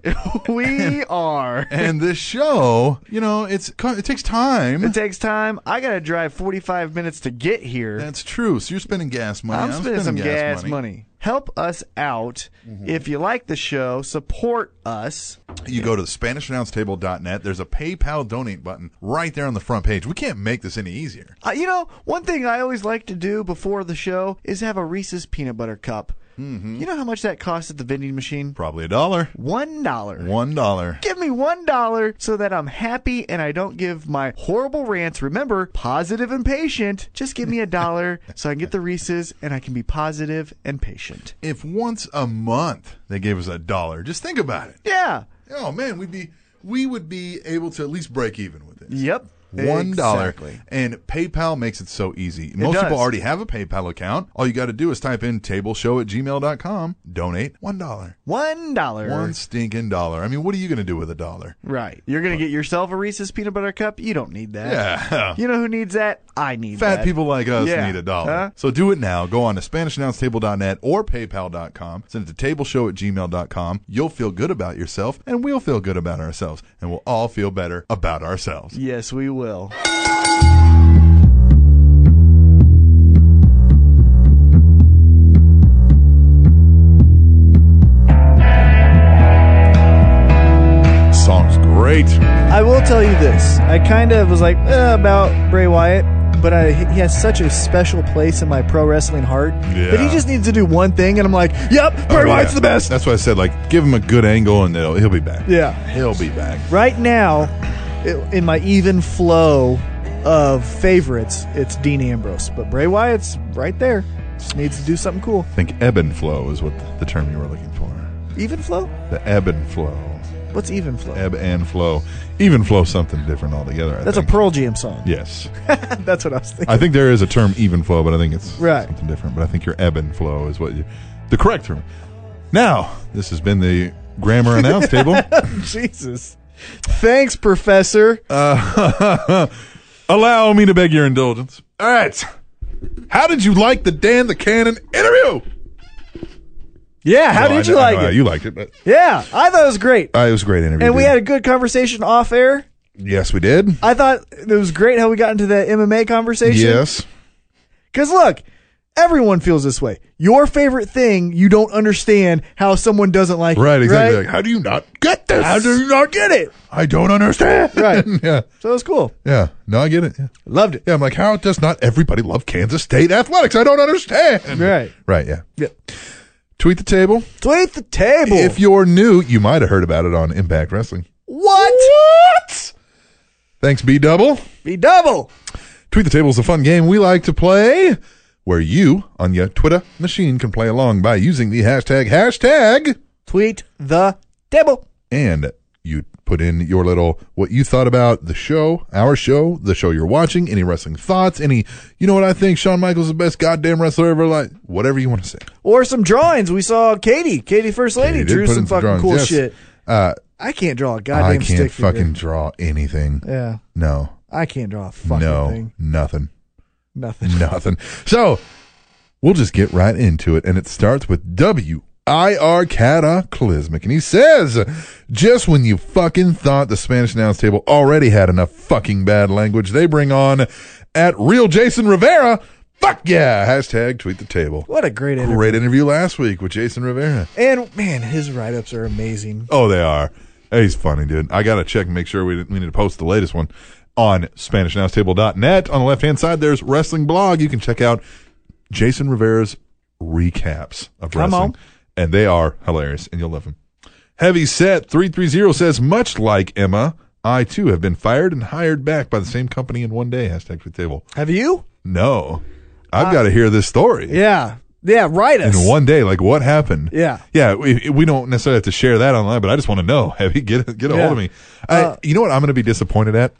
we are. and this show, you know, it's it takes time. It takes time. I got to drive 45 minutes to get here. That's true. So you're spending gas money. I'm spending, some gas, money. Help us out. Mm-hmm. If you like the show, support us. You go to SpanishAnnounceTable.net. There's a PayPal donate button right there on the front page. We can't make this any easier. Uh, you know, one thing I always like to do before the show is have a Reese's peanut butter cup. Mm-hmm. You know how much that costs at the vending machine? Probably a dollar. One dollar. One dollar. Give me one dollar so that I'm happy and I don't give my horrible rants. Remember, positive and patient. Just give me a dollar so I can get the Reese's and I can be positive and patient. If once a month they gave us a dollar, just think about it. Yeah. Oh man, we'd be we would be able to at least break even with this. Yep. One dollar. Exactly. And PayPal makes it so easy. Most does. people already have a PayPal account. All you got to do is type in tableshow at gmail.com, donate one dollar. One dollar. One stinking dollar. I mean, what are you going to do with a dollar? Right. You're gonna get yourself a Reese's peanut butter cup. You don't need that. Yeah. You know who needs that? I need Fat that. people like us Yeah. need a dollar. Huh? So do it now. Go on to SpanishAnnounceTable.net or PayPal.com. Send it to tableshow at gmail.com. You'll feel good about yourself, and we'll feel good about ourselves, and we'll all feel better about ourselves. Yes, we will. Song's great. I will will tell you this. I kind of was like eh, about Bray Wyatt, but I, he has such a special place in my pro wrestling heart. But he Yeah. just needs to do one thing, and I'm like, yep, Bray Oh, yeah. Wyatt's the best. That's why I said, like, give him a good angle and he'll, he'll be back. Yeah. He'll be back. Right now, i- in my even flow of favorites, it's Dean Ambrose, but Bray Wyatt's right there. Just needs to do something cool. I think ebb and flow is what the, the term you were looking for. Even flow? The ebb and flow. What's even flow? Ebb and flow. Even flow something different altogether. I That's a think. Pearl Jam song. Yes. That's what I was thinking. I think there is a term even flow, but I think it's Right. something different. But I think your ebb and flow is what you, the correct term. Now, this has been the grammar announce table. Jesus. Thanks, Professor. Uh, allow me to beg your indulgence. All right. How did you like the Dan the Cannon interview? Yeah, how No, I did you know- I like know it? You liked it, but yeah, I thought it was great. uh, it was a great interview. and we dude. had a good conversation off air. yes, we did. I thought it was great how we got into that MMA conversation. Yes, Because look, everyone feels this way. Your favorite thing, you don't understand how someone doesn't like right. it. Exactly. Like, how do you not get this? How do you not get it? I don't understand. Right. yeah. So it was cool. Yeah. No, I get it. Yeah. Loved it. Yeah, I'm like, how does not everybody love Kansas State athletics? I don't understand. Right. Right. Yeah. Yeah. Tweet the table. Tweet the table. If you're new, you might have heard about it on Impact Wrestling. what? Thanks, B Double. Be double. Tweet the Table is a fun game we like to play where you on your Twitter machine can play along by using the hashtag hashtag Tweet the table. and you put in your little what you thought about the show, our show, the show you're watching, any wrestling thoughts, any you know what I think Shawn Michaels is the best goddamn wrestler ever like whatever you want to say. Or some drawings. We saw Katie, Katie First Lady, Katie did drew put some in some fucking drawings, cool yes. shit. Uh, I can't draw a goddamn I can't stick figure. fucking draw anything. Yeah, No. I can't draw a fucking no. thing. Nothing. Nothing. Nothing. So we'll just get right into it. And it starts with W. I R cataclysmic. And he says, just when you fucking thought the Spanish announce table already had enough fucking bad language, they bring on at real Jason Rivera. Fuck yeah. Hashtag tweet the table. What a great interview. Great interview last week with Jason Rivera. And man, his write ups are amazing. Oh, they are. Hey, He's funny, dude. I got to check and make sure we, we need to post the latest one on SpanishAnnounceTable.net. On the left hand side, there's Wrestling Blog. You can check out Jason Rivera's recaps of Come wrestling. on. And they are hilarious, and you'll love them. Heavy Set 330 says, much like Emma, I too have been fired and hired back by the same company in one day. Hashtag tweet table. Have you? No, I've got to hear this story Uh, Yeah. Yeah, write us. in one day. Like what happened? Yeah. yeah. We, we don't necessarily have to share that online, but I just want to know. Have you get get a Yeah. Uh, hold of me? I, you know what? I'm going to be disappointed at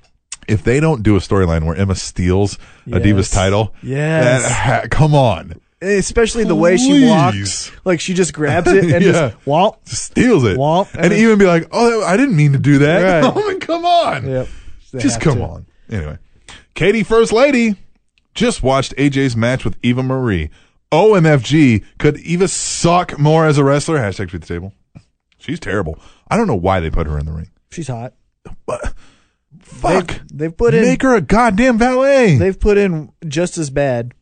if they don't do a storyline where Emma steals a Yes. diva's title. Yes. That- ha- come on, Especially the way she Please. walks. Like she just grabs it and Yeah. just womp. Just steals it, Womp. eh? and even be like, "Oh, I didn't mean to do that." Right. Oh, come on. Yep. They just have come to. on. Anyway, Katie, first lady, just watched AJ's match with Eva Marie. OMFG, could Eva suck more as a wrestler? Hashtag tweet the table. She's terrible. I don't know why they put her in the ring. She's hot. Fuck. They've, they've put in Make her a goddamn valet. they've put in just as bad.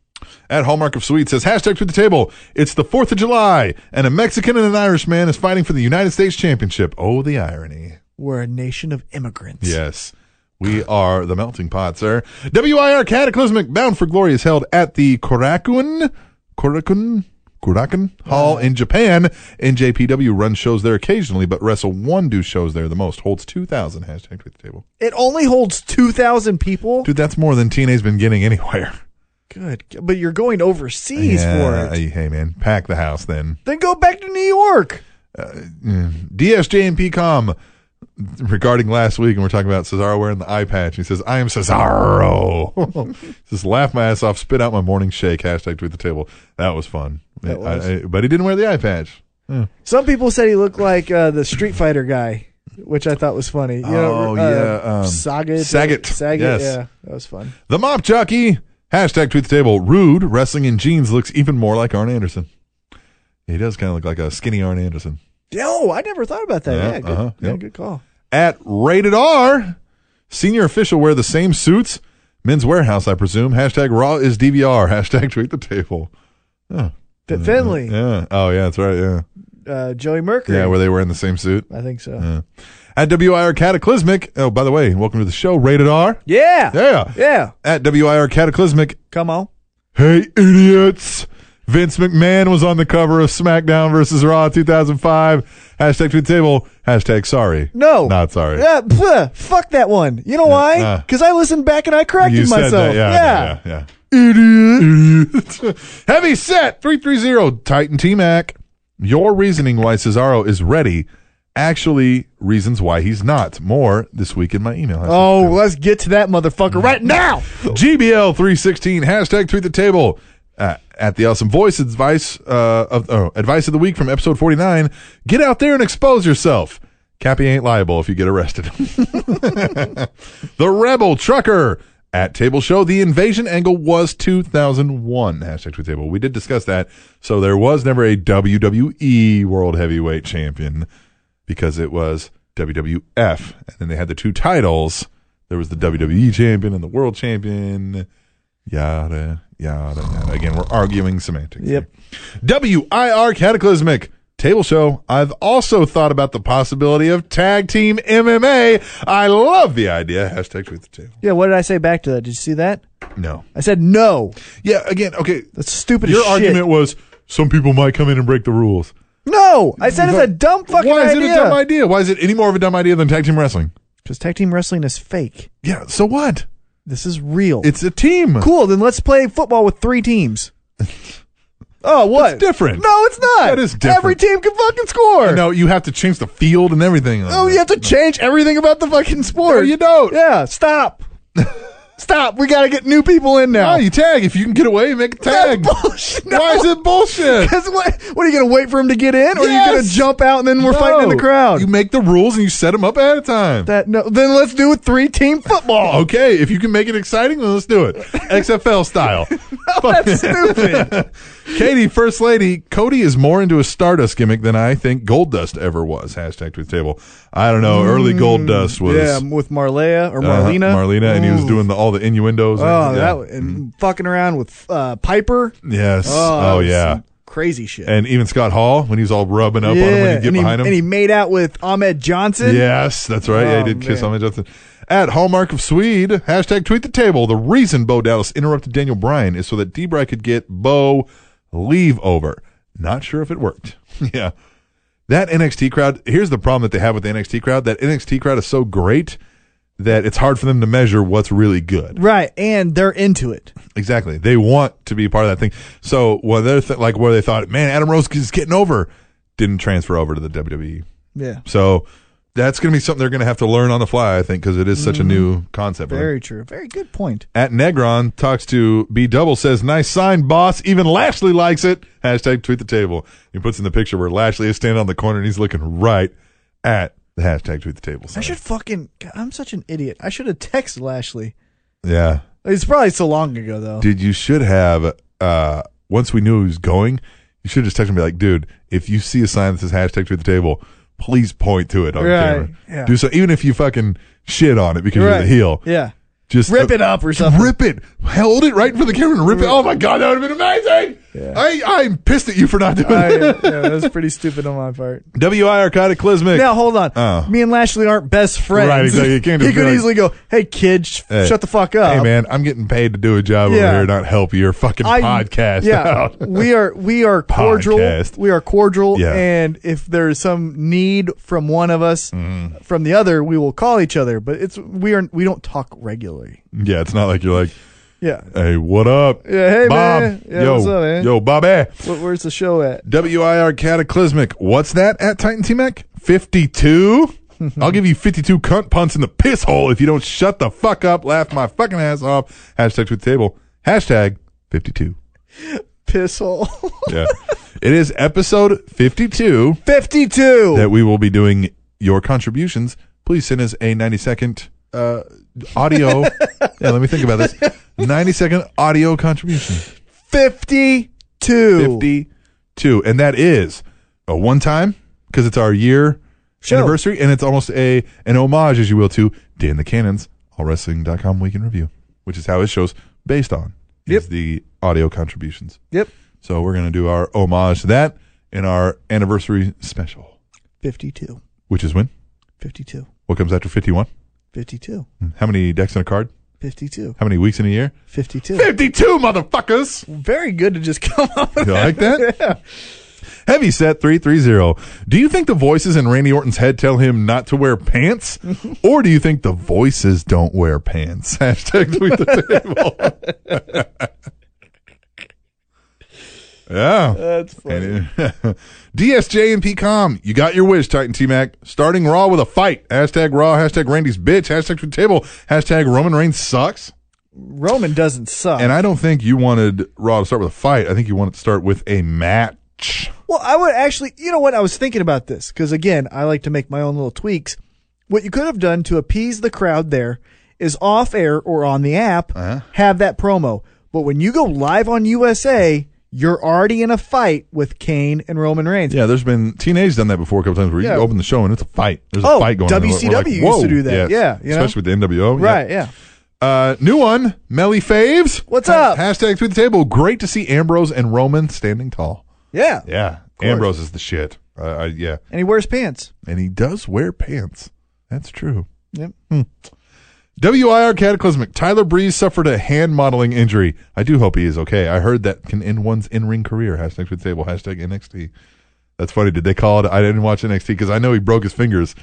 At Hallmark of Sweet says, hashtag tweet the table. It's the 4th of July, and a Mexican and an Irishman is fighting for the United States Championship. Oh, the irony. We're a nation of immigrants. Yes. We are the melting pot, sir. WIR Cataclysmic Bound for Glory is held at the Korakuen, Korakuen, Korakuen Hall in Japan. NJPW runs shows there occasionally, but Wrestle One do shows there the most. Holds 2,000. Hashtag tweet the table. It only holds two thousand people. Dude, that's more than TNA's been getting anywhere. Good. But you're going overseas Yeah, for it. I- Hey, man, pack the house then. then go back to New York. DSJMP com regarding last week, and we're talking about Cesaro wearing the eye patch. He says, "I am Cesaro." Just laugh my ass off, spit out my morning shake. Hashtag tweet the table. That was fun. That was. I- I- but he didn't wear the eye patch. Some people said he looked like uh, the Street Fighter guy, which I thought was funny. You Oh, know, uh, yeah, um, Saget. uh, Saget, Saget. yes. Yeah, that was fun. The mop jockey. Hashtag tweet the table. Rude wrestling in jeans looks even more like Arn Anderson. He does kind of look like a skinny Arn Anderson. Yo, oh, I never thought about that. Yeah, Yeah, good, uh-huh, yeah, yep. good call. at Rated R. Senior official wear the same suits. Men's Warehouse, I presume. Hashtag Raw is DVR. Hashtag Tweet the Table. Fit Finley, Mm-hmm. Yeah. Oh, yeah, that's right. Yeah. uh, Joey Mercury. Yeah, were they wearing the same suit? I think so. Yeah. At WIR Cataclysmic. Oh, by the way, welcome to the show, Rated R. Yeah. Yeah. Yeah. At WIR Cataclysmic. Come on. Hey, idiots. Vince McMahon was on the cover of SmackDown versus Raw 2005. Hashtag tweet table. Hashtag sorry. No. Not sorry. Yeah, bleh, fuck that one. You know why? uh. Because I listened back and I corrected You myself. said that. Yeah. yeah. Yeah. yeah, Idiot. Idiot. Heavy set 330 Titan T Mac. Your reasoning why Cesaro is ready actually reasons why he's not. More this week in my email. Oh, let's get to that motherfucker right now. Mm-hmm. GBL three sixteen hashtag tweet the table uh, at the awesome voice advice uh, of oh, advice of the week from episode forty nine. Get out there and expose yourself. Cappy ain't liable if you get arrested. the rebel trucker at table show. The invasion angle was two thousand one hashtag tweet table. We did discuss that. So there was never a WWE World Heavyweight Champion because it was WWF, and then they had the two titles. There was the WWE champion and the world champion. Yada yada yada. Again, we're arguing semantics. Yep. WIR Cataclysmic Table Show. I've also thought about the possibility of tag team MMA. I love the idea. Hashtag tweet the table. Yeah, what did I say back to that? Did you see that? No. I said no. Yeah. Again. Okay. That's stupid Your as shit. argument was some people might come in and break the rules. No, I said it's a dumb fucking Why is idea. it a dumb idea? Why is it any more of a dumb idea than tag team wrestling? Because tag team wrestling is fake. Yeah. So what? This is real. It's a team. cool. Then let's play football with three teams. Oh, what? That's different. No, it's not. That is different. Every team can fucking score. No, you have to change the field and everything. like Oh, that. you have to change everything about the fucking sport. No, you don't. Yeah, stop. stop. We got to get new people in No, now. you tag. If you can get away, you make a tag. That's bullshit. No. Why is it bullshit? 'Cause what, what are you going to wait for him to get in? Or are you going to Yes. jump out and then we're No. fighting in the crowd? You make the rules and you set them up ahead of time. Oh, that no. Then let's do three team football. okay, if you can make it exciting, then let's do it. XFL style. That's stupid. Katie, first lady, Cody is more into a Stardust gimmick than I think Gold Dust ever was. Hashtag tweet table. I don't know. Early Gold Dust was Mm, yeah, with Marlea or uh, Marlena. Mm. Marlena, and he was doing the, all the innuendos. and- Oh, yeah. that and fucking around with uh, Piper. yes. that Oh, was yeah. some crazy shit. And even Scott Hall, when he's all rubbing up on him when you get and, he, behind him. and he made out with Ahmed Johnson. Yes, that's right. yeah, Oh, he did kiss man. Ahmed Johnson. At Hallmark of Swede, hashtag tweet the table. The reason Bo Dallas interrupted Daniel Bryan is so that Debray could get Bo leave over. Not sure if it worked. yeah. That NXT crowd, here's the problem that they have with the NXT crowd. That NXT crowd is so great that it's hard for them to measure what's really good. Right, and they're into it. Exactly. They want to be part of that thing. So, well, they're th- like where they thought, man, Adam Rose is getting over, didn't transfer over to the WWE. Yeah. So that's going to be something they're going to have to learn on the fly, I think, because it is such a new concept. Mm-hmm. Very true. Very good point. At Negron talks to B Double says, "Nice sign, boss. Even Lashley likes it." Hashtag tweet the table. He puts in the picture where Lashley is standing on the corner and he's looking right at the hashtag tweet the table. I sign. should fucking. God, I'm such an idiot. I should have texted Lashley. Yeah, It's probably so long ago though. dude, you should have. Uh, once we knew he was going, you should just text him and be like, "Dude, if you see a sign that says hashtag tweet the table." Please point to it on Right. camera. Yeah. Do so, even if you fucking shit on it because You're you're the heel. Yeah. Just uh, Rip it up or something. Rip it. Hold it right in front of the camera and rip it. Oh my god, that would have been amazing. I I'm pissed at you for not doing I, it. Oh, yeah, that was pretty stupid on my part. WIR Cataclysmic. Now hold on. Oh. Me and Lashley aren't best friends. Right, exactly. You can't just he be could like- easily go, "Hey kid, sh- Hey. shut the fuck up." Hey man, I'm getting paid to do a job Yeah. over here, not help your fucking podcast Yeah, out. we are we are cordial. Podcast. We are cordial, Yeah. and if there is some need from one of us, Mm-hmm. from the other, we will call each other. But it's we are we don't talk regularly. yeah, it's not like you're like, Yeah, hey, what up? Yeah, hey, Bob. man. Yeah, yo, what's up, man? yo, Bobby. Wh- where's the show at? WIR Cataclysmic. What's that at Titan T Mac? 52? I'll give you 52 cunt punts in the piss hole if you don't shut the fuck up, laugh my fucking ass off. Hashtag tweet the table. Hashtag 52. Piss hole. Yeah. it is episode 52 Fifty two. that we will be doing your contributions. Please send us a 90 second uh, audio. yeah, let me think about this. 90 second audio contribution. Fifty two. 52. And that is a one time because it's our year Show. anniversary and it's almost a an homage, as you will, to Dan the Cannon's allwrestling.com week in review, which is how his show's based on. Is Yep. the audio contributions. Yep. So we're gonna do our homage to that in our anniversary special, Fifty two. which is when? 52. What comes after 51? 52. How many decks in a card? 52. How many weeks in a year? 52. 52, motherfuckers! Very good to just come up with You like that? Yeah. Heavy set 330. Do you think the voices in Randy Orton's head tell him not to wear pants? or do you think the voices don't wear pants? Hashtag tweet the table. yeah. That's funny. And it- DSJ and PCOM, you got your wish, Titan T Mac. Starting Raw with a fight. Hashtag Raw, hashtag Randy's bitch, hashtag to the table, hashtag Roman Reigns sucks. Roman doesn't suck. And I don't think you wanted Raw to start with a fight. I think you wanted to start with a match. Well, I would actually, you know what? I was thinking about this because, again, I like to make my own little tweaks. What you could have done to appease the crowd there is off air or on the app, Uh-huh. have that promo. But when you go live on USA, you're already in a fight with Kane and Roman Reigns. Yeah, there's been teenage done that before a couple times where you Yeah. open the show and it's a fight. There's a Oh, fight going on. We're like, WCW used to whoa, do that. Yeah, you know? especially with the NWO. yeah. Right, yeah. Uh, new one, Melly Faves. What's up? Hashtag through the table. Great to see Ambrose and Roman standing tall. Yeah. Yeah, course. Ambrose is the shit. Uh, I, yeah, And he wears pants. and he does wear pants. That's true. Hmm. Yep. WIR Cataclysmic. Tyler Breeze suffered a hand modeling injury. I do hope he is okay. I heard that can end one's in ring career. Hashtag tweet the table. Hashtag NXT. That's funny. Did they call it? I didn't watch NXT because I know he broke his fingers.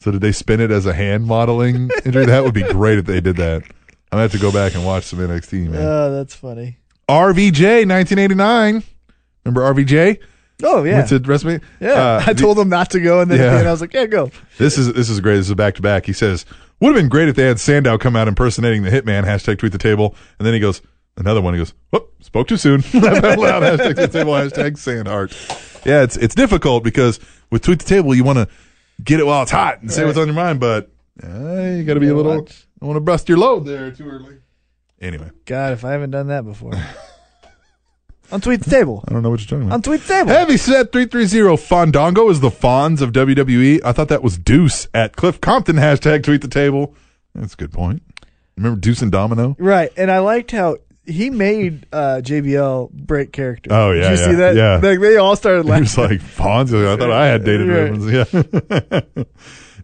So did they spin it as a hand modeling injury? That would be great if they did that. I'm gonna have to go back and watch some NXT, man. Oh, that's funny. RVJ 1989. Remember RVJ? Oh, yeah. Went to WrestleMania? yeah. Uh, I the- told him not to go, and then at the Yeah. end I was like, yeah, go. This is this is great. This is back to back. He says, "Would have been great if they had Sandow come out impersonating the Hitman." Hashtag tweet the table, and then he goes another one. He goes, "Whoop, spoke too soon." Laugh out loud. Hashtag tweet the table. Hashtag Sandheart. Yeah, it's it's difficult because with tweet the table, you want to get it while it's hot and say what's on your mind, but uh, you got to be a little. I want to bust your load there too early. Anyway, God, if I haven't done that before. on Tweet the Table. I don't know what you're talking about. On Tweet the Table. Heavy set 330 Fondango is the Fonz of WWE. I thought that was Deuce at Cliff Compton. Hashtag tweet the table. That's a good point. Remember Deuce and Domino? Right, and I liked how he made uh, JBL break character. Oh, Did yeah, you see yeah, that? yeah. like they all started He laughing. was like, Fonz? I thought I had dated Right. references. Yeah.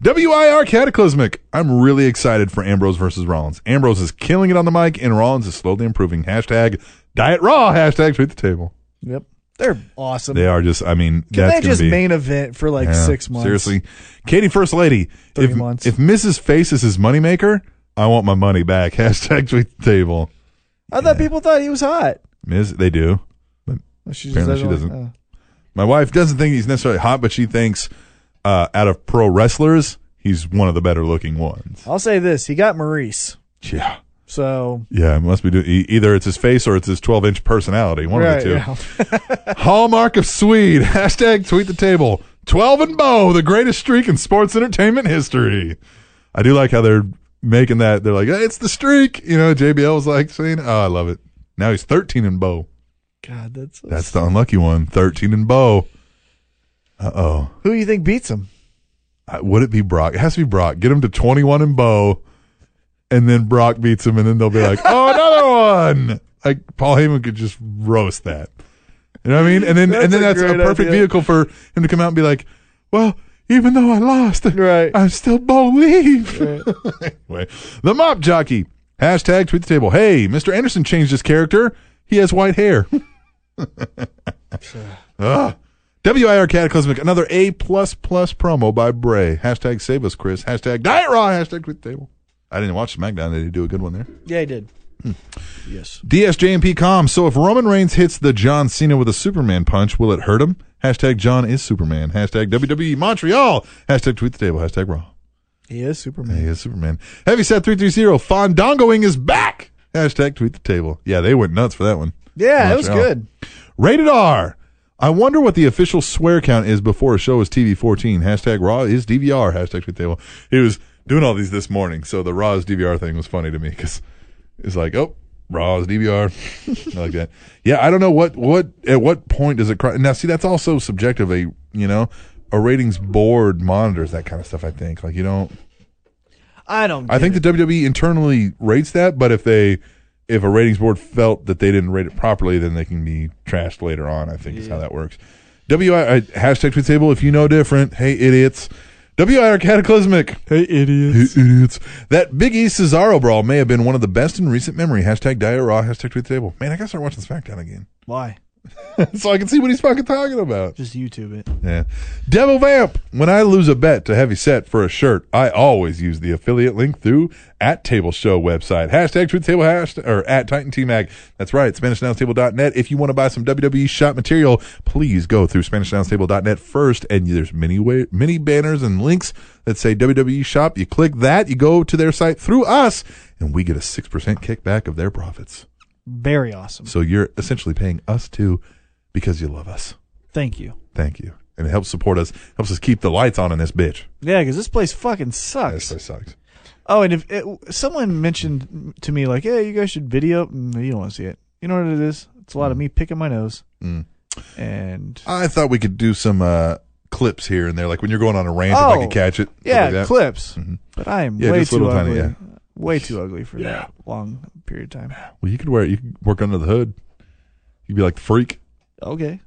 WIR Cataclysmic. I'm really excited for Ambrose versus Rollins. Ambrose is killing it on the mic, and Rollins is slowly improving. Hashtag Diet Raw. Hashtag tweet the table. Yep, they're awesome. They are just, I mean, Can that's they gonna just be- main event for like Yeah, six months? Seriously. Katie First Lady. Three if, months. if Mrs. Face is his moneymaker, I want my money back. Hashtag tweet the table. I thought people thought he was hot. Ms. They do. But Well, she Apparently she like- oh, doesn't. my wife doesn't think he's necessarily hot, but she thinks uh, out of pro wrestlers, he's one of the better looking ones. oh. I'll say this: he got Maurice, Yeah. so Yeah, it must be do- e- either it's his face or it's his 12 inch personality. One right. of the two. yeah. Oh Hallmark of Swede. Hashtag tweet the table. 12 and Bo, the greatest streak in sports entertainment history. I do like how they're making that. They're like, hey, it's the streak. You know, JBL was like saying, oh, I love it. Now he's 13 and Bo. God, that's so- That's the unlucky one. 13 and Bo. Uh oh. who you think beats him? Would it be Brock? It has to be Brock. Get him to 21 and Bo, and then Brock beats him, and then they'll be like, oh, another one. Like, Paul Heyman could just roast that. You know what I mean? And then and then that's That's a a great perfect idea. vehicle for him to come out and be like, "Well, even though I lost, Right. I still believe." anyway, the mop jockey hashtag tweet the table. Hey, Mister Anderson changed his character. He has white hair. Ugh. WIR Cataclysmic, another A plus plus promo by Bray. Hashtag save us, Chris. Hashtag Diet Raw. Hashtag tweet the table. I didn't watch SmackDown. They did do a good one there. Yeah, he did. Yes. DSJMP com. So if Roman Reigns hits the John Cena with a Superman punch, will it hurt him? Hashtag John is Superman. Hashtag WWE Montreal. Hashtag tweet the table. Hashtag Raw. He is Superman. He is Superman. Heavyset 330. Fondangoing is back. Hashtag tweet the table. Yeah, they went nuts for that one. Yeah, it was Montreal. good. Rated R. I wonder what the official swear count is before a show is TV 14. Hashtag Raw is DVR. Hashtag tweet table. He was doing all these this morning, so the Raw is DVR thing was funny to me because it's like, oh, Raw is DVR, like that. Yeah, I don't know what what at what point does it cry. Now, see, that's also subjective. A you know, a ratings board monitors that kind of stuff. I think like you don't. I don't. I think the WWE internally rates that, but if they if a ratings board felt that they didn't rate it properly, then they can be trashed later on. I think is how that works. WI I- hashtag tweet table. If you know different, hey idiots. WIR Cataclysmic. Hey, idiots. idiots. That Big E Cesaro brawl may have been one of the best in recent memory. Hashtag Diet Raw, hashtag Tweet the Table. Man, I gotta start watching SmackDown again. Why? so I can see what he's fucking talking about. Just YouTube it. Yeah. Devil Vamp. When I lose a bet to Heavy Set for a shirt, I always use the affiliate link through at Table Show website. Hashtag Truth Table hashtag, or at Titan TMAG. That's right, SpanishAnnounceTable.net. If you want to buy some WWE shop material, please go through SpanishAnnounceTable.net first. And there's many way, many banners and links that say WWE shop. You click that, you go to their site through us, and we get a 6% kickback of their profits. Very awesome. So you're essentially paying us too because you love us. Thank you. Thank you. And it helps support us, helps us keep the lights on in this bitch. Yeah, because this place fucking This sucks. place sucks. Oh, and if it, someone mentioned to me like, "Hey, you guys should video," Mm, you don't want to see it. You know what it is? It's a lot of Mm. me picking my nose. And I thought we could do some uh, clips here and there, like when you're going on a rant, if I Oh. could catch it. stuff yeah, like that. Mm-hmm. clips. But I am Yeah, way just too little tiny, ugly. yeah. Way too ugly for that long period of time. Well, you could wear it. You could work under the hood. You'd be like the freak. Okay.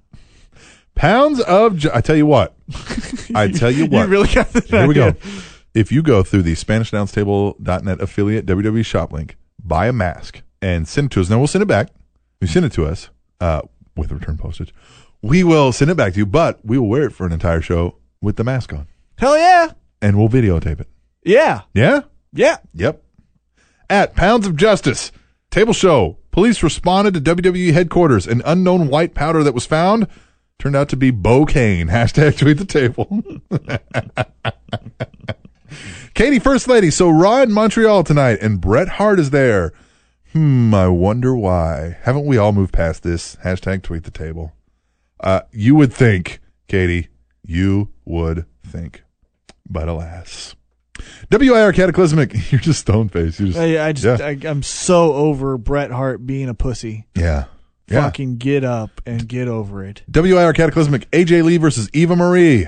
Pounds of. Jo- I tell you what. I tell you what. You really got the Here we go. idea. If you go through the SpanishAnnounceTable.net affiliate WWE shop link, buy a mask and send it to us. Now we'll send it back. You send it to us uh, with return postage. We will send it back to you, but we will wear it for an entire show with the mask on, Hell yeah. and we'll videotape it. Yeah. Yeah. Yeah. Yep. At Pounds of Justice, table show. Police responded to WWE headquarters. An unknown white powder that was found turned out to be Bocane. Hashtag tweet the table. Katie, First Lady. So Raw in Montreal tonight, and Bret Hart is there. Hmm, I wonder why. Haven't we all moved past this? Hashtag tweet the table. Uh, you would think, Katie, you would think. But alas. WIR Cataclysmic, you're just stone faced. You just, I, I just yeah. I, I'm so over Bret Hart being a pussy. yeah. Yeah. Fucking get up and get over it. WIR Cataclysmic, AJ Lee versus Eva Marie.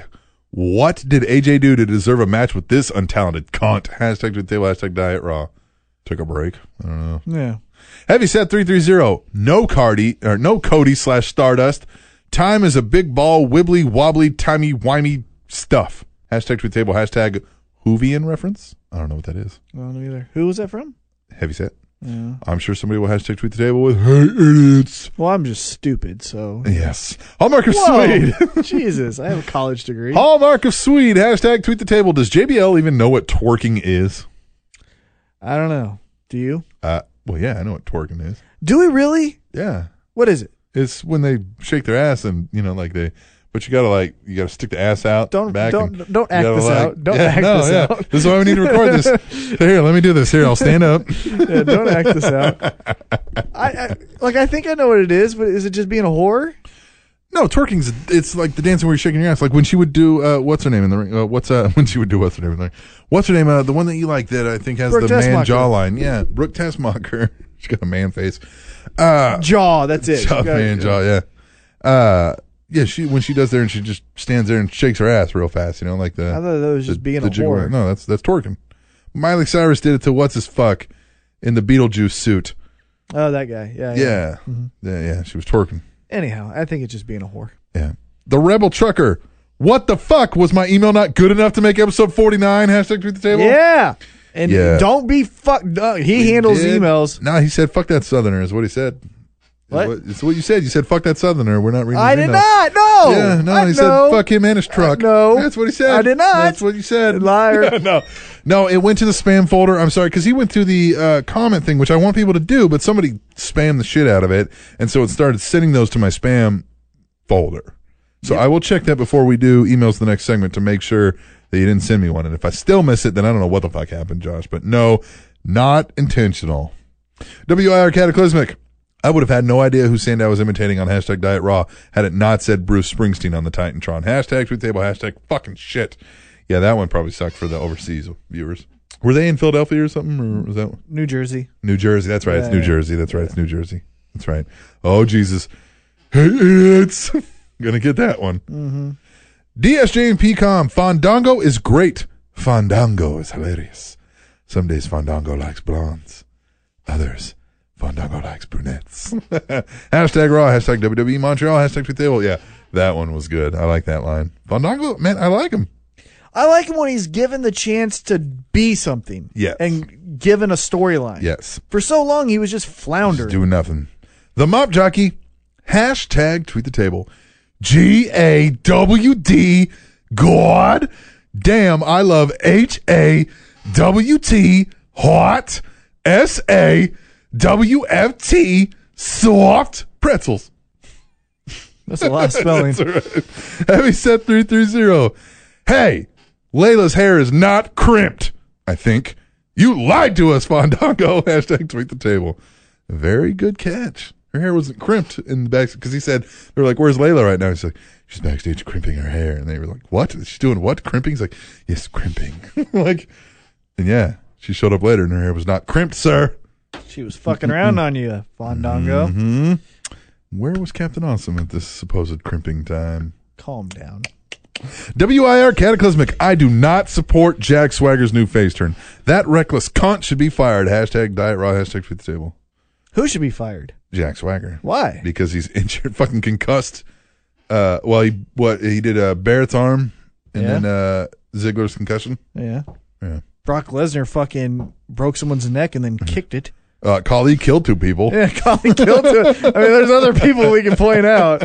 What did AJ do to deserve a match with this untalented cunt? Hashtag to the table, hashtag diet raw. Took a break. I don't know. Yeah. Heavy set 330. No Cardi or no Cody slash Stardust. Time is a big ball, wibbly wobbly, timey wimey stuff. Hashtag tweet the table. Hashtag Hoovian reference. I don't know what that is. I don't know either. Who was that from? Heavy set. I'm sure somebody will hashtag tweet the table with hey idiots. Well, I'm just stupid, so. Yes. Hallmark of Swede. Whoa. Jesus, I have a college degree. Hallmark of Swede. Hashtag tweet the table. Does JBL even know what twerking is? I don't know. Do you? Uh, well, yeah, I know what twerking is. Do we really? Yeah. What is it? It's when they shake their ass and you know, like they. But you gotta like you gotta stick the ass out. Don't- back don't- and don't you act gotta, this like- out. Don't Yeah, act no, this yeah. out. This is why we need to record this. Here, let me do this. Here, I'll stand up. Yeah, don't act this out. I, I like. I think I know what it is, but is it just being a whore? No, twerking's it's like the dancing where you're shaking your ass. Like when she would do uh, what's her name in the ring? Uh, what's uh, when she would do what's her name in the ring? What's her name? Uh, the one that you like that I think has Brooke the man Tessmacher. jawline. Yeah, Brooke Tessmacher. She's got a man face. Uh, Jaw. That's it. jaw, You gotta- man jaw. Yeah. Uh, yeah. She when she does there and she just stands there and shakes her ass real fast. You know, like the I thought that was just being a jiggle- whore. No, that's that's twerking. Miley Cyrus did it to what's his fuck in the Beetlejuice suit. Oh, that guy. Yeah. Mm-hmm. Yeah, yeah, yeah, She was twerking. Anyhow, I think it's just being a whore. Yeah. The Rebel Trucker. What the fuck? Was my email not good enough to make episode 49? Hashtag tweet the table. Yeah. And Yeah. don't be fucked up. He handles Did- emails. No, he said, fuck that Southerner, is what he said. What? It's what you said. You said, fuck that Southerner. We're not reading I his did email. not. No. Yeah, no, I he know. said, fuck him and his truck. no. That's what he said. I did not. That's what you said. Liar. no. No, it went to the spam folder. I'm sorry, because he went through the uh, comment thing, which I want people to do, but somebody spammed the shit out of it. And so it started sending those to my spam folder. So I will check that before we do emails the next segment to make sure that you didn't send me one. And if I still miss it, then I don't know what the fuck happened, Josh. But no, not intentional. WIR Cataclysmic. I would have had no idea who Sandow was imitating on hashtag Diet Raw had it not said Bruce Springsteen on the Titantron. Hashtag Tweet Table, hashtag fucking shit. Yeah, that one probably sucked for the overseas viewers. Were they in Philadelphia or something? Or was that New Jersey. New Jersey? That's right. it's Yeah, New yeah. Jersey. That's right. It's New Jersey. That's right. Oh, Jesus. Hey, it's gonna get that one. Mm-hmm. DSJ and PCOM. Fandango is great. Fandango is hilarious. Some days Fandango likes blondes. Others, Fandango likes brunettes. hashtag Raw, hashtag WWE Montreal, hashtag Tweet Table. Yeah, that one was good. I like that line. Fandango, man, I like him. I like him when he's given the chance to be something. Yes. And given a storyline. Yes. For so long, he was just floundering. Doing nothing. The Mop Jockey, hashtag tweet the table, G A W D, God damn, I love H A W T, hot, S A W F T, soft pretzels. That's a lot of spelling. Heavy set 330. Hey, Layla's hair is not crimped, I think. You lied to us, Fondango. Hashtag tweet the table. Very good catch. Her hair wasn't crimped in the back because he said, they were like, Where's Layla right now? He's like, She's backstage crimping her hair. And they were like, What? She's doing what? Crimping? He's like, Yes, crimping. like, and yeah, she showed up later and her hair was not crimped, sir. She was fucking around on you, Fondango. hmm Where was Captain Awesome at this supposed crimping time? Calm down. WIR Cataclysmic, I do not support Jack Swagger's new face turn. That reckless cunt should be fired. Hashtag Diet Raw, hashtag Tweet the Table. Who should be fired? Jack Swagger. Why? Because he's injured, fucking concussed. Uh, well, he what he did uh, Barrett's arm, and Yeah. then uh, Ziggler's concussion. Yeah. Yeah. Brock Lesnar fucking broke someone's neck and then kicked it. Uh, Kali killed two people. Yeah, Colin killed it. I mean, there's other people we can point out.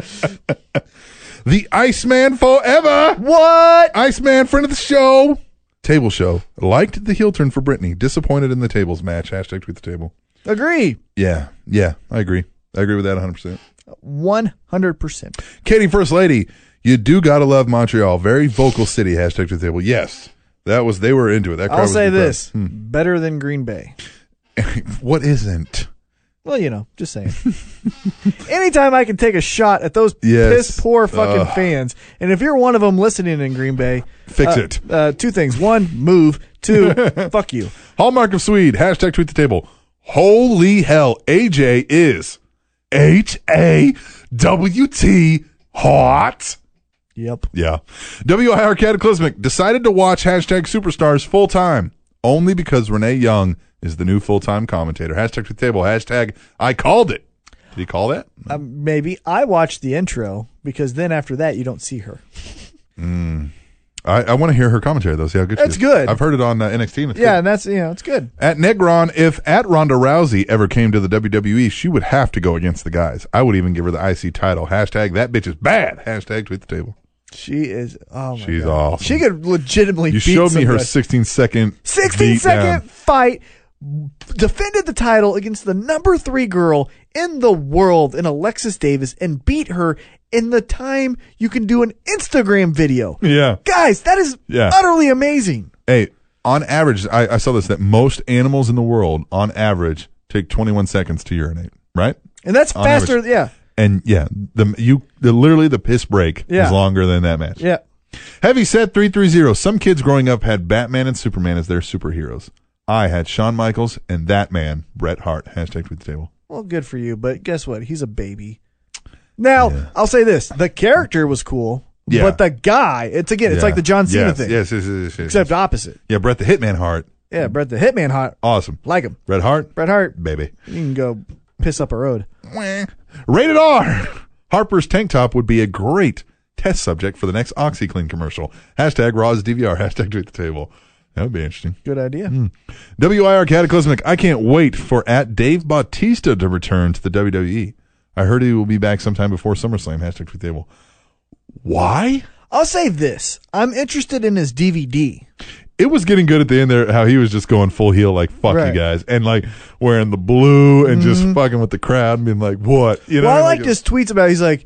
The Iceman forever. What? Iceman, friend of the show. Table show liked the heel turn for Brittany. Disappointed in the tables match. Hashtag tweet the table. Agree. Yeah, yeah, I agree. I agree with that 100. percent 100%. Katie, First Lady, you do gotta love Montreal. Very vocal city. Hashtag to the table. Yes, that was they were into it. That crowd I'll was say this impressed. better than Green Bay. What isn't? Well, you know, just saying. Anytime I can take a shot at those Yes. piss poor fucking Ugh. fans, and if you're one of them listening in Green Bay, Fix uh, it. Uh, two things: one, move; two, fuck you. Hallmark of Swede. Hashtag tweet the table. Holy hell, AJ is H A W T hot. Yep. Yeah. WIR Cataclysmic decided to watch hashtag superstars full time only because Renee Young is the new full time commentator. Hashtag to the table. Hashtag I called it. Did he call that? Um, maybe I watched the intro because then after that you don't see her. I, I want to hear her commentary though. See how good That's she is. good. I've heard it on uh, NXT. and it's Yeah, good. and that's you know it's good. At Negron, if at Ronda Rousey ever came to the WWE, she would have to go against the guys. I would even give her the IC title. Hashtag that bitch is bad. Hashtag tweet the table. She is. Oh my She's God. awesome. She could legitimately. You beat showed me her somebody. 16 second. 16 beat second down. fight defended the title against the number three girl in the world in alexis davis and beat her in the time you can do an instagram video Yeah. guys that is Yeah. utterly amazing Hey, on average, I, I saw this that most animals in the world, on average, take 21 seconds to urinate, right? and that's On faster average. yeah And yeah, the you the, literally the piss break Yeah. is longer than that match. yeah Heavy set 330. Some kids growing up had Batman and Superman as their superheroes. I had Shawn Michaels and that man, Bret Hart. Hashtag tweet the table. well good for you but guess what he's a baby now i'll say this the character was cool Yeah. but the guy it's again it's Yeah. like the john cena Yes, thing Yes, yes, yes, yes, yes. except opposite yeah, Bret the Hitman Hart. yeah brett the hitman hot Awesome. like him Bret Hart, bret hart baby. you can go piss up a road Wah. Rated R. Harper's tank top would be a great test subject for the next OxyClean commercial. Hashtag Raw's DVR. Hashtag tweet the table. That would be interesting. good idea Hmm. WIR Cataclysmic, I can't wait for at Dave Bautista to return to the WWE. I heard he will be back sometime before SummerSlam. Hashtag tweet the table. Why? I'll say this. I'm interested in his DVD. It was getting good at the end there, how he was just going full heel, like, fuck Right. Mm-hmm. you guys. And like wearing the blue and just fucking with the crowd and being like, what? You well, I what liked his tweets about he's like,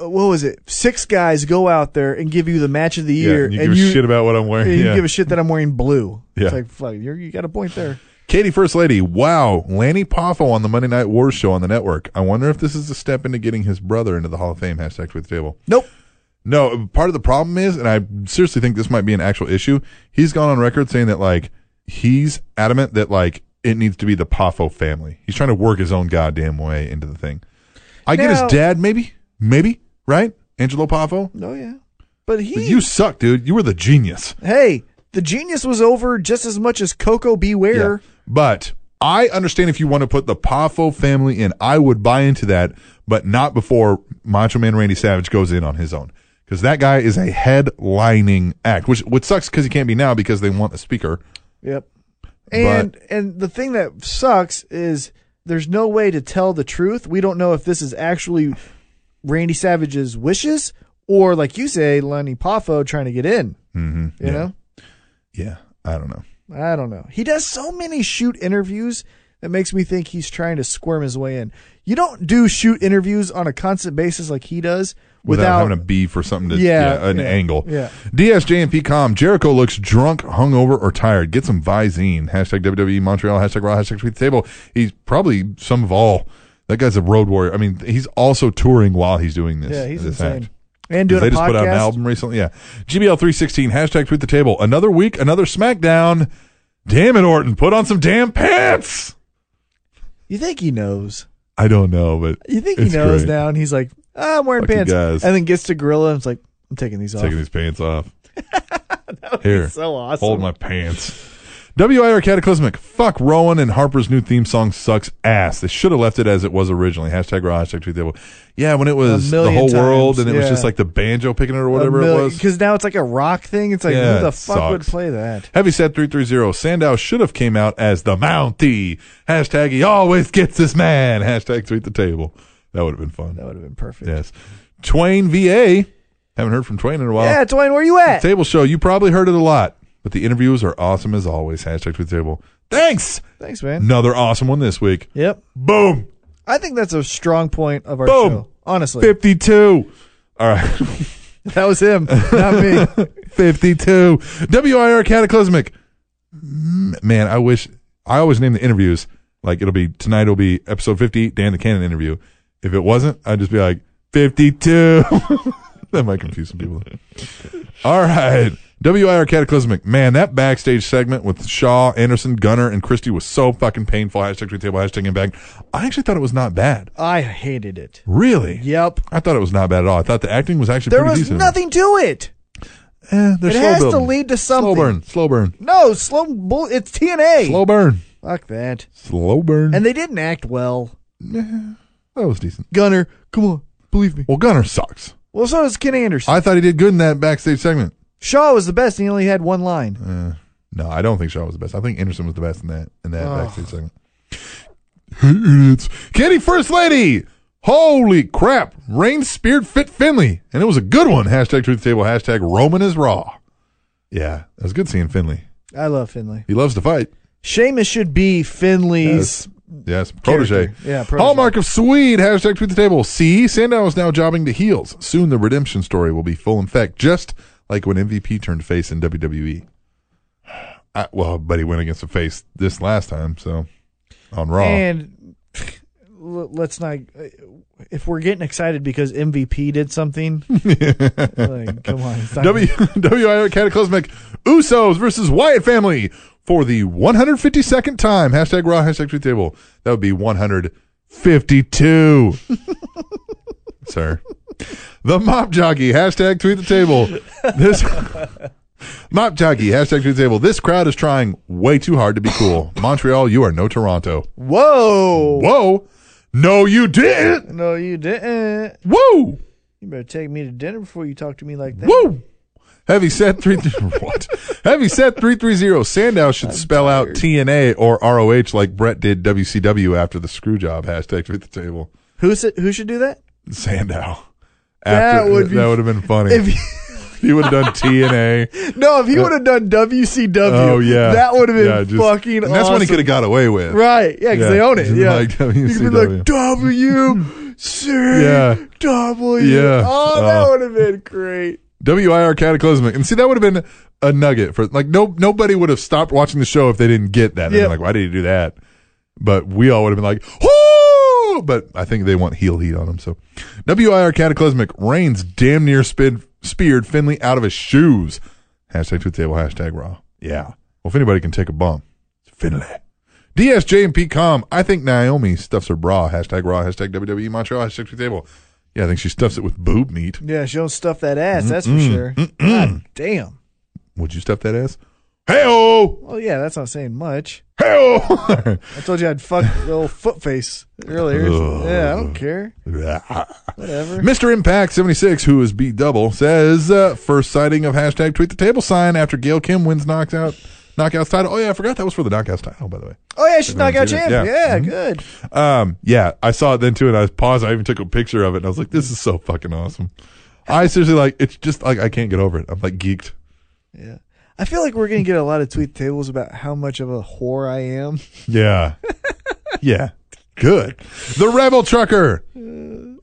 uh, what was it? Six guys go out there and give you the match of the Yeah, year, and you give a shit about what I'm wearing. and you Yeah. give a shit that I'm wearing blue. Yeah. It's like fuck, you're, you got a point there. Katie First Lady, wow, Lanny Poffo on the Monday Night Wars show on the network. I wonder if this is a step into getting his brother into the Hall of Fame. Hashtag tweet the table. Nope. No, part of the problem is, and I seriously think this might be an actual issue. He's gone on record saying that like he's adamant that like it needs to be the Poffo family. He's trying to work his own goddamn way into the thing. I get Now- his dad, maybe, maybe, right? Angelo Poffo. No, yeah. But he, But you suck, dude. You were the genius. hey, the genius was over just as much as Coco Beware. Yeah. But I understand if you want to put the Poffo family in, I would buy into that, but not before Macho Man Randy Savage goes in on his own. because that guy is a headlining act, which which sucks because he can't be now because they want a speaker. Yep. And and the thing that sucks is there's no way to tell the truth. We don't know if this is actually Randy Savage's wishes or, like you say, Lenny Poffo trying to get in. hmm You know, Yeah, I don't know. I don't know. He does so many shoot interviews that makes me think he's trying to squirm his way in. You don't do shoot interviews on a constant basis like he does Without, without, having a B for something to Yeah, yeah, an yeah, angle. yeah. DSJMP.com. Jericho looks drunk, hungover, or tired. Get some Visine. Hashtag WWE Montreal. Hashtag Raw. Hashtag Tweet the Table. He's probably some of all. That guy's a road warrior. I mean, he's also touring while he's doing this. Yeah, he's this insane. act. and doing they a just podcast. put out an album recently. Yeah. GBL 316, hashtag tweet the table. Another week, another SmackDown. Damn it, Orton. Put on some damn pants. You think he knows? I don't know, but. You think he it's knows great. now? And he's like, "Ah, I'm wearing Fuck you pants, guys. and then gets to Gorilla and it's like, I'm taking these off. Taking these pants off. Here. so awesome. Hold my pants. WIR Cataclysmic. Fuck Rowan and Harper's new theme song sucks ass. They should have left it as it was originally. Hashtag raw, hashtag tweet the table. Yeah, when it was the million whole world times, and it was yeah. just like the banjo picking it or whatever it was. Because now it's like a rock thing. It's like, Yeah, who the it fuck would sucks. play that? Heavy set 330. Sandow should have came out as the Mountie. Hashtag he always gets this man. Hashtag tweet the table. That would have been fun. That would have been perfect. Yes. Twain VA. Haven't heard from Twain in a while. Yeah, Dwayne, where you at? Table show. You probably heard it a lot, but the interviews are awesome as always. Hashtag tweet the table. Thanks. Thanks, man. Another awesome one this week. Yep. Boom. I think that's a strong point of our Boom. show. Honestly, 52. All right. that was him, not me. 52. WIR Cataclysmic. Mm, Man, I wish I always name the interviews. Like it'll be tonight it'll be episode 50, Dan the Cannon interview. If it wasn't, I'd just be like 52. that might confuse some people. All right. WIR Cataclysmic. Man, that backstage segment with Shaw, Anderson, Gunner, and Christie was so fucking painful. Hashtag tweet table, hashtag impact. I actually thought it was not bad. I hated it. Really? Yep. I thought it was not bad at all. I thought the acting was actually There pretty was decent. nothing to it. Eh, they're It slow has to building. lead to Slow something. burn. Slow burn. No, slow bull. It's TNA. Slow burn. Fuck that. Slow burn. And they didn't act well. that was decent. Gunner, come on, believe me. Well, Gunner sucks. Well, so does Ken Anderson. I thought he did good in that backstage segment. Shaw was the best. and He only had one line. No, I don't think Shaw was the best. I think Anderson was the best in that in that Oh. backstage segment. Hey, idiots. Kitty First Lady. Holy crap. Rain speared Fit Finley. And it was a good one. Hashtag truth table. Hashtag Roman is raw. Yeah. It was good seeing Finley. I love Finley. He loves to fight. Sheamus should be Yes. Finley's. Yes, protege. Character. Yeah, protege. Hallmark of Swede. Hashtag tweet the table. See, Sandow is now jobbing to heels. Soon the redemption story will be full in effect, just like when MVP turned face in WWE. I, Uh, well, but he went against a face this last time, so on Raw. And l- let's not. If we're getting excited because MVP did something, like, come on. it's not- W WIR Cataclysmic Usos versus Wyatt Family for the 152nd time. Hashtag Raw. Hashtag tweet the table. That would be 152. sir. The Mop Jockey, hashtag tweet the table. This Mop Jockey, hashtag tweet the table. This crowd is trying way too hard to be cool. Montreal, you are no Toronto. Whoa! Whoa. No, you didn't. No, you didn't. Whoa. You better take me to dinner before you talk to me like that. Woo. Heavy set three what? Heavy set three three zero. Sandow should spell out TNA or ROH like Brett did WCW after the screw job. Hashtag tweet the table. Who said, Who should do that? Sandow. That would be- that would have been funny. If If he, he would have done TNA. no, if he would have done WCW, Uh, Oh yeah, that would have been Yeah, just- fucking. And that's when he awesome. could have got away with. Right? Yeah, because Yeah, they own it. just Yeah, like you could be like W C Yeah. W. Yeah. Oh, that Oh. would have been great. WIR Cataclysmic, and see that would have been a nugget for like no nobody would have stopped watching the show if they didn't get that. They'd Yep. been like, why did you do that? But we all would have been like, whoo! But I think they want heel heat on them. So WIR Cataclysmic Reigns damn near spin, speared Finley out of his shoes. Hashtag tweet table. Hashtag Raw. Yeah. Well, if anybody can take a bump, it's Finley. DSJ and PCOM. I think Naomi stuffs her bra. Hashtag Raw. Hashtag WWE Montreal. Hashtag tweet table. Yeah, I think she stuffs it with boob meat. Yeah, she don't stuff that ass. That's for sure. God damn. Would you stuff that ass? Hey-oh! Well, yeah, that's not saying much. Hey-oh! I told you I'd fuck little foot face earlier. yeah, I don't care. Whatever. Mr. Impact 76, who is beat double, says uh, first sighting of hashtag tweet the table sign after Gail Kim wins knocks out knockouts title. Oh yeah, I forgot that was for the knockouts title, by the way. Oh yeah, she's knockout Yeah. champ. Yeah, Mhm. good. Um, yeah, I saw it then too, and I was paused. I even took a picture of it, and I was like, "This is so fucking awesome." I seriously like it's just like I can't get over it. I'm like geeked. Yeah. I feel like we're gonna get a lot of tweet tables about how much of a whore I am. Yeah, yeah, good. The Rebel Trucker.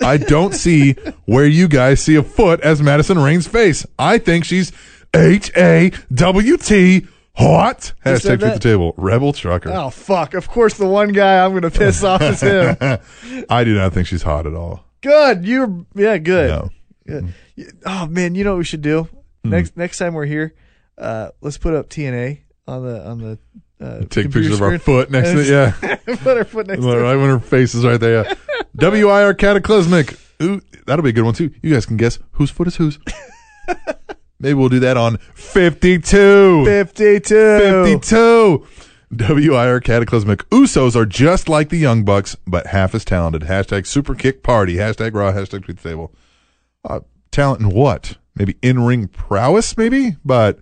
I don't see where you guys see a foot as Madison Rain's face. I think she's H A W T hot. Who Hashtag said to the that? table. Rebel Trucker. Oh fuck! Of course, the one guy I'm gonna piss off is him. I do not think she's hot at all. Good. You're yeah. Good. No. Hmm. Good. Y- Oh man, you know what we should do next next time we're here? Uh, let's put up TNA on the on the. Uh, Take computer pictures of our screen. foot next to it. Yeah. put our foot next to it. Right when her face is right there. Yeah. WIR Cataclysmic. Ooh, that'll be a good one too. You guys can guess whose foot is whose. Maybe we'll do that on 52. 52. 52. WIR Cataclysmic. Usos are just like the Young Bucks, but half as talented. Hashtag Super Kick Party. Hashtag Raw. Hashtag Tweet the Table. Uh, talent in what? Maybe in ring prowess, maybe? But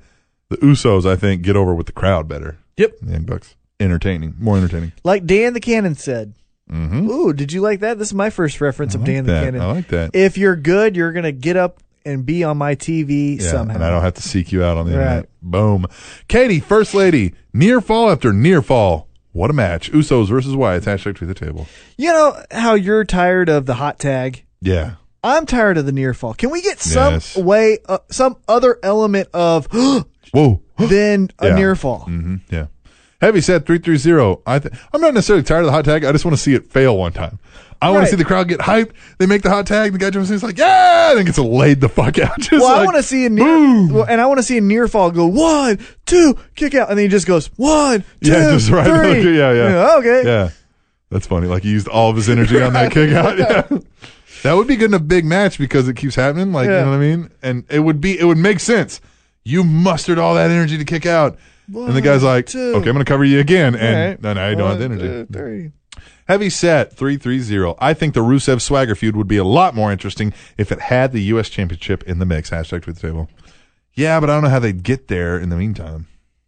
the Usos, I think, get over with the crowd better. Yep. The Young Bucks. Entertaining. More entertaining. Like Dan the Cannon said. Ooh, did you like that? This is my first reference of Dan that. the Cannon. Mm-hmm. I like that. If you're good, you're gonna get up and be on my TV Yeah, somehow. And I don't have to seek you out on the Right. internet. Boom. Katie, first lady, near fall after near fall. What a match. Usos versus Wyatt's hashtag to the table. you know how you're tired of the hot tag. Yeah. I'm tired of the near fall. Can we get some Yes. way, uh, some other element of Whoa. than a Yeah. near fall? hmm Yeah. Heavy set 330. I th- I'm not necessarily tired of the hot tag. I just want to see it fail one time. I want Right. to see the crowd get hyped. They make the hot tag. The guy jumps in. He's like, yeah. And then gets laid the fuck out. Just Well, I like, want to see a near, boom. well, and I want to see a near fall go one, two, kick out, and then he just goes one, two, Yeah, just right. three. Yeah, yeah. okay. Yeah. That's funny. Like he used all of his energy on that kick out. Yeah. That would be good in a big match because it keeps happening. Like, you Yeah. know what I mean? And it would be, it would make sense. You mustered all that energy to kick out. and the guy's like, two. okay, I'm going to cover you again. All And right. no, no, I don't have the One, energy. two, three. Heavy set 330. I think the Rusev swagger feud would be a lot more interesting if it had the U.S. championship in the mix. Hashtag tweet the table. Yeah, but I don't know how they'd get there in the meantime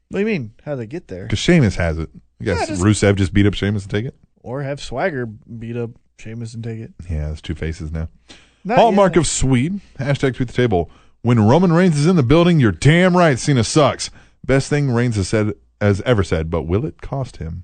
What do you mean? How they get there? because Sheamus has it. I guess just- Rusev just beat up Sheamus to take it. Or have Swagger beat up Sheamus and take it? Yeah, it's two faces now. Not Hallmark yet. of Swede. Hashtag tweet the table. When Roman Reigns is in the building, you're damn right Cena sucks. Best thing Reigns has said has ever said, but will it cost him?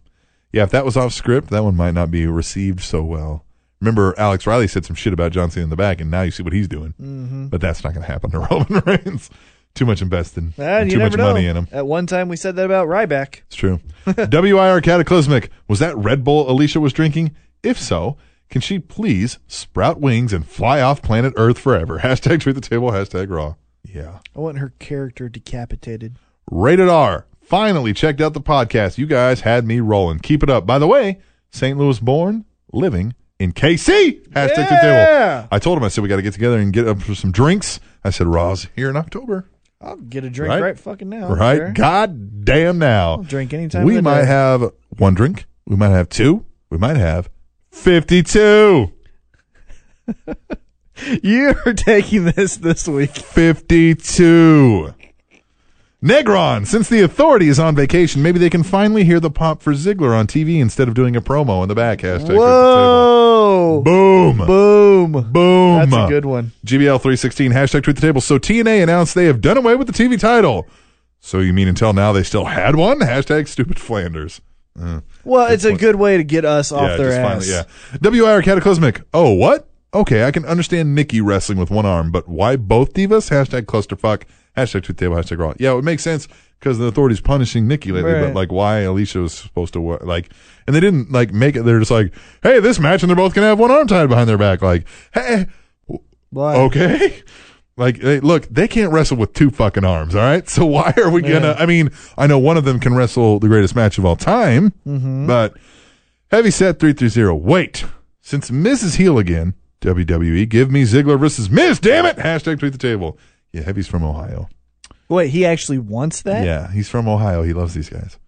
Yeah, if that was off script, that one might not be received so well. Remember, Alex Riley said some shit about John Cena in the back, and now you see what he's doing. Mm-hmm. But that's not going to happen to Roman Reigns. Too much invested, Ah, and you too much never know. money in him. At one time, we said that about Ryback. It's true. WIR Cataclysmic. Was that Red Bull Alicia was drinking? If so, can she please sprout wings and fly off planet Earth forever? Hashtag tweet the table, hashtag raw. Yeah. I want her character decapitated. Rated R. Finally checked out the podcast. You guys had me rolling. Keep it up. By the way, St. Louis born, living in KC. Hashtag tweet the Yeah. table. I told him, I said, we got to get together and get up for some drinks. I said, Raw's here in October. I'll get a drink Right. right, fucking now. I don't Right? care. God damn now. drink any time We of the might day. have one drink. We might have two. We might have 52. You're taking this this week. 52. Negron, since the authority is on vacation, maybe they can finally hear the pop for Ziggler on TV instead of doing a promo in the back. Hashtag Whoa. tweet the table. Boom. Boom. Boom. That's a good one. GBL 316, hashtag tweet the table. So TNA announced they have done away with the TV title. So you mean until now they still had one? Hashtag stupid Flanders. Well, it's a good way to get us off their ass. finally, yeah. WIR Cataclysmic. Oh, what? Okay, I can understand Nikki wrestling with one arm, but why both divas? Hashtag clusterfuck. Hashtag tweet table. Hashtag raw. Yeah, it would make sense because the authorities punishing Nikki lately, but Right. like why Alicia was supposed to wa- like, and they didn't like make it. They're just like, hey, this match, and they're both gonna have one arm tied behind their back. Like, hey, Why? Oh. okay. Like, hey, look, they can't wrestle with two fucking arms, all right? So why are we gonna? I mean, I know one of them can wrestle the greatest match of all time, but heavy set three three zero. Wait, since Miz is heel again, E, WWE, give me Ziggler versus Miz. Damn it! Hashtag tweet the table. Yeah, heavy's from Ohio. Wait, he actually wants that? Yeah, he's from Ohio. He loves these guys.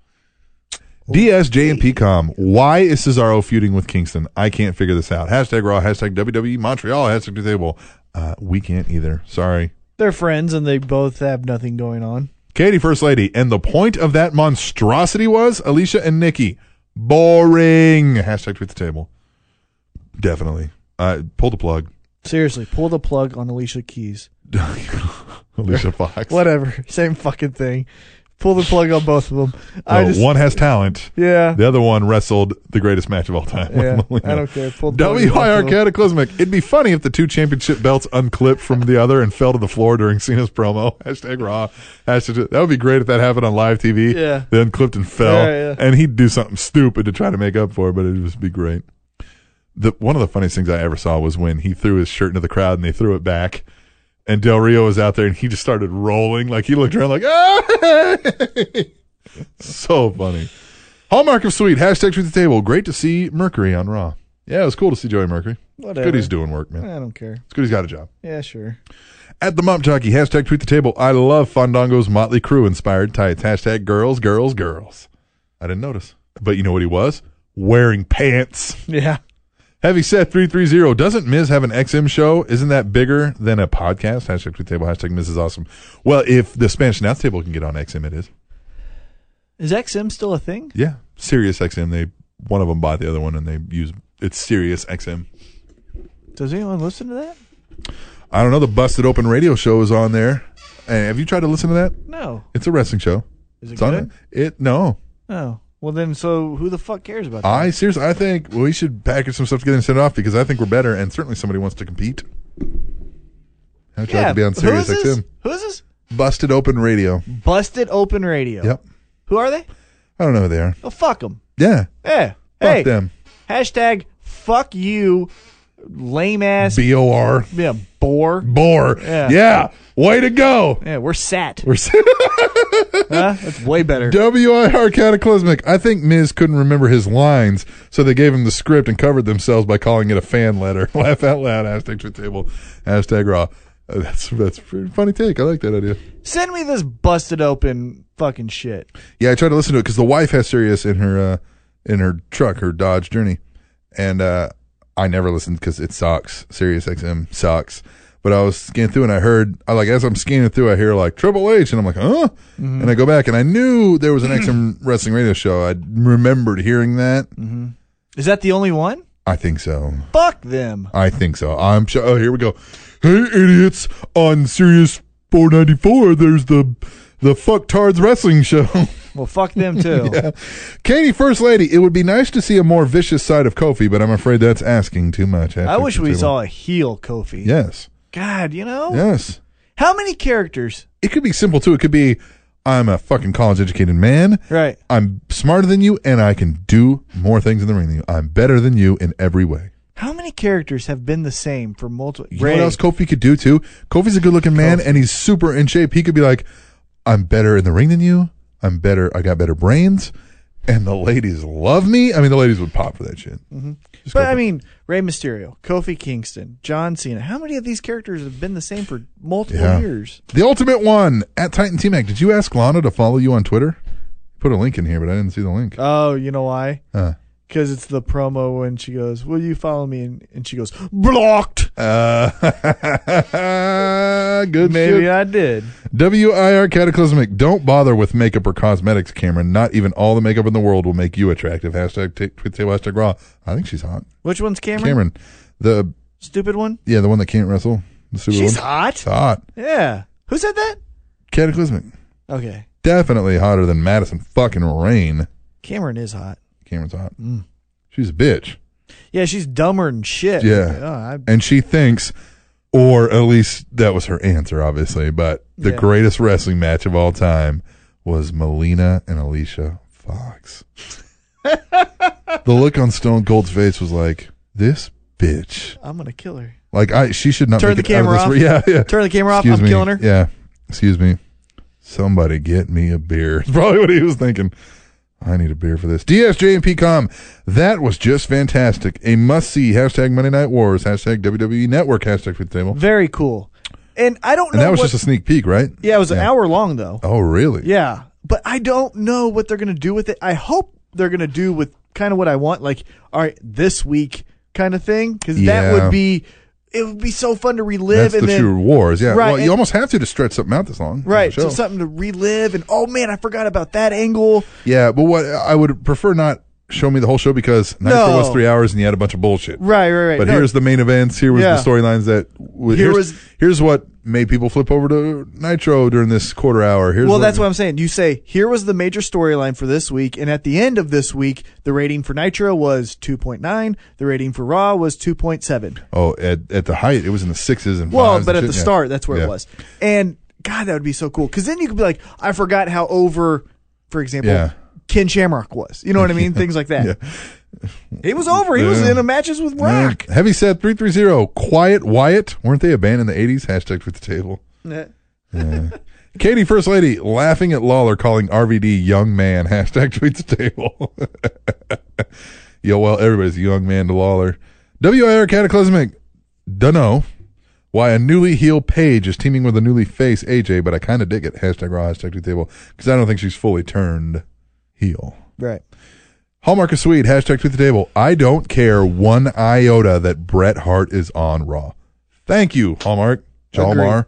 DSJ and PCOM. Why is Cesaro feuding with Kingston? I can't figure this out. Hashtag Raw, hashtag WWE Montreal, hashtag Table. Uh, we can't either. Sorry. They're friends and they both have nothing going on. Katie, First Lady. And the point of that monstrosity was Alicia and Nikki. Boring. Hashtag tweet the table. Definitely. Uh, pull the plug. Seriously, pull the plug on Alicia Keys. Alicia Fox. Whatever. Same fucking thing. Pull the plug on both of them. I Well, just one has talent. Yeah. The other one wrestled the greatest match of all time. Yeah, with Melina. I don't care. Pull the plug on both WIR of them. Cataclysmic. It'd be funny if the two championship belts unclipped from the other and fell to the floor during Cena's promo. Hashtag Raw. Hashtag, that would be great if that happened on live TV. Yeah. They unclipped and fell. Yeah, yeah. And he'd do something stupid to try to make up for it, but it'd just be great. The, one of the funniest things I ever saw was when he threw his shirt into the crowd and they threw it back. And Del Rio was out there and he just started rolling. Like he looked around like, ah! so funny. Hallmark of Sweet, hashtag tweet the table. Great to see Mercury on Raw. Yeah, it was cool to see Joey Mercury. Whatever. Good he's doing work, man. I don't care. It's good he's got a job. Yeah, sure. At the Mop Jockey, hashtag tweet the table. I love Fandango's Motley Crew inspired tights. Hashtag girls, girls, girls. I didn't notice. But you know what he was? Wearing pants. Yeah. Heavy set 330. Doesn't Miz have an XM show? Isn't that bigger than a podcast? Hashtag tweet the table. Hashtag Miz is awesome. Well, if the Spanish announce table can get on XM, it is. Is XM still a thing? Yeah, Sirius XM. They one of them bought the other one, and they use it's Sirius XM. Does anyone listen to that? I don't know. The Busted Open radio show is on there. And have you tried to listen to that? No. It's a wrestling show. Is it it's on good? it. It no. Oh. Well, then, so who the fuck cares about that? I seriously, I think we should package some stuff together and send it off because I think we're better, and certainly somebody wants to compete. I'd like to be on who is Sirius this? XM. Who is this? Busted Open Radio. Busted Open Radio. Yep. Who are they? I don't know who they are. Oh, fuck them. Yeah. Yeah. Fuck hey. them. Hashtag fuck you, lame ass. B O R. yeah, bore. Bore. Yeah. yeah. Way to go. Yeah, we're sat. We're huh? That's way better. WIR Cataclysmic. I think Miz couldn't remember his lines, so they gave him the script and covered themselves by calling it a fan letter. Laugh out loud. Hashtag to the table. Hashtag raw. Uh, That's that's a pretty funny take. I like that idea. Send me this busted open fucking shit. Yeah, I tried to listen to it because the wife has Sirius in her uh, in her truck, her Dodge Journey, and uh, I never listened because it sucks. Sirius XM sucks. But I was scanning through and I heard, I like as I'm scanning through, I hear like Triple H, and I'm like, huh? And I go back and I knew there was an XM wrestling radio show. I remembered hearing that. Is that the only one? I think so. Fuck them. I think so. I'm sure. Oh, here we go. Hey, idiots! On Sirius 494, there's the the fucktards wrestling show. Well, fuck them too. Katie, first lady. It would be nice to see a more vicious side of Kofi, but I'm afraid that's asking too much. I wish we saw a heel Kofi. Yes, God, you know yes. how many characters? It could be simple too. It could be, I'm a fucking college-educated man. Right. I'm smarter than you, and I can do more things in the ring than you. I'm better than you in every way. How many characters have been the same for multiple? You know what else Kofi could do too? Kofi's a good looking man and he's super in shape. He could be like, I'm better in the ring than you. I'm better. I got better brains. And the ladies love me. I mean, the ladies would pop for that shit. Just But Kofi. I mean, Rey Mysterio, Kofi Kingston, John Cena. How many of these characters have been the same for multiple Yeah. years? the ultimate one at Titan T Mac. Did you ask Lana to follow you on Twitter? Put a link in here, but I didn't see the link. Oh, you know why? Huh. Because it's the promo when she goes, "Will you follow me?" and, and she goes, "Blocked." Uh, good Maybe shit. I did. WIR Cataclysmic. Don't bother with makeup or cosmetics, Cameron. Not even all the makeup in the world will make you attractive. Hashtag t- tweet table, hashtag raw. I think she's hot. Which one's Cameron? Cameron, the Stupid one. yeah, the one that can't wrestle. The super She's one. hot. She's hot. Yeah. Who said that? Cataclysmic. Okay. Definitely hotter than Madison fucking Rain. Cameron is hot. Cameron's hot. Mm. She's a bitch. Yeah, she's dumber than shit. Yeah. Oh, I- And she thinks, or at least that was her answer, obviously, but the Yeah. greatest wrestling match of all time was Melina and Alicia Fox. the look on Stone Cold's face was like, this bitch. I'm gonna kill her. Like, I she should not Turn make the it out of camera off. this- Yeah, yeah. Turn the camera off. Excuse I'm me. killing her. Yeah. Excuse me. Somebody get me a beer. Probably what he was thinking. I need a beer for this. DSJ and PCOM. That was just E fantastic. A must see. Hashtag Monday Night Wars. Hashtag WWE Network. Hashtag for the table. Very cool. And I don't And know. that was what- just a sneak peek, right? yeah, it was an hour long though. Oh, really? Yeah, but I don't know what they're gonna do with it. I hope they're gonna do with kind of what I want, like all right, this week kind of thing, because Yeah. that would be it would be so fun to relive. That's and the then, true rewards. Yeah. right, well, you and- almost have to to stretch something out this long. on the right? So show. something to relive, and oh man, I forgot about that angle. yeah, but what I would prefer not show me the whole show because Nitro No. was three hours and you had a bunch of bullshit. Right, right, right. But No, here's the main events. Here was Yeah. the storylines that. w- Here here's, was- here's what made people flip over to Nitro during this quarter hour. Here's well, that's what I'm saying. You say here was the major storyline for this week, and at the end of this week, the rating for Nitro was 2.9, the rating for Raw was 2.7. Oh, at, at the height, it was in the sixes and Well, fives but at and the shit, yeah. start, that's where Yeah. it was. And God, that would be so cool because then you could be like, I forgot how over, for example, Yeah. Ken Shamrock was. You know what I mean? Things like that. He was over. He was Yeah. in a matches with Yeah. Rock. Heavy set 330. Quiet Wyatt. Weren't they a band in the 80s? Hashtag with the table. Yeah. Katie, First Lady, laughing at Lawler calling RVD young man. Hashtag tweets the table. Yo, well, everybody's a young man to Lawler. WIR Cataclysmic, dunno why a newly heel Paige is teaming with a newly face AJ, but I kind of dig it. Hashtag raw, hashtag tweet the table, because I don't think she's fully turned heel. Right. Hallmark is sweet, hashtag tweet the table. I don't care one iota that Bret Hart is on Raw. Thank you, Hallmark. Jalmar.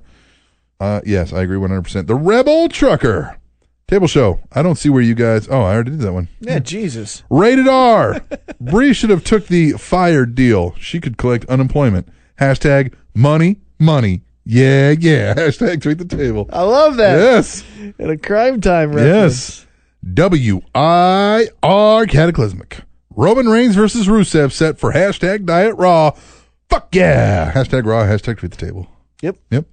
Uh, yes, I agree 100%. The Rebel Trucker. Table show. I don't see where you guys. Oh, I already did that one. Yeah, Jesus. Rated R. Bree should have took the fired deal. She could collect unemployment. Hashtag money, money. Yeah, yeah. Hashtag tweet the table. I love that. Yes. And a crime time reference. Yes. W I R Cataclysmic. Roman Reigns versus Rusev set for hashtag Diet Raw. Fuck yeah. Hashtag Raw. Hashtag tweet the table. Yep. Yep.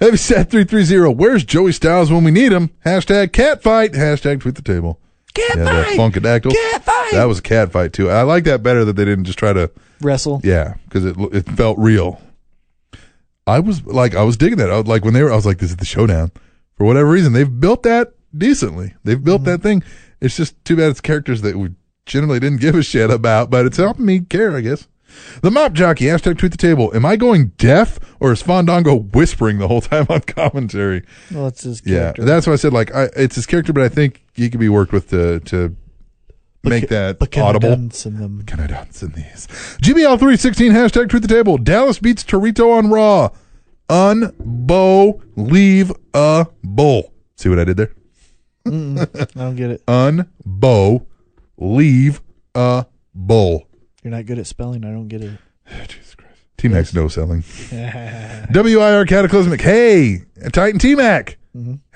Heavy set 330. Where's Joey Styles when we need him? Hashtag catfight. Hashtag tweet the table. Catfight. Yeah, that Funkadactyl. Catfight. That was a catfight, too. I like that better that they didn't just try to, Wrestle. yeah, because it, it felt real. I was like, I was digging that. I was, like when they were, I was like, this is the showdown. For whatever reason, they've built that decently. They've Mm-hmm. built that thing. It's just too bad it's characters that we generally didn't give a shit about, but it's helping me care, I guess. The mop jockey, hashtag tweet the table. Am I going deaf or is Fandango whispering the whole time on commentary? Well, it's his Yeah, character. that's why I said like I, it's his character, but I think he could be worked with to to make that but can I audible. dance in them? Can I dance in these? GBL three sixteen hashtag tweet the table. Dallas beats Torito on Raw. Unbo leave a bull. See what I did there? I don't get it. Unbo leave a bull. You're not good at spelling. I don't get it. Jesus Christ. T Mac's no selling. WIR Cataclysmic. Hey, Titan T Mac.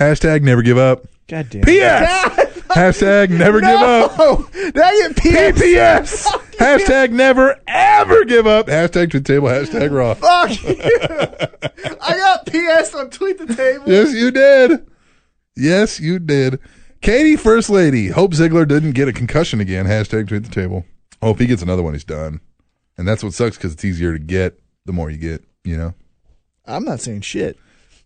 Hashtag never give up. God damn. it. P.S. Hashtag never give up. Oh, that get P.S. P.P.S. Hashtag never ever give up. Hashtag to the table. Hashtag raw. Fuck you. I got PS on tweet the table. Yes, you did. Yes, you did. Katie, first lady. Hope Ziggler didn't get a concussion again. Hashtag tweet the table. Oh, if he gets another one, he's done. And that's what sucks because it's easier to get the more you get. You know, I'm not saying shit.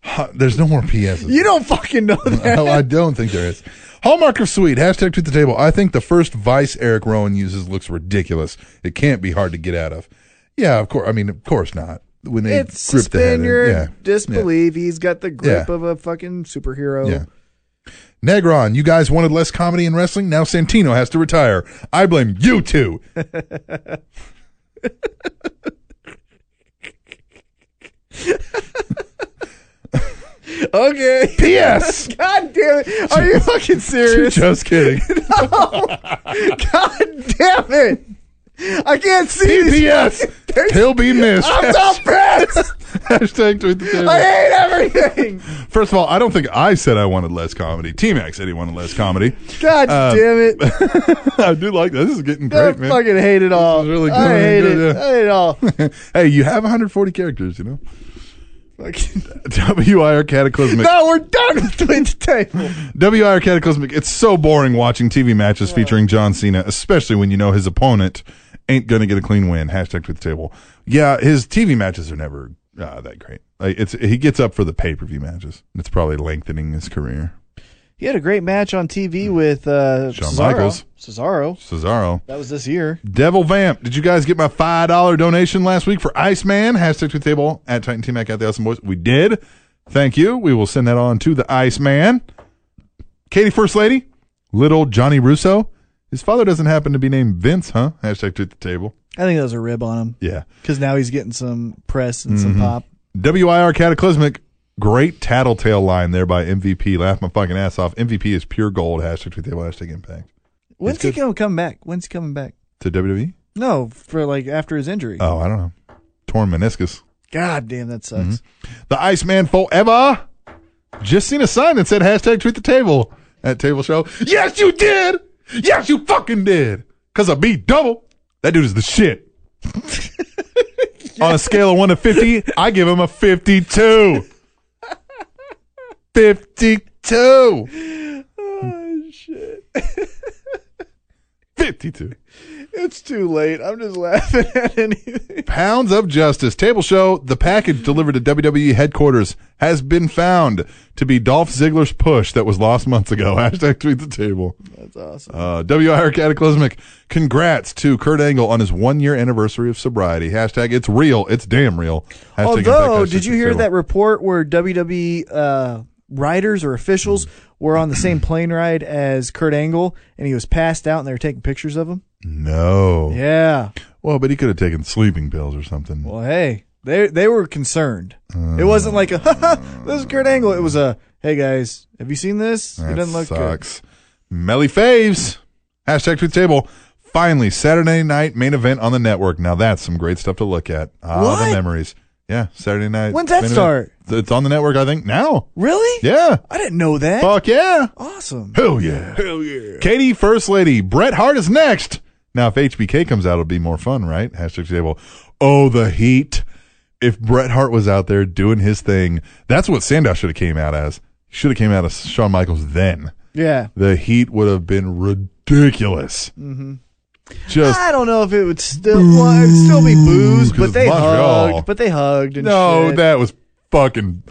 Huh, there's no more PSs. You don't fucking know that. no, I don't think there is. Hallmark of Sweet, hashtag to the table. I think the first vice Eric Rowan uses looks ridiculous. It can't be hard to get out of. Yeah, of course. I mean, of course not. When they It's grip the head suspend in. your yeah. disbelief. He's got the grip Yeah. of a fucking superhero. Yeah. Negron, you guys wanted less comedy in wrestling. Now Santino has to retire. I blame you two. Okay. P.S. God damn it. Are you fucking serious? Just kidding. God damn it. I can't see these. P.P.S. He'll be missed. I'm so pissed. Hashtag tweet the table. I hate everything. First of all, I don't think I said I wanted less comedy. T Mac said he wanted less comedy. God Uh, damn it. I do like that. This is getting I great, man. fucking hate it all. is really I good. hate Good, it. yeah. I hate it all. hey, you have 140 characters, you know? Fucking- WIR Cataclysmic. no, we're done with Twin Table. WIR Cataclysmic. It's so boring watching TV matches featuring John Cena, especially when you know his opponent ain't going to get a clean win. Hashtag to the table. Yeah, his TV matches are never uh, that great. Like, it's He gets up for the pay per view matches. It's probably lengthening his career. He had a great match on TV with uh, Hmm. Shawn Cesaro. Michaels. Cesaro. Cesaro. That was this year. Devil Vamp, did you guys get my five dollar donation last week for Iceman? Hashtag tweet table at Titan T Mac at the Awesome Boys. We did. Thank you. We will send that on to the Iceman. Katie First Lady, little Johnny Russo. His father doesn't happen to be named Vince, huh? Hashtag tweet the table. I think that was a rib on him Yeah. because now he's getting some press and Mm-hmm. some pop. WIR Cataclysmic, great tattletale line there by MVP. Laugh my fucking ass off. MVP is pure gold. Hashtag tweet the table. Hashtag impact. When's he gonna come back? When's he coming back? To WWE? No, for like after his injury. Oh, I don't know. Torn meniscus. God damn, that sucks. mm-hmm. The Iceman Forever. Just seen a sign that said hashtag tweet the table at table show. Yes, you did. Yes, you fucking did. Cause I beat double. That dude is the shit. On a scale of one to 50, I give him a 52. 52. Oh, 52. It's too late. I'm just laughing at anything. Pounds of Justice Table Show. The package delivered to WWE headquarters has been found to be Dolph Ziggler's push that was lost months ago. Hashtag tweet the table. That's awesome. Uh, WIR Cataclysmic. Congrats to Kurt Angle on his one year anniversary of sobriety. Hashtag it's real. It's damn real. Hashtag Although, impact did you hashtag hear table. that report where WWE uh, writers or Mm. officials were on the same plane ride as Kurt Angle and he was passed out and they were taking pictures of him? No. Yeah. Well, but he could have taken sleeping pills or something. Well, hey, they they were concerned. it wasn't like a ha ha, this is Kurt Angle. It was a hey guys, have you seen this? That it doesn't look good. sucks. Melly Faves. Hashtag tweet table. Finally, Saturday night main event on the network. Now that's some great stuff to look at. Ah, What? the memories. Yeah, Saturday night. When's that main event. start? It's on the network, I think, now. Really? Yeah. I didn't know that. Fuck yeah. Awesome. Hell yeah. Hell yeah. Katie, first lady. Bret Hart is next. Now, if HBK comes out, it'll be more fun, right? Hashtag table. Oh, the heat. If Bret Hart was out there doing his thing, that's what Sandow should have came out as. He should have came out as Shawn Michaels then Yeah. the heat would have been ridiculous. Just I don't know if it would still well, it would still be booze, 'cause but it's they Montreal. hugged, but they hugged and no, shit. that was fucking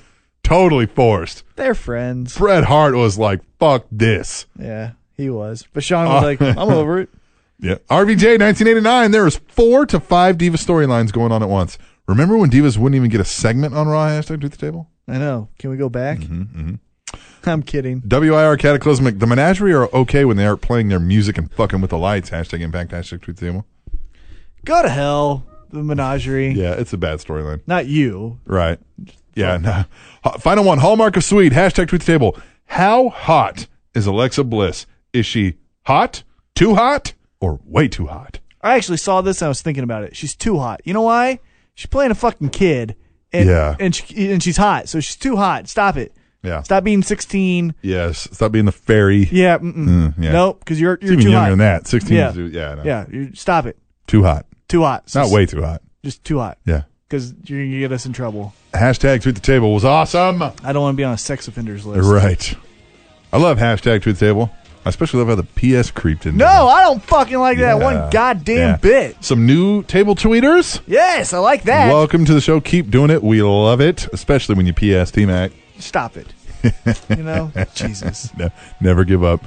totally forced. they're friends. Bret Hart was like, "Fuck this." Yeah, he was. But Sean was like, I'm over it. Yeah, RVJ, nineteen eighty nine. There was four to five diva storylines going on at once. Remember when divas wouldn't even get a segment on Raw? Hashtag Truth the Table. I know. Can we go back? Mm-hmm, I'm kidding. WIR Cataclysmic. The Menagerie are okay when they aren't playing their music and fucking with the lights. Hashtag Impact. Hashtag Truth the Table. Go to hell, the menagerie. Yeah, it's a bad storyline. Not you. Right. Yeah. Nah. Ha- Final one. Hallmark of sweet. Hashtag tweet the table. How hot is Alexa Bliss? Is she hot, too hot, or way too hot? I actually saw this and I was thinking about it. She's too hot. You know why? She's playing a fucking kid. And, Yeah. And, she, and she's hot. So she's too hot. Stop it. Yeah. Stop being 16. Yes. Stop being the fairy. Yeah. Mm-mm. Mm, yeah. Nope. Because you're, It's you're even too younger hot. than that. 16 Yeah. is, yeah, no. Yeah. You, stop it. Too hot. Too hot. It's not way too hot. Just too hot. Yeah. Because you're going to get us in trouble. Hashtag tweet the table was awesome. I don't want to be on a sex offenders list. Right. I love hashtag tweet the table. I especially love how the PS creeped in. No, there. I don't fucking like that Yeah. one goddamn Yeah. bit. Some new table tweeters. Yes, I like that. Welcome to the show. Keep doing it. We love it, especially when you PS T Mac. Stop it. You know? Jesus. No, never give up.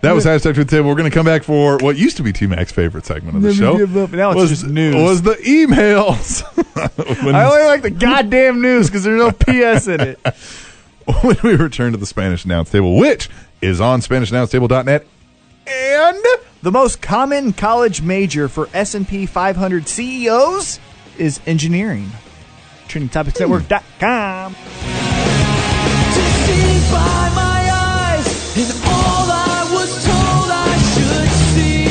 That was hashtag to the table. We're going to come back for what used to be T Mac's favorite segment of the Never show. give up. Now it's was, just news. Was the emails when, I only like the goddamn news because there's no PS in it. when we return to the Spanish announce table, which is on SpanishAnnounceTable.net. And the most common college major for S&P 500 CEOs E is engineering. TrendingTopicsNetwork.com. To see by my eyes is all I was told I should see.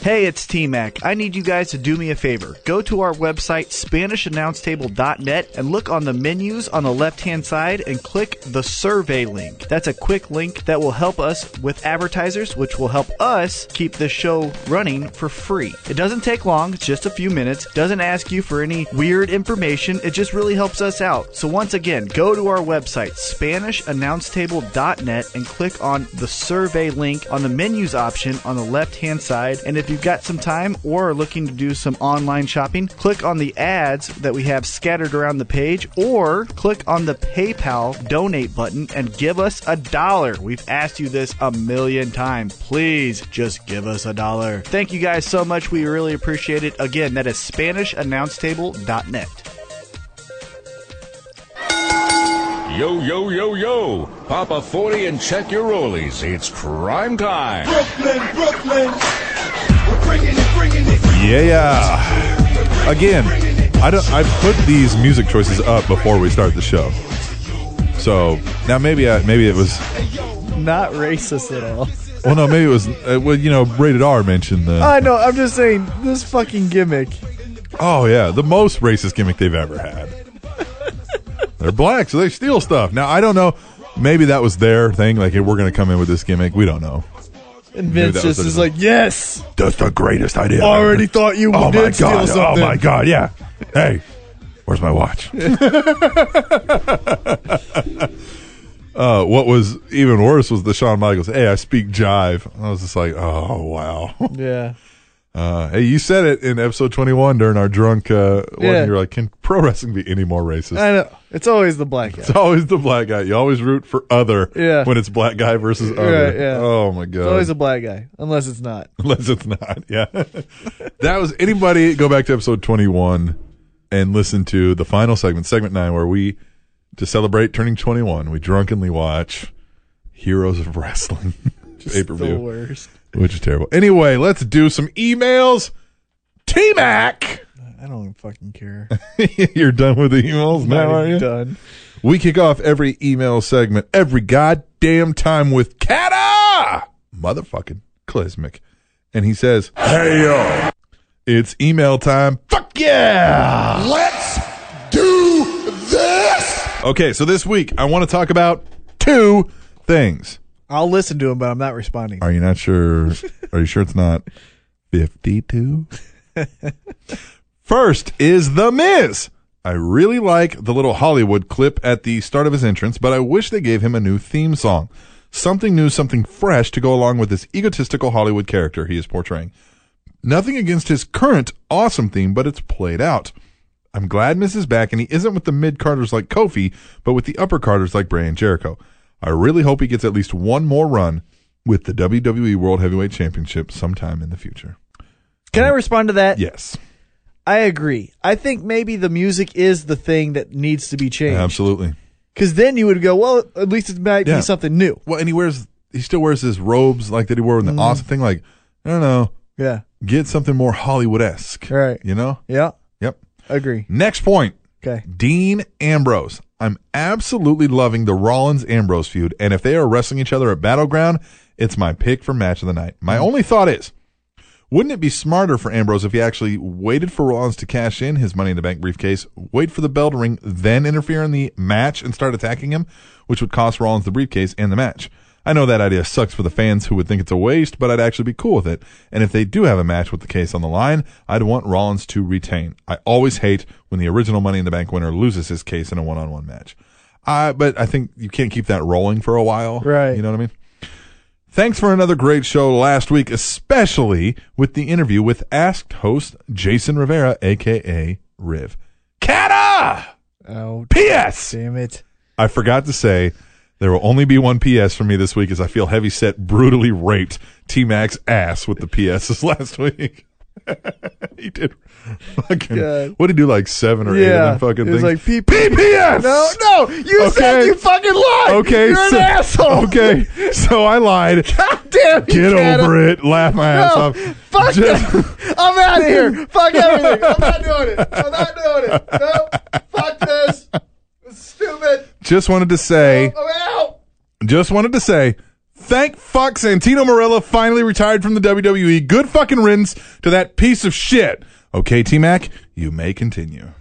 Hey, it's T Mac. I need you guys to do me a favor. Go to our website, SpanishAnnounceTable.net, and look on the menus on the left hand side and click the survey link. That's a quick link that will help us with advertisers, which will help us keep the show running for free. It doesn't take long, it's just a few minutes, doesn't ask you for any weird information, it just really helps us out. So, once again, go to our website, SpanishAnnounceTable.net, and click on the survey link on the menus option on the left hand side. And if you you've got some time or are looking to do some online shopping, click on the ads that we have scattered around the page or click on the PayPal donate button and give us a dollar. We've asked you this a million times. Please just give us a dollar. Thank you guys so much. We really appreciate it. Again, that is SpanishAnnounceTable.net. Yo, yo, yo, yo. Pop a 40 and check your rollies. It's crime time. Brooklyn, Brooklyn. We're bringing it, bringing it. Yeah, yeah. Again, I don't. I put these music choices up before we start the show. So now maybe I maybe it was Not racist at all. well no maybe it was uh, well you know rated R mentioned the I know. I'm just saying this fucking gimmick. oh yeah the most racist gimmick they've ever had. They're black, so they steal stuff. Now I don't know. Maybe that was their thing. Like hey, we're gonna come in with this gimmick. We don't know. And Maybe Vince that was just the- is like, yes. That's the greatest idea. I've ever Already thought you Oh my did steal god! Oh something. my god! Yeah. Hey, where's my watch? uh, what was even worse was the Shawn Michaels. Hey, I speak jive. I was just like, oh wow. Yeah. Uh, hey, you said it in episode twenty-one during our drunk uh, one. Yeah. You're like, can pro wrestling be any more racist? I know. It's always the black guy. it's always the black guy. You always root for other Yeah. when it's black guy versus other. Right, yeah. Oh my It's god! always a black guy, unless it's not. unless it's not. Yeah. that was anybody go back to episode 21 and listen to the final segment, segment 9 where we to celebrate turning 21, we drunkenly watch Heroes of Wrestling The pay-per-view, worst. which is terrible. Anyway, let's do some emails. T-Mac, I don't even fucking care. you're done with the emails now, Not are even you? Done. We kick off every email segment every goddamn time with Kata! Motherfucking Klesmic. And he says, Hey, yo. It's email time. Fuck yeah! Let's do this! Okay, so this week I want to talk about two things. I'll listen to him, but I'm not responding. Are you not sure? Are you sure it's not 52? First is The Miz. I really like the little Hollywood clip at the start of his entrance, but I wish they gave him a new theme song. Something new, something fresh to go along with this egotistical Hollywood character he is portraying. Nothing against his current awesome theme, but it's played out. I'm glad Miz is back, and he isn't with the mid Carters like Kofi, but with the upper Carters like Bray and Jericho. I really hope he gets at least one more run with the WWE World Heavyweight Championship sometime in the future. Can I respond to that? Yes, I agree. I think maybe the music is the thing that needs to be changed. absolutely. Because then you would go, well, at least it might Yeah. be something new. Well, and he wears he still wears his robes like that he wore in the awesome thing. Like I don't know, Yeah. get something more Hollywood esque, Right. You know. Yeah. Yep. Agree. Next point. Okay. Dean Ambrose. I'm absolutely loving the Rollins Ambrose feud, and if they are wrestling each other at Battleground, it's my pick for match of the night. My only thought is, wouldn't it be smarter for Ambrose if he actually waited for Rollins to cash in his Money in the Bank briefcase, wait for the bell to ring, then interfere in the match and start attacking him, which would cost Rollins the briefcase and the match? I know that idea sucks for the fans who would think it's a waste, but I'd actually be cool with it. And if they do have a match with the case on the line, I'd want Rollins to retain. I always hate when the original Money in the Bank winner loses his case in a one-on-one match. I, but I think you can't keep that rolling for a while. Right. You know what I mean? Thanks for another great show last week, especially with the interview with Asked host Jason Rivera, aka Riv. Kata! Oh, P.S. damn it. I forgot to say there will only be one P.S. from me this week as I feel heavy set brutally raped T Mac's ass with the P.S.s last week. he did fucking. God. What did he do? Like seven or eight Yeah. of them fucking It was things. like, P- P.P.S. No, no. You said Okay. you fucking lied. Okay, You're so, an asshole. Okay, so I lied. God damn you, Get Canada. over it. Laugh my ass No, off. fuck that. I'm out of here. Fuck everything. I'm not doing it. I'm not doing it. No, fuck this. This is stupid. Just wanted to say, I'm out. just wanted to say, thank fuck Santino Morella finally retired from the WWE. Good fucking riddance to that piece of shit. Okay, T Mac, you may continue.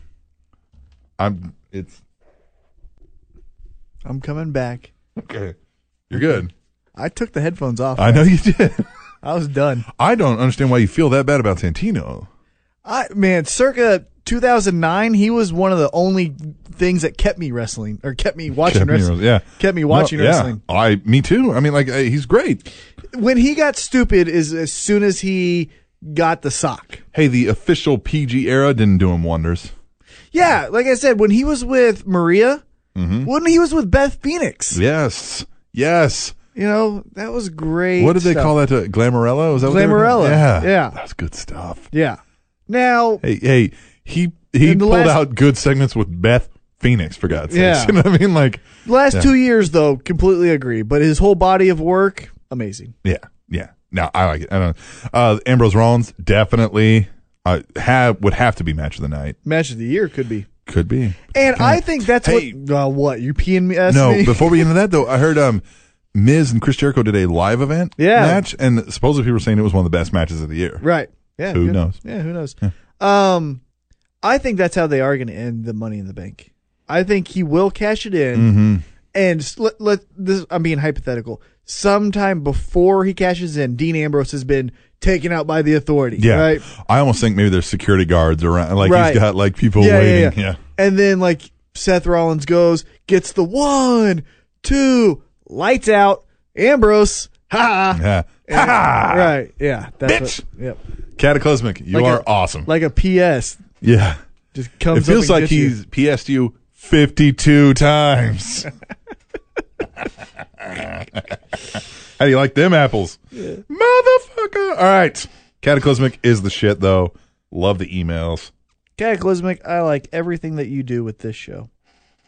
I'm. It's I'm coming back. okay. You're good. I took the headphones off. I know you did. I was done. I don't understand why you feel that bad about Santino. I man, circa 2009, he was one of the only things that kept me wrestling or kept me watching Kept me wrestling. wrestling, yeah. kept me watching No, yeah. wrestling. I, me too. I mean, like, uh, he's great. When he got stupid is as soon as he got the sock. Hey, the official PG era didn't do him wonders. Yeah, like I said, when he was with Maria, Mhm. when he was with Beth Phoenix, Yes. Yes. you know, that was great. What did they stuff. call that? To, Glamorella? Was that what they were Glamorella. called? Yeah. Yeah. That's good stuff. Yeah. Now, Hey, hey, he he In the pulled last- out good segments with Beth Phoenix for God's sake. Yeah. sakes. You know what I mean? Like last yeah. two years though, completely agree. But his whole body of work, amazing. Yeah, yeah. No, I like it. I don't. Uh, Ambrose Rollins definitely uh, have would have to be match of the night. Match of the year could be. Could be. And Okay. I think that's Hey. what. Uh, what you peeing me? ass no, me? before we get into that though, I heard um, Miz and Chris Jericho did a live event Yeah. match, and supposedly people were saying it was one of the best matches of the year. right. Yeah. Who knows? Yeah. Who knows? Um, I think that's how they are going to end the Money in the Bank. I think he will cash it in. Mm-hmm. and s- let, let this I'm being hypothetical. Sometime before he cashes in, Dean Ambrose has been taken out by the authority. Yeah, Right. I almost think maybe there's security guards around. Like Right. he's got like people Yeah, yeah, waiting. Yeah, yeah. And then like Seth Rollins goes, gets the one, two, lights out, Ambrose. Ha. ha. yeah. And- Right. Yeah. That's Ah. Bitch! What, yep. Cataclysmic, you Like are a- awesome. Like a PS yeah, just it comes. feels up and like gets you. he's PS'd you 52 times. How do you like them apples? Motherfucker. All right. Cataclysmic is the shit, though. Love the emails. Cataclysmic. I like everything that you do with this show,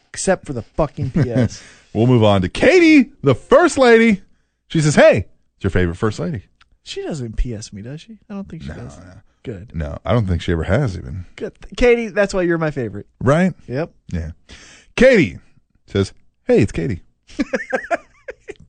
except for the fucking PS. We'll move on to Katie, the first lady. She says, Hey, it's your favorite first lady. she doesn't PS me, does she? I don't think she does. Good. No, I don't think she ever has, even. Good. Katie, that's why you're my favorite. Right? Yep. Yeah. Katie says, Hey, it's Katie.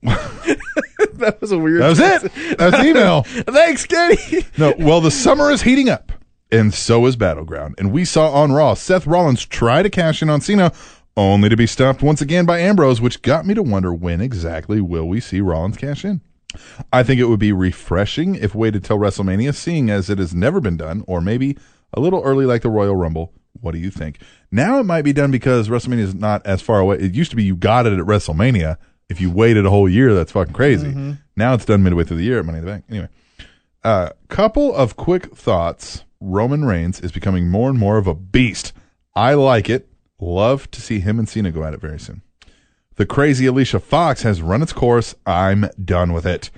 That was a weird. That was it. That was the email. Thanks, Katie. No, well, the summer is heating up, and so is Battleground. And we saw on Raw Seth Rollins try to cash in on Cena, only to be stopped once again by Ambrose, which got me to wonder when exactly will we see Rollins cash in. I think it would be refreshing if waited till WrestleMania, seeing as it has never been done, or maybe a little early like the Royal Rumble. What do you think? Now it might be done because WrestleMania is not as far away. It used to be you got it at WrestleMania. If you waited a whole year, that's fucking crazy. Now it's done midway through the year at Money in the Bank. Anyway. A Uh, couple of quick thoughts. Roman Reigns is becoming more and more of a beast. I like it. Love to see him and Cena go at it very soon. The crazy Alicia Fox has run its course. I'm done with it.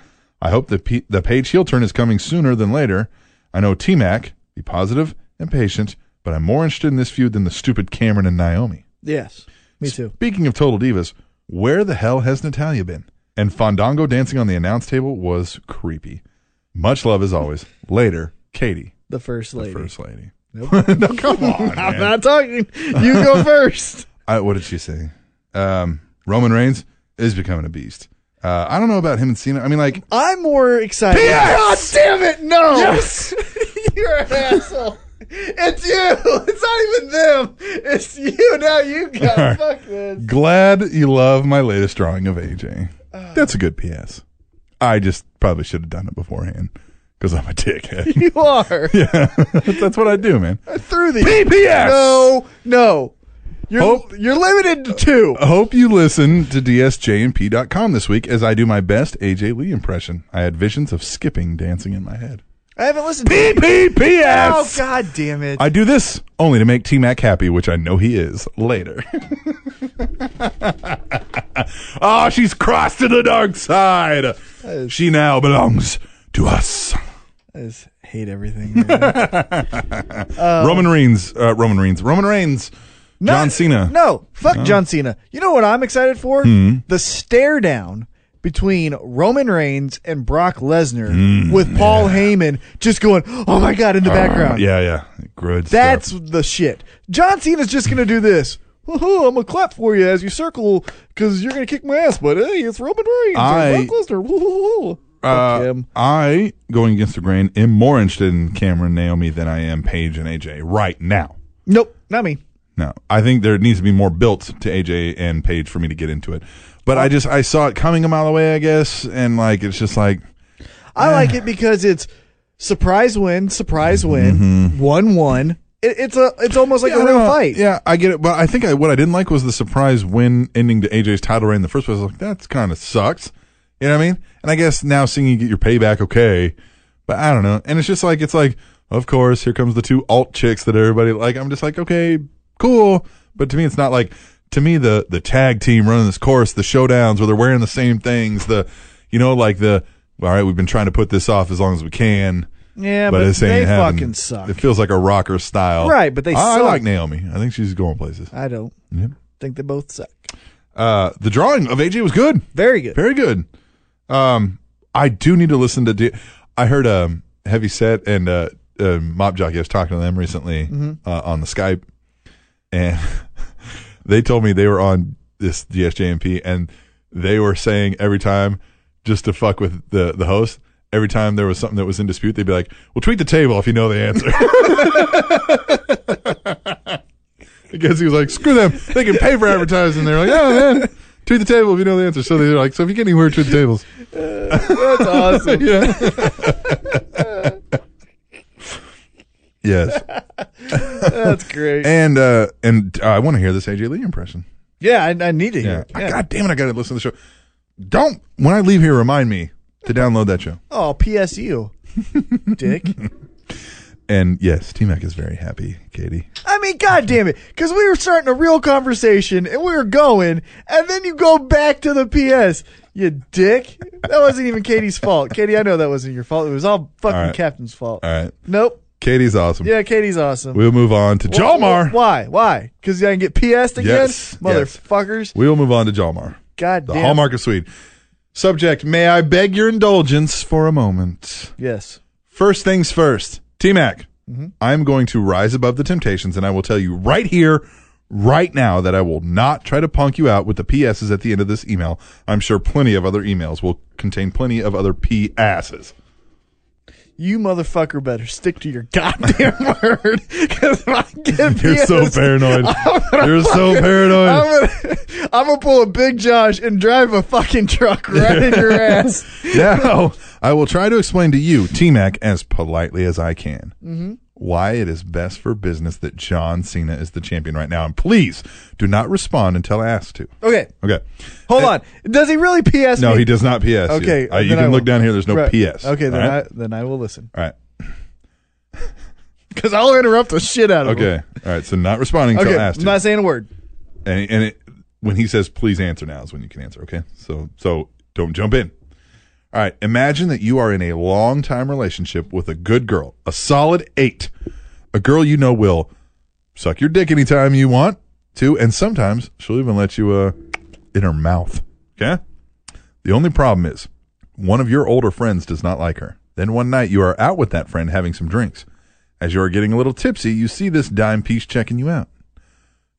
I hope the P- the Paige heel turn is coming sooner than later. I know T Mac. Be positive and patient, but I'm more interested in this feud than the stupid Cameron and Naomi. Yes. Me too. Speaking of total divas, where the hell has Natalia been? And Fandango dancing on the announce table was creepy. Much love as always. Later, Katie, The first the lady. first lady. Nope. no, come on, I'm man. not talking. You go first. I, what did she say? Um, Roman Reigns is becoming a beast. Uh, I don't know about him and Cena. I mean, like, I'm more excited. God damn it, no. Yes. You're an asshole. It's you. It's not even them. It's you. Now you got All right. fuck this. Glad you love my latest drawing of AJ. That's a good PS. I just probably should have done it beforehand because I'm a dickhead. You are. yeah, that's what I do, man. Through the PPS. No, no. You're Hope- you're limited to two. I hope you listen to dsjnp.com this week as I do my best AJ Lee impression. I had visions of skipping dancing in my head. I haven't listened to Oh PPPS. god damn it. I do this only to make T Mac happy, which I know he is later. oh, she's crossed to the dark side. She now belongs to us. I just hate everything. man. Roman Reigns, uh, Roman Reigns, Roman Reigns, John Cena. Oh. Hmm. No, fuck John Cena. You know what I'm excited for? The stare down between Roman Reigns and Brock Lesnar Hmm, with Paul Heyman just going, oh my God, in the background. Yeah, yeah. Good. That's stuff. the shit. John Cena's just going to do this. Woohoo, I'm going to clap for you as you circle because you're going to kick my ass, but hey, it's Roman Reigns. I- and Brock Lesnar. Woohoo. Uh, Fuck him. I, going against the grain, am more interested in Cameron Naomi than I am Paige and AJ right now. Nope, not me. No, I think there needs to be more built to AJ and Paige for me to get into it. But I just I saw it coming a mile away, I guess, and like it's just like I like it because it's surprise win, surprise win, one one. It, it's a it's almost like Mm-hmm. Yeah, I a real don't know. fight. Yeah, I get it, but I think I, what I didn't like was the surprise win ending to AJ's title reign in the first place. I was like, that's kind of sucks. You know what I mean? And I guess now seeing you get your payback, okay, But I don't know. And it's just like it's like, of course, here comes the two alt chicks that everybody like. I'm just like, okay, cool. But to me, it's not like to me the the tag team running this course, the showdowns where they're wearing the same things, the you know like the all right, we've been trying to put this off as long as we can. Yeah, but this ain't they happening. fucking suck. It feels like a rocker style, Right, but they I, I suck. like Naomi. I think she's going places. I don't think they both suck. Uh, the drawing of AJ was good. Very good. Very good. Um, I do need to listen to. D- I heard um, Heavy Set and uh, uh, Mop Jockey. I was talking to them recently Mhm. uh, on the Skype, and they told me they were on this DSJMP, and they were saying every time, just to fuck with the the host. Every time there was something that was in dispute, they'd be like, "Well, tweet the table if you know the answer." I guess he was like, "Screw them! They can pay for advertising." They're like, "Oh man, tweet the table if you know the answer." So they're like, "So if you get anywhere, tweet the tables." That's awesome. Yes. That's great. And uh, and uh, I want to hear this AJ Lee impression. Yeah, I, I need to hear. it. I- Yeah. God damn it! I got to listen to the show. Don't when I leave here, remind me to download that show. Oh, PSU, dick. And yes, T Mac is very happy, Katie. I mean, god damn it, because we were starting a real conversation and we were going, and then you go back to the PS. You dick. That wasn't even Katie's fault. Katie, I know that wasn't your fault. It was all fucking All right. Captain's fault. All right, Nope. Katie's awesome. Yeah, Katie's awesome. We'll move on to Wh- Jalmar. wh- Why? Why? Because I can get PS'd again? Yes, yes. Motherfuckers. We will move on to Jalmar. God The damn. hallmark of Swede. Subject: May I beg your indulgence for a moment? Yes. First things first, T Mac, Mhm. I'm going to rise above the temptations and I will tell you right here, right now, that I will not try to punk you out with the PSs at the end of this email. I'm sure plenty of other emails will contain plenty of other PSs. You motherfucker better stick to your goddamn word. Because if I get You're so PS'd, paranoid. I'm gonna You're so fucking- paranoid. I'm gonna, I'm gonna pull a big Josh and drive a fucking truck right in your ass. Now, I will try to explain to you, T Mac, as politely as I can. Mm-hmm. why it is best for business that John Cena is the champion right now. And please do not respond until asked to. Okay, Okay. Uh, hold on. Does he really PS? No, me? he does not PS. you. Okay, Uh, you then can I look will. down here. There's no Right. PS. Okay, then All right. I then I will listen All right. because I'll interrupt the shit out of Okay. him. All right. So not responding until Okay, asked I'm to. not saying a word. and and it, when he says please answer now is when you can answer. Okay. So so don't jump in. All right. Imagine that you are in a long time relationship with a good girl, a solid eight, a girl you know will suck your dick anytime you want to, and sometimes she'll even let you uh in her mouth. Okay. The only problem is one of your older friends does not like her. Then one night you are out with that friend having some drinks. As you are getting a little tipsy, you see this dime piece checking you out.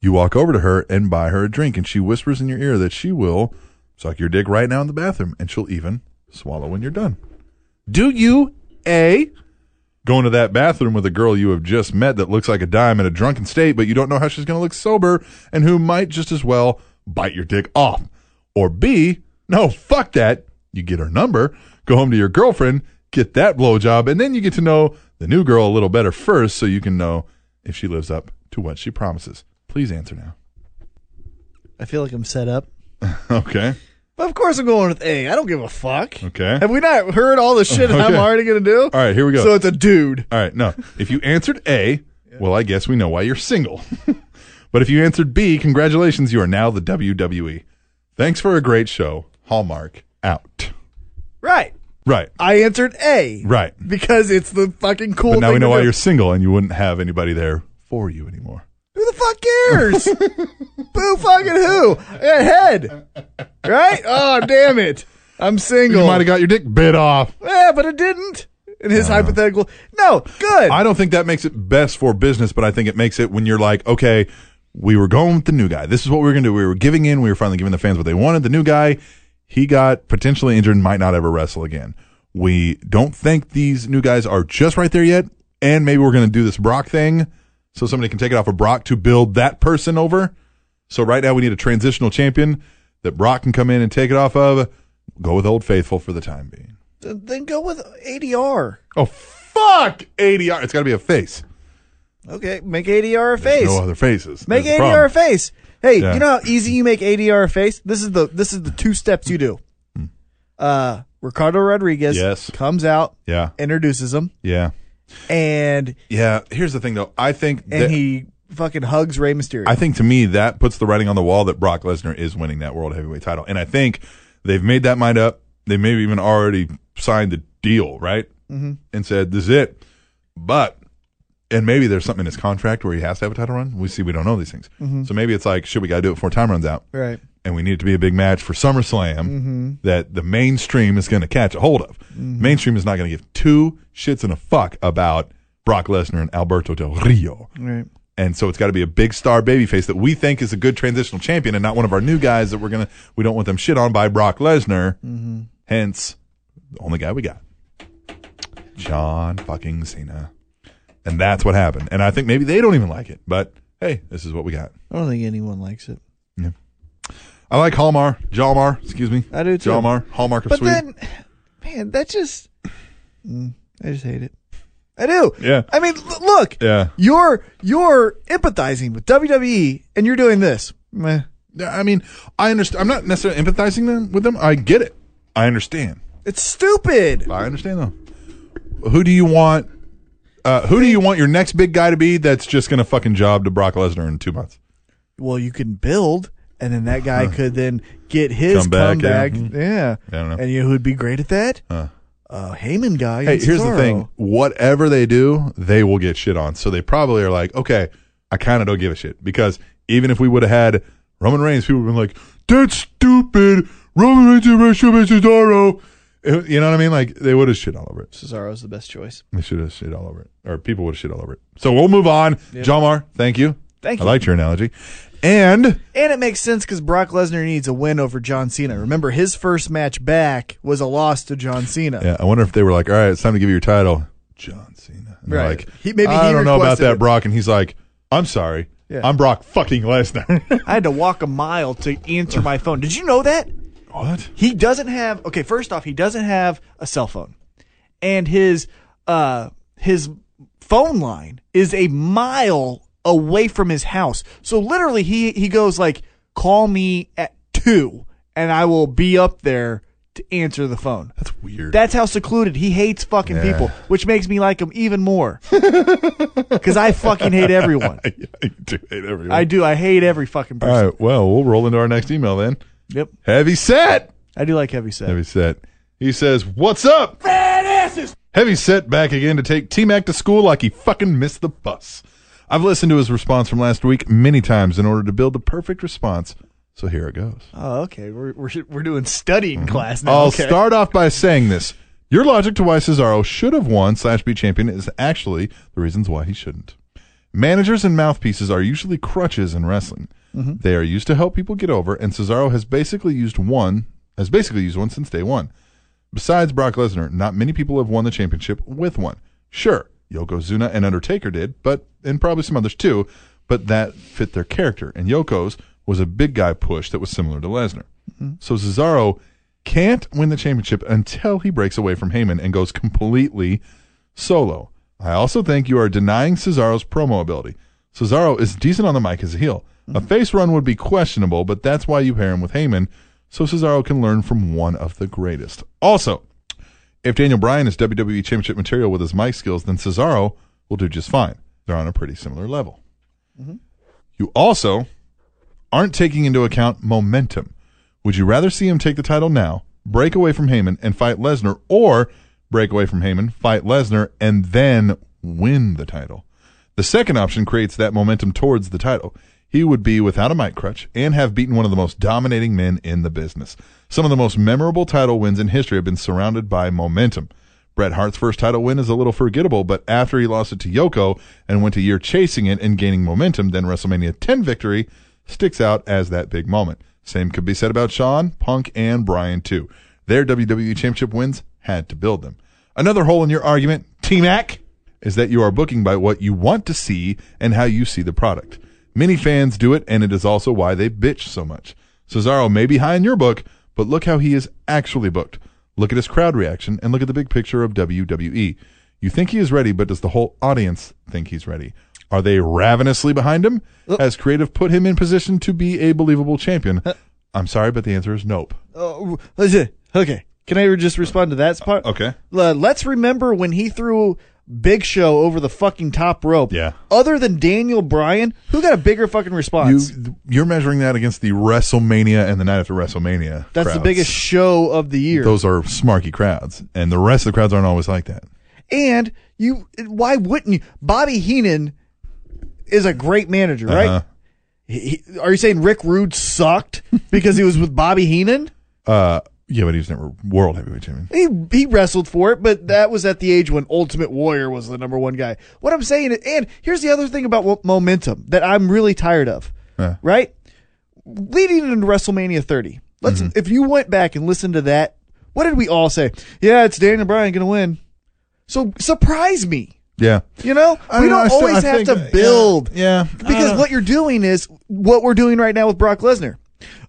You walk over to her and buy her a drink, and she whispers in your ear that she will suck your dick right now in the bathroom, and she'll even swallow when you're done. Do you A go into that bathroom with a girl you have just met that looks like a dime in a drunken state, but you don't know how she's gonna look sober and who might just as well bite your dick off? Or B, no, fuck that. You get her number, go home to your girlfriend, get that blowjob, and then you get to know the new girl a little better first so you can know if she lives up to what she promises. Please answer now. I feel like I'm set up. Okay. But of course I'm going with A. I don't give a fuck. Okay. Have we not heard all the shit I'm Okay. already gonna do? All All right, here we go. So it's a dude. All right, no. If you answered A, well, I guess we know why you're single. but if you answered B, congratulations, you are now the WWE. Thanks for a great show. Hallmark out. Right. Right, I answered A right. because it's the fucking cool. but now thing we know to why do. you're single and you wouldn't have anybody there for you anymore. Who the fuck cares? who fucking who? I got head. Right? Oh, damn it. I'm single. You might have got your dick bit off. yeah, but it didn't. In his hypothetical. No, good. I don't think that makes it best for business, but I think it makes it when you're like, okay, we were going with the new guy. This is what we were going to do. We were giving in. We were finally giving the fans what they wanted. The new guy, he got potentially injured and might not ever wrestle again. We don't think these new guys are just right there yet. And maybe we're going to do this Brock thing so somebody can take it off of Brock to build that person over. So right now we need a transitional champion that Brock can come in and take it off of. Go with Old Faithful for the time being. then go with ADR. Oh, fuck ADR. It's got to be a face. Okay, make ADR a face. No other faces. make That's the ADR problem. a face. Hey, Yeah. you know how easy you make ADR a face? This is the this is the two steps you do. Uh Ricardo Rodriguez Hmm. Yes. comes out, Yeah. introduces him, Yeah. and Yeah. Here's the thing, though. I think and that- he fucking hugs Rey Mysterio. I think to me that puts the writing on the wall that Brock Lesnar is winning that world heavyweight title, and I think they've made that mind up. They maybe even already signed the deal, right? Mhm. And said this is it. But and maybe there's something in his contract where he has to have a title run. We see we don't know these things, Mhm. so maybe it's like, shit, we got to do it before time runs out, right. and we need it to be a big match for SummerSlam Mm-hmm. that the mainstream is going to catch a hold of. Mainstream is not going to give two shits and a fuck about Brock Lesnar and Alberto Del Rio. Right. And so it's got to be a big star babyface that we think is a good transitional champion and not one of our new guys that we're going to, we don't want them shit on by Brock Lesnar. Mm-hmm. Hence, the only guy we got, John fucking Cena. And that's what happened. And I think maybe they don't even like it, but hey, this is what we got. I don't think anyone likes it. I like Hallmar, Jalmar, excuse me. I do too. Jalmar, Hallmark of but Sweden. then, man, that just Mm, I just hate it. I do. Yeah. I mean, l- look, yeah. you're you're empathizing with WWE, and you're doing this. Meh. Yeah, I mean, I understand. I'm not necessarily empathizing them with them. I get it. I understand. It's stupid. I understand though. Who do you want? Uh, who do you want your next big guy to be? That's just gonna fucking job to Brock Lesnar in two months. Well, you can build, and then that guy could then get his Come back, comeback. yeah. Mhm. Yeah. I don't know. And you know who'd be great at that? Huh. Uh, Heyman guy. Hey, and here's the Cesaro. thing. Whatever they do, they will get shit on. So they probably are like, okay, I kind of don't give a shit because even if we would have had Roman Reigns, people would have been like, that's stupid. Roman Reigns and Cesaro. Uh, You know what I mean? Like they would have shit all over it. Cesaro's the best choice. They should have shit all over it, or people would have shit all over it. So we'll move on. Yeah. Jamar, thank you. Thank I you. liked your analogy. And And it makes sense because Brock Lesnar needs a win over John Cena. Remember, his first match back was a loss to John Cena. yeah, I wonder if they were like, "All right, it's time to give you your title, John Cena." And they're Right. Like, He- maybe I he don't know about requested that, it." Brock, and he's like, "I'm sorry, Yeah. I'm Brock fucking Lesnar." I had to walk a mile to answer my phone. Did you know that? what? He doesn't have okay, first off, he doesn't have a cell phone. And his uh his phone line is a mile away from his house. So literally he he goes like call me at 2 and I will be up there to answer the phone. That's weird. That's how secluded he hates fucking Yeah. people, which makes me like him even more. Cuz I fucking hate everyone. I, do hate everyone. I do. I hate every fucking person. All right. Well, we'll roll into our next email then. Yep. Heavy set. I do like heavy set. Heavy set. He says, "What's up?" Fat asses. Heavy set back again to take T Mac to school like he fucking missed the bus. I've listened to his response from last week many times in order to build the perfect response. So here it goes. Oh, okay. We're we're, we're doing studying class now. Mm-hmm. I'll okay. start off by saying this. Your logic to why Cesaro should have won slash be champion is actually the reasons why he shouldn't. Managers and mouthpieces are usually crutches in wrestling. They are used to help people get over, and Cesaro has basically used one has basically used one since day one. Besides Brock Lesnar, not many people have won the championship with one. Sure, Yokozuna and Undertaker did, but and probably some others too, but that fit their character. And Yoko's was a big guy push that was similar to Lesnar. So Cesaro can't win the championship until he breaks away from Heyman and goes completely solo. I also think you are denying Cesaro's promo ability. Cesaro is decent on the mic as a heel. A face run would be questionable, but that's why you pair him with Heyman, so Cesaro can learn from one of the greatest. Also, if Daniel Bryan is WWE Championship material with his mic skills, then Cesaro will do just fine. They're on a pretty similar level. You also aren't taking into account momentum. Would you rather see him take the title now, break away from Heyman, and fight Lesnar, or break away from Heyman, fight Lesnar, and then win the title? The second option creates that momentum towards the title. He would be without a mic crutch and have beaten one of the most dominating men in the business. Some of the most memorable title wins in history have been surrounded by momentum. Bret Hart's first title win is a little forgettable, but after he lost it to Yoko and went a year chasing it and gaining momentum, then WrestleMania 10 victory sticks out as that big moment. Same could be said about Shawn, Punk, and Bryan too. Their WWE Championship wins had to build them. Another hole in your argument, T Mac, is that you are booking by what you want to see and how you see the product. Many fans do it, and it is also why they bitch so much. Cesaro may be high in your book, but look how he is actually booked. Look at his crowd reaction and look at the big picture of WWE. You think he is ready, but does the whole audience think he's ready? Are they ravenously behind him? Oh. Has creative put him in Uh. position to be a believable champion? I'm sorry, but the answer is nope. Oh, let's see. Okay. Can I just respond to that part? Okay. Uh, let's remember when he threw Big Show over the fucking top rope. Yeah. Other than Daniel Bryan, who got a bigger fucking You response? you're measuring that against the WrestleMania and the night after WrestleMania. That's the crowds. biggest show of the year. Those are smarky crowds, and the rest of the crowds aren't always like that. And you, why wouldn't you? Bobby Heenan is a great manager, Uh-huh. right? He, he- are you saying Rick Rude sucked because he was with Bobby Heenan? Uh, yeah, but he was never world heavyweight champion. He he wrestled for it, but that was at the age when Ultimate Warrior was the number one guy. What I'm saying, is- and here's the other thing about wo- momentum that I'm really tired of. Yeah. Right, leading into WrestleMania 30. Let's Mm-hmm. if you went back and listened to that, what did we all say? Yeah, it's Daniel Bryan gonna win. So surprise me. Yeah. You know, I we don't know, don't I still- always I have think- uh, to build. yeah, Uh, yeah, I don't because know. what you're doing is what we're doing right now with Brock Lesnar.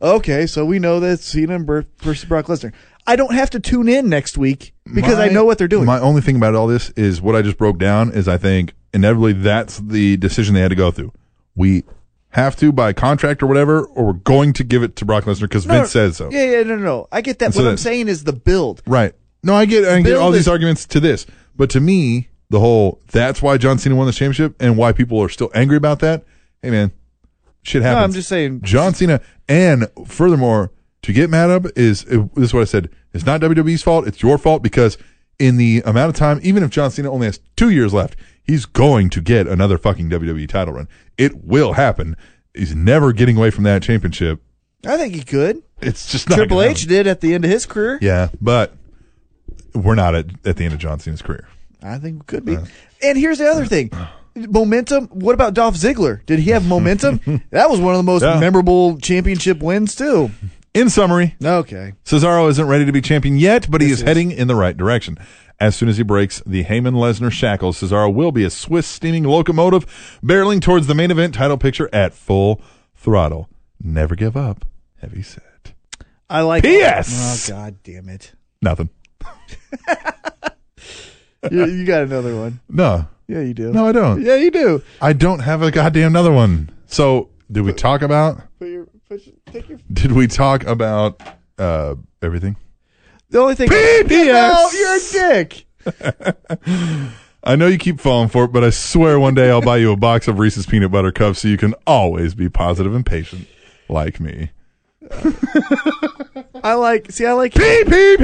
Okay, so we know that Cena and Bur- versus Brock Lesnar. I don't have to tune in next week because I My- know what they're doing. My only thing about all this is what I just broke down is I think inevitably that's the decision they had to go through. We have to by contract or whatever, or we're going to give it to Brock Lesnar because No, Vince says so. Yeah, yeah, no, no, no. I get that. And so what I'm that- saying is the build. Right. No, I get I get Build all it. these arguments to this, but to me, the whole that's why John Cena won this championship and why people are still angry about that. Hey, man, shit No, happens. I'm just saying. John Cena, and furthermore, to get mad up is it, this is what I said. It's not WWE's fault. It's your fault because in the amount of time, even if John Cena only has two years left, he's going to get another fucking WWE title run. It will happen. He's never getting away from that championship. I think he could. It's just not Triple gonna H did at the end of his career. happen. Yeah, but we're not at, at the end of John Cena's career. I think it could Uh. be. And here's the other thing. Momentum. What about Dolph Ziggler? Did he have momentum? that was one of the most Yeah. memorable championship wins too. In summary, Okay. Cesaro isn't ready to be champion yet, but he Yes, is he is. heading in the right direction. As soon as he breaks the Heyman Lesnar shackles, Cesaro will be a Swiss steaming locomotive barreling towards the main event title picture at full throttle. Never give up. Heavy set. I like P.S.. Oh god damn it. Nothing. You, you got another one. No. Yeah, you do. No, I don't. Yeah, you do. I don't have a goddamn another one. So, did we talk about Put your, put your, take your, did we talk about uh everything? the only thing No, you're a dick. I know you keep falling for it, but I swear one day I'll buy you a box of Reese's peanut butter cups so you can always be positive and patient like me. I like see I like PPPS.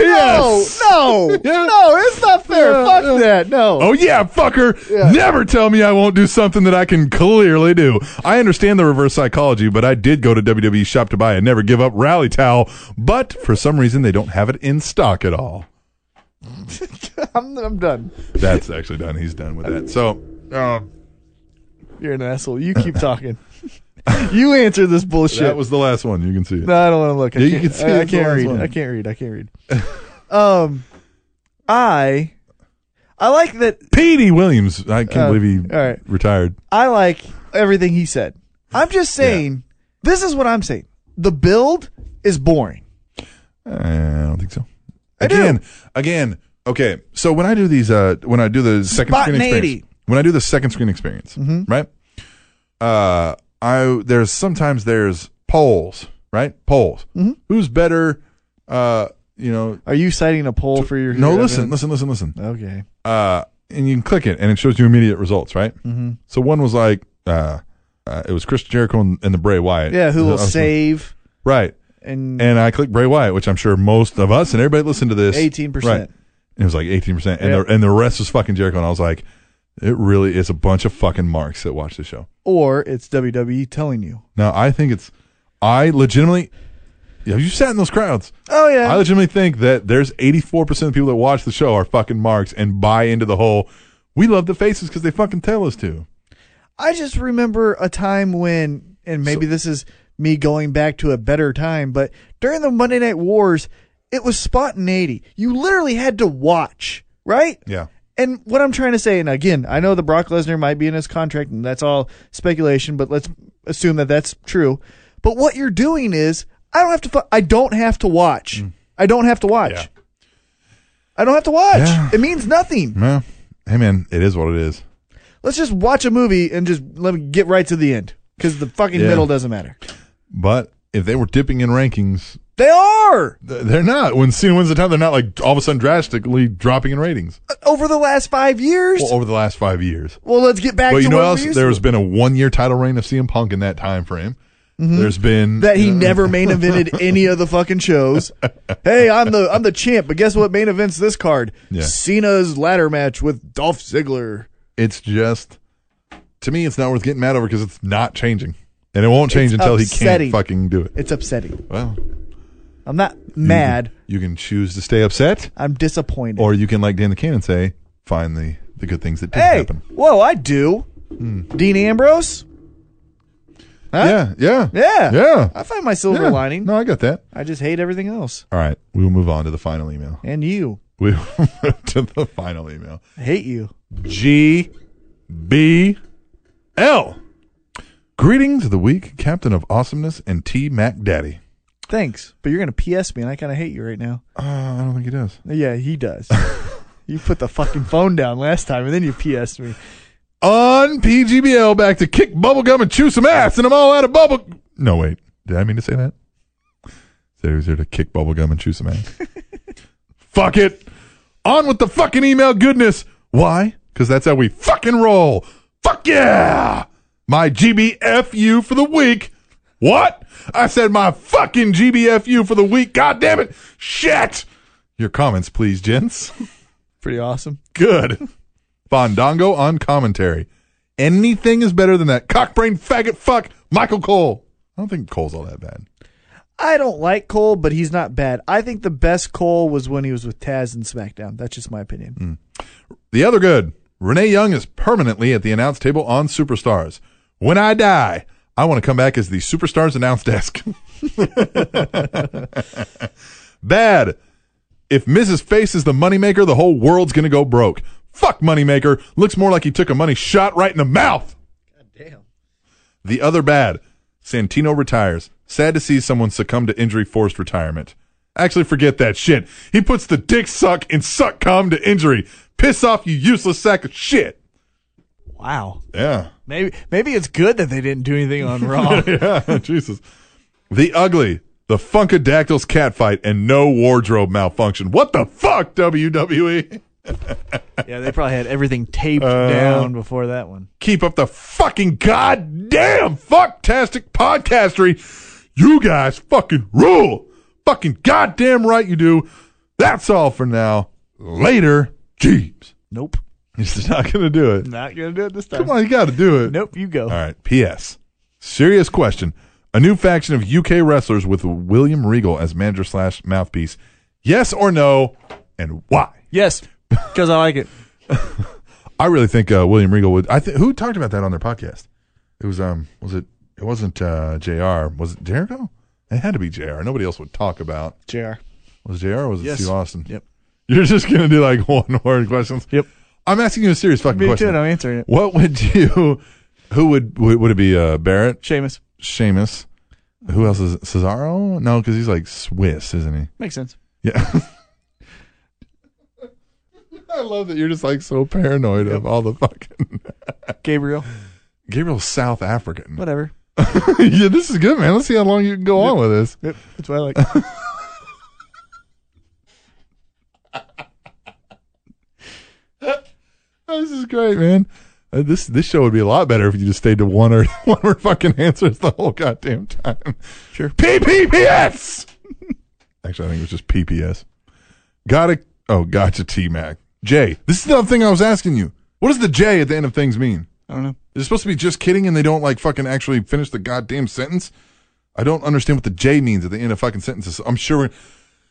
No, no, Yeah. no, it's not fair. Yeah, Fuck yeah. that. No. Oh yeah, fucker! Never tell me I won't do something that I can clearly do. I understand the reverse psychology, but I did go to WWE shop to buy a never give up rally towel, but for some reason they don't have it in stock at all. I'm, I'm done. That's actually done. He's done with that. So, um, You're an asshole. You keep talking. you answer this bullshit. that was the last one. You can see it. No, I don't want to look. I Yeah, you can't, can see I, I it's the can't last read. one. I can't read. I can't read. um, I, I like that. Petey Williams. I can't Uh, believe he all right. retired. I like everything he said. I'm just saying. This is what I'm saying. The build is boring. Uh, I don't think so. do. Again, again. Okay, so when I do these, uh, when I do the second screen experience, Spontaneity. when I do the second screen experience, Mm-hmm. right? Uh, I there's sometimes there's polls, right? Polls. Mm-hmm. Who's better? Uh, you know. Are you citing a poll for your? No, listen, listen, listen, listen. Okay. Uh, and you can click it, and it shows you immediate results, right? Mm-hmm. So one was like, uh, uh, it was Chris Jericho and, and the Bray Wyatt. Yeah. Who I will was like, save? Right And, and I clicked Bray Wyatt, which I'm sure most of us and everybody listened to this 18%. Right. It was like eighteen percent, and Yeah. the and the rest was fucking Jericho. And I was like, it really is a bunch of fucking marks that watch the show. or it's WWE telling you. Now I think it's, I legitimately, yeah, you sat in those crowds. Oh yeah. I legitimately think that there's eighty four percent of people that watch the show are fucking marks and buy into the whole. We love the faces because they fucking tell us to. I just remember a time when, and maybe this is me going back to a better time, but during the Monday Night Wars, it was spontaneity. You literally had to watch, right? Yeah. And what I'm trying to say, and again, I know the Brock Lesnar might be in his contract, and that's all speculation, but let's assume that that's true. But what you're doing is, I don't have to. Fu- I don't have to watch. I don't have to watch. Mm. Yeah. I don't have to watch. Yeah. Mm. It means nothing. Well, hey man, it is what it is. Let's just watch a movie and just let me get right to the end because the fucking Yeah. middle doesn't matter. But if they were dipping in rankings, they are. th- they're not. When Cena wins the title, they're not like all of a sudden drastically dropping in ratings Over the last five years. well, Well, over the last five years. let's get back but to you know what what else? we used There's been a one year title reign of CM Punk in that time frame. There's been Mm-hmm. that he never main evented any of the fucking shows. hey, I'm the I'm the champ, but guess what? Main events this card. Yeah. Cena's ladder match with Dolph Ziggler. It's just to me, it's not worth getting mad over because it's not changing, and it won't change It's until upsetting. he can't fucking do it. It's upsetting. Well, I'm not Mm-hmm. mad. you can choose to stay upset, I'm disappointed. or you can, like Dan the Cannon, say, find the the good things that did hey, happen. Hmm. whoa, I do. Dean Ambrose. Huh? Yeah, yeah, Yeah. yeah. I find my silver Yeah. lining. No, I got that. I just hate everything else. All right, we will move on to the final email. And you. We will move to the final email. I hate you. G B L. Greetings of the week, Captain of Awesomeness and T Mac Daddy. Thanks. But you're gonna PS me and I kinda hate you right now. Uh, I don't think he does. Yeah, he does. you put the fucking phone down last time and then you PS'd me. On PGBL, back to kick bubblegum and chew some ass, and I'm all out of bubble. No, wait. Did I mean to say that? Said he was here to kick bubblegum and chew some ass. Fuck it. On with the fucking email goodness. Why? Because that's how we fucking roll. Fuck yeah. My GBFU for the week. What? I said my fucking GBFU for the week. God damn it. Shit. Your comments, please, gents. Pretty awesome. Good. Fandango on commentary. Anything is better than that cockbrain faggot fuck Michael Cole. I don't think Cole's all that bad. I don't like Cole, but he's not bad. I think the best Cole was when he was with Taz and SmackDown. That's just my opinion. The other good, Renee Young is permanently at the announce table on Superstars. When I die, I want to come back as the Superstars announce desk. Bad. If Mrs. Face is the moneymaker, the whole world's going to go broke. Fuck Moneymaker. Looks more like he took a money shot right in the mouth. The other bad. Santino retires. Sad to see someone succumb to injury forced retirement. Actually, forget that shit. He puts the dick suck and suck cum to injury. Piss off, you useless sack of shit. Wow. Yeah. Maybe maybe it's good that they didn't do anything on Raw. yeah. Jesus. The ugly, the Funkadactyls catfight, and no wardrobe malfunction. What the fuck, E? WWE? yeah, they probably had everything taped Uh, down before that one. Keep up the fucking goddamn fucktastic podcastery. You guys fucking rule. Fucking goddamn right you do. That's all for now. Later, Jeeves. Nope. He's not going to do it. Not gonna do it this time. Come on, you got to do it. Nope, you go. All right. P.S. Serious question. A new faction of UK wrestlers with William Regal as manager slash mouthpiece. Yes or no, and why? Yes. Because I like it. I really think uh, William Regal would. I think who talked about that on their podcast. It was um was it it wasn't uh, Jr. Was it Jericho? It had to be Jr. Nobody else would talk about. JR. Was it Jr. or was it Yes. Steve Austin? Yep. You're just gonna do like one word questions. Yep. I'm asking you a serious fucking Me too, question. and I'm answering it. What would you? Who would would would it be? Uh, Barrett. Seamus. Sheamus. Who else is it? Cesaro? No, because he's like Swiss, isn't Makes sense. he? Yeah. I love that you're just like so paranoid of all the fucking Gabriel. Gabriel's South African. Whatever. yeah, this is good, man. Let's see how long you can go on with this. Yep. That's what I like. Oh, this is great, man. Uh, this this show would be a lot better if you just stayed to one or one or fucking answers the whole goddamn time. Sure. PPPS. Actually, I think it was just PPS. Got to Oh, gotcha, T Mac. J. This is the other thing I was asking you. What does the J at the end of things mean? I don't know. Is it supposed to be just kidding and they don't like fucking actually finish the goddamn sentence? I don't understand what the J means at the end of fucking sentences. I'm sure. we're-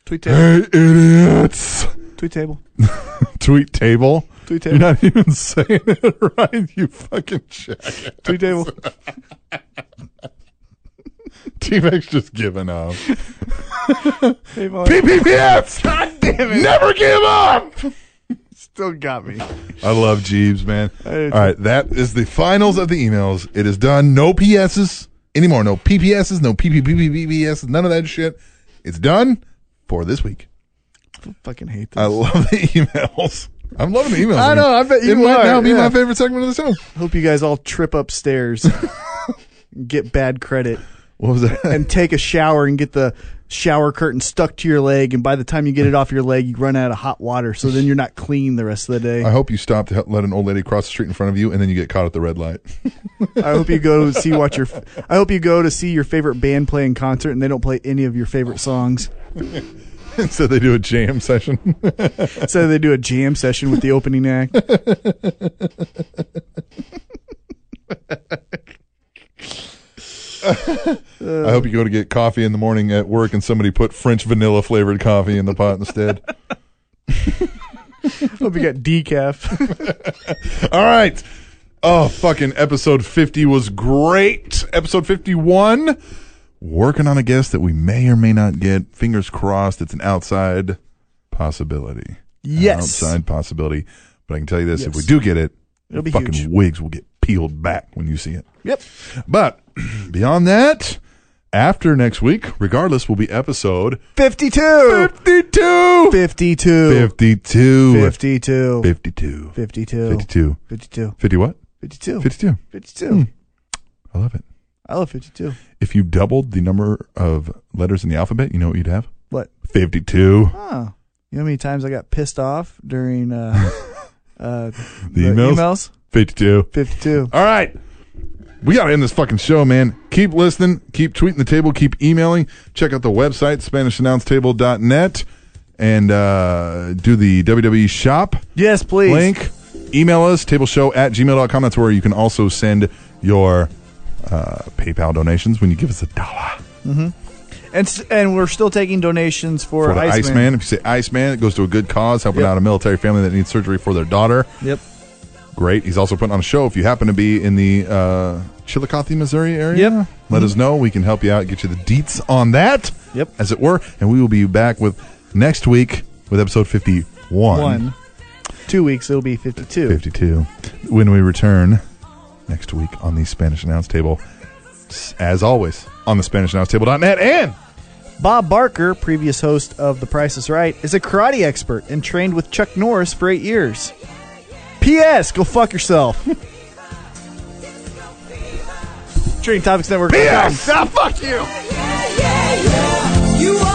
Tweet table. Hey, idiots. Tweet table. Tweet table. Tweet You're table. not even saying it right, you fucking shit. Tweet table. T Max just giving up. Hey, Molly. PPPF! God damn it. Never give up! Still got me. I love Jeeves, man. All do too. right, that is the finals of the emails. It is done. No PSs anymore. No PPSs, no PPPPPS, none of that shit. It's done for this week. Fucking hate this. I love the emails. I'm loving the emails. I man. know, I bet you it might are, now be yeah. my favorite segment of the show. Hope you guys all trip upstairs. and Get bad credit. What was that? and take a shower and get the shower curtain stuck to your leg. And by the time you get it off your leg, you run out of hot water. So then you're not clean the rest of the day. I hope you stop to help let an old lady cross the street in front of you, and then you get caught at the red light. I hope you go to see what your. I hope you go to see your favorite band play in concert, and they don't play any of your favorite songs. so they do a jam session. so they do a jam session with the opening act. I hope you go to get coffee in the morning at work, and somebody put French vanilla flavored coffee in the pot instead. hope you got decaf. All right. Oh, fucking episode 50 was great. Episode 51. Working on a guest that we may or may not get. Fingers crossed, it's an outside possibility. Yes. Outside possibility. But I can tell you this if we do get it, It'll be fucking huge. wigs will get peeled back when you see it. Yep. But beyond that, after next week, regardless, will be episode 52. 52. 52. 52. 52. 52. 52. 52. 52. 50 what? 52. 52. 52. I love it. I love 52. If you doubled the number of letters in the alphabet, you know what you'd have? What? 52. Oh. You know how many times I got pissed off during uh, uh, The emails? 52. 52. All right. We got to end this fucking show, man. Keep listening. Keep tweeting the table. Keep emailing. Check out the website, SpanishAnnounceTable.net, and uh, do the WWE shop Yes, please. link. Email us, tableshow at gmail.com. That's where you can also send your uh, PayPal donations when you give us a dollar. And, s- and we're still taking donations for, for the Iceman. Iceman. If you say Iceman, it goes to a good cause, helping Yep. out a military family that needs surgery for their daughter. Yep. Great. He's also putting on a show. If you happen to be in the uh, Chillicothe, Missouri area, Yep. Mm-hmm. let us know. We can help you out, get you the deets on that, Yep. as it were. And we will be back with next week with episode 51. One. Two weeks, it'll be 52. 52. When we return next week on the Spanish Announce Table, as always, on the Spanish Announce Table.net and. Bob Barker, previous host of The Price is Right, is a karate expert and trained with Chuck Norris for eight years. P.S. Go fuck yourself. Trading Topics Network. P.S. Yeah, yeah. You are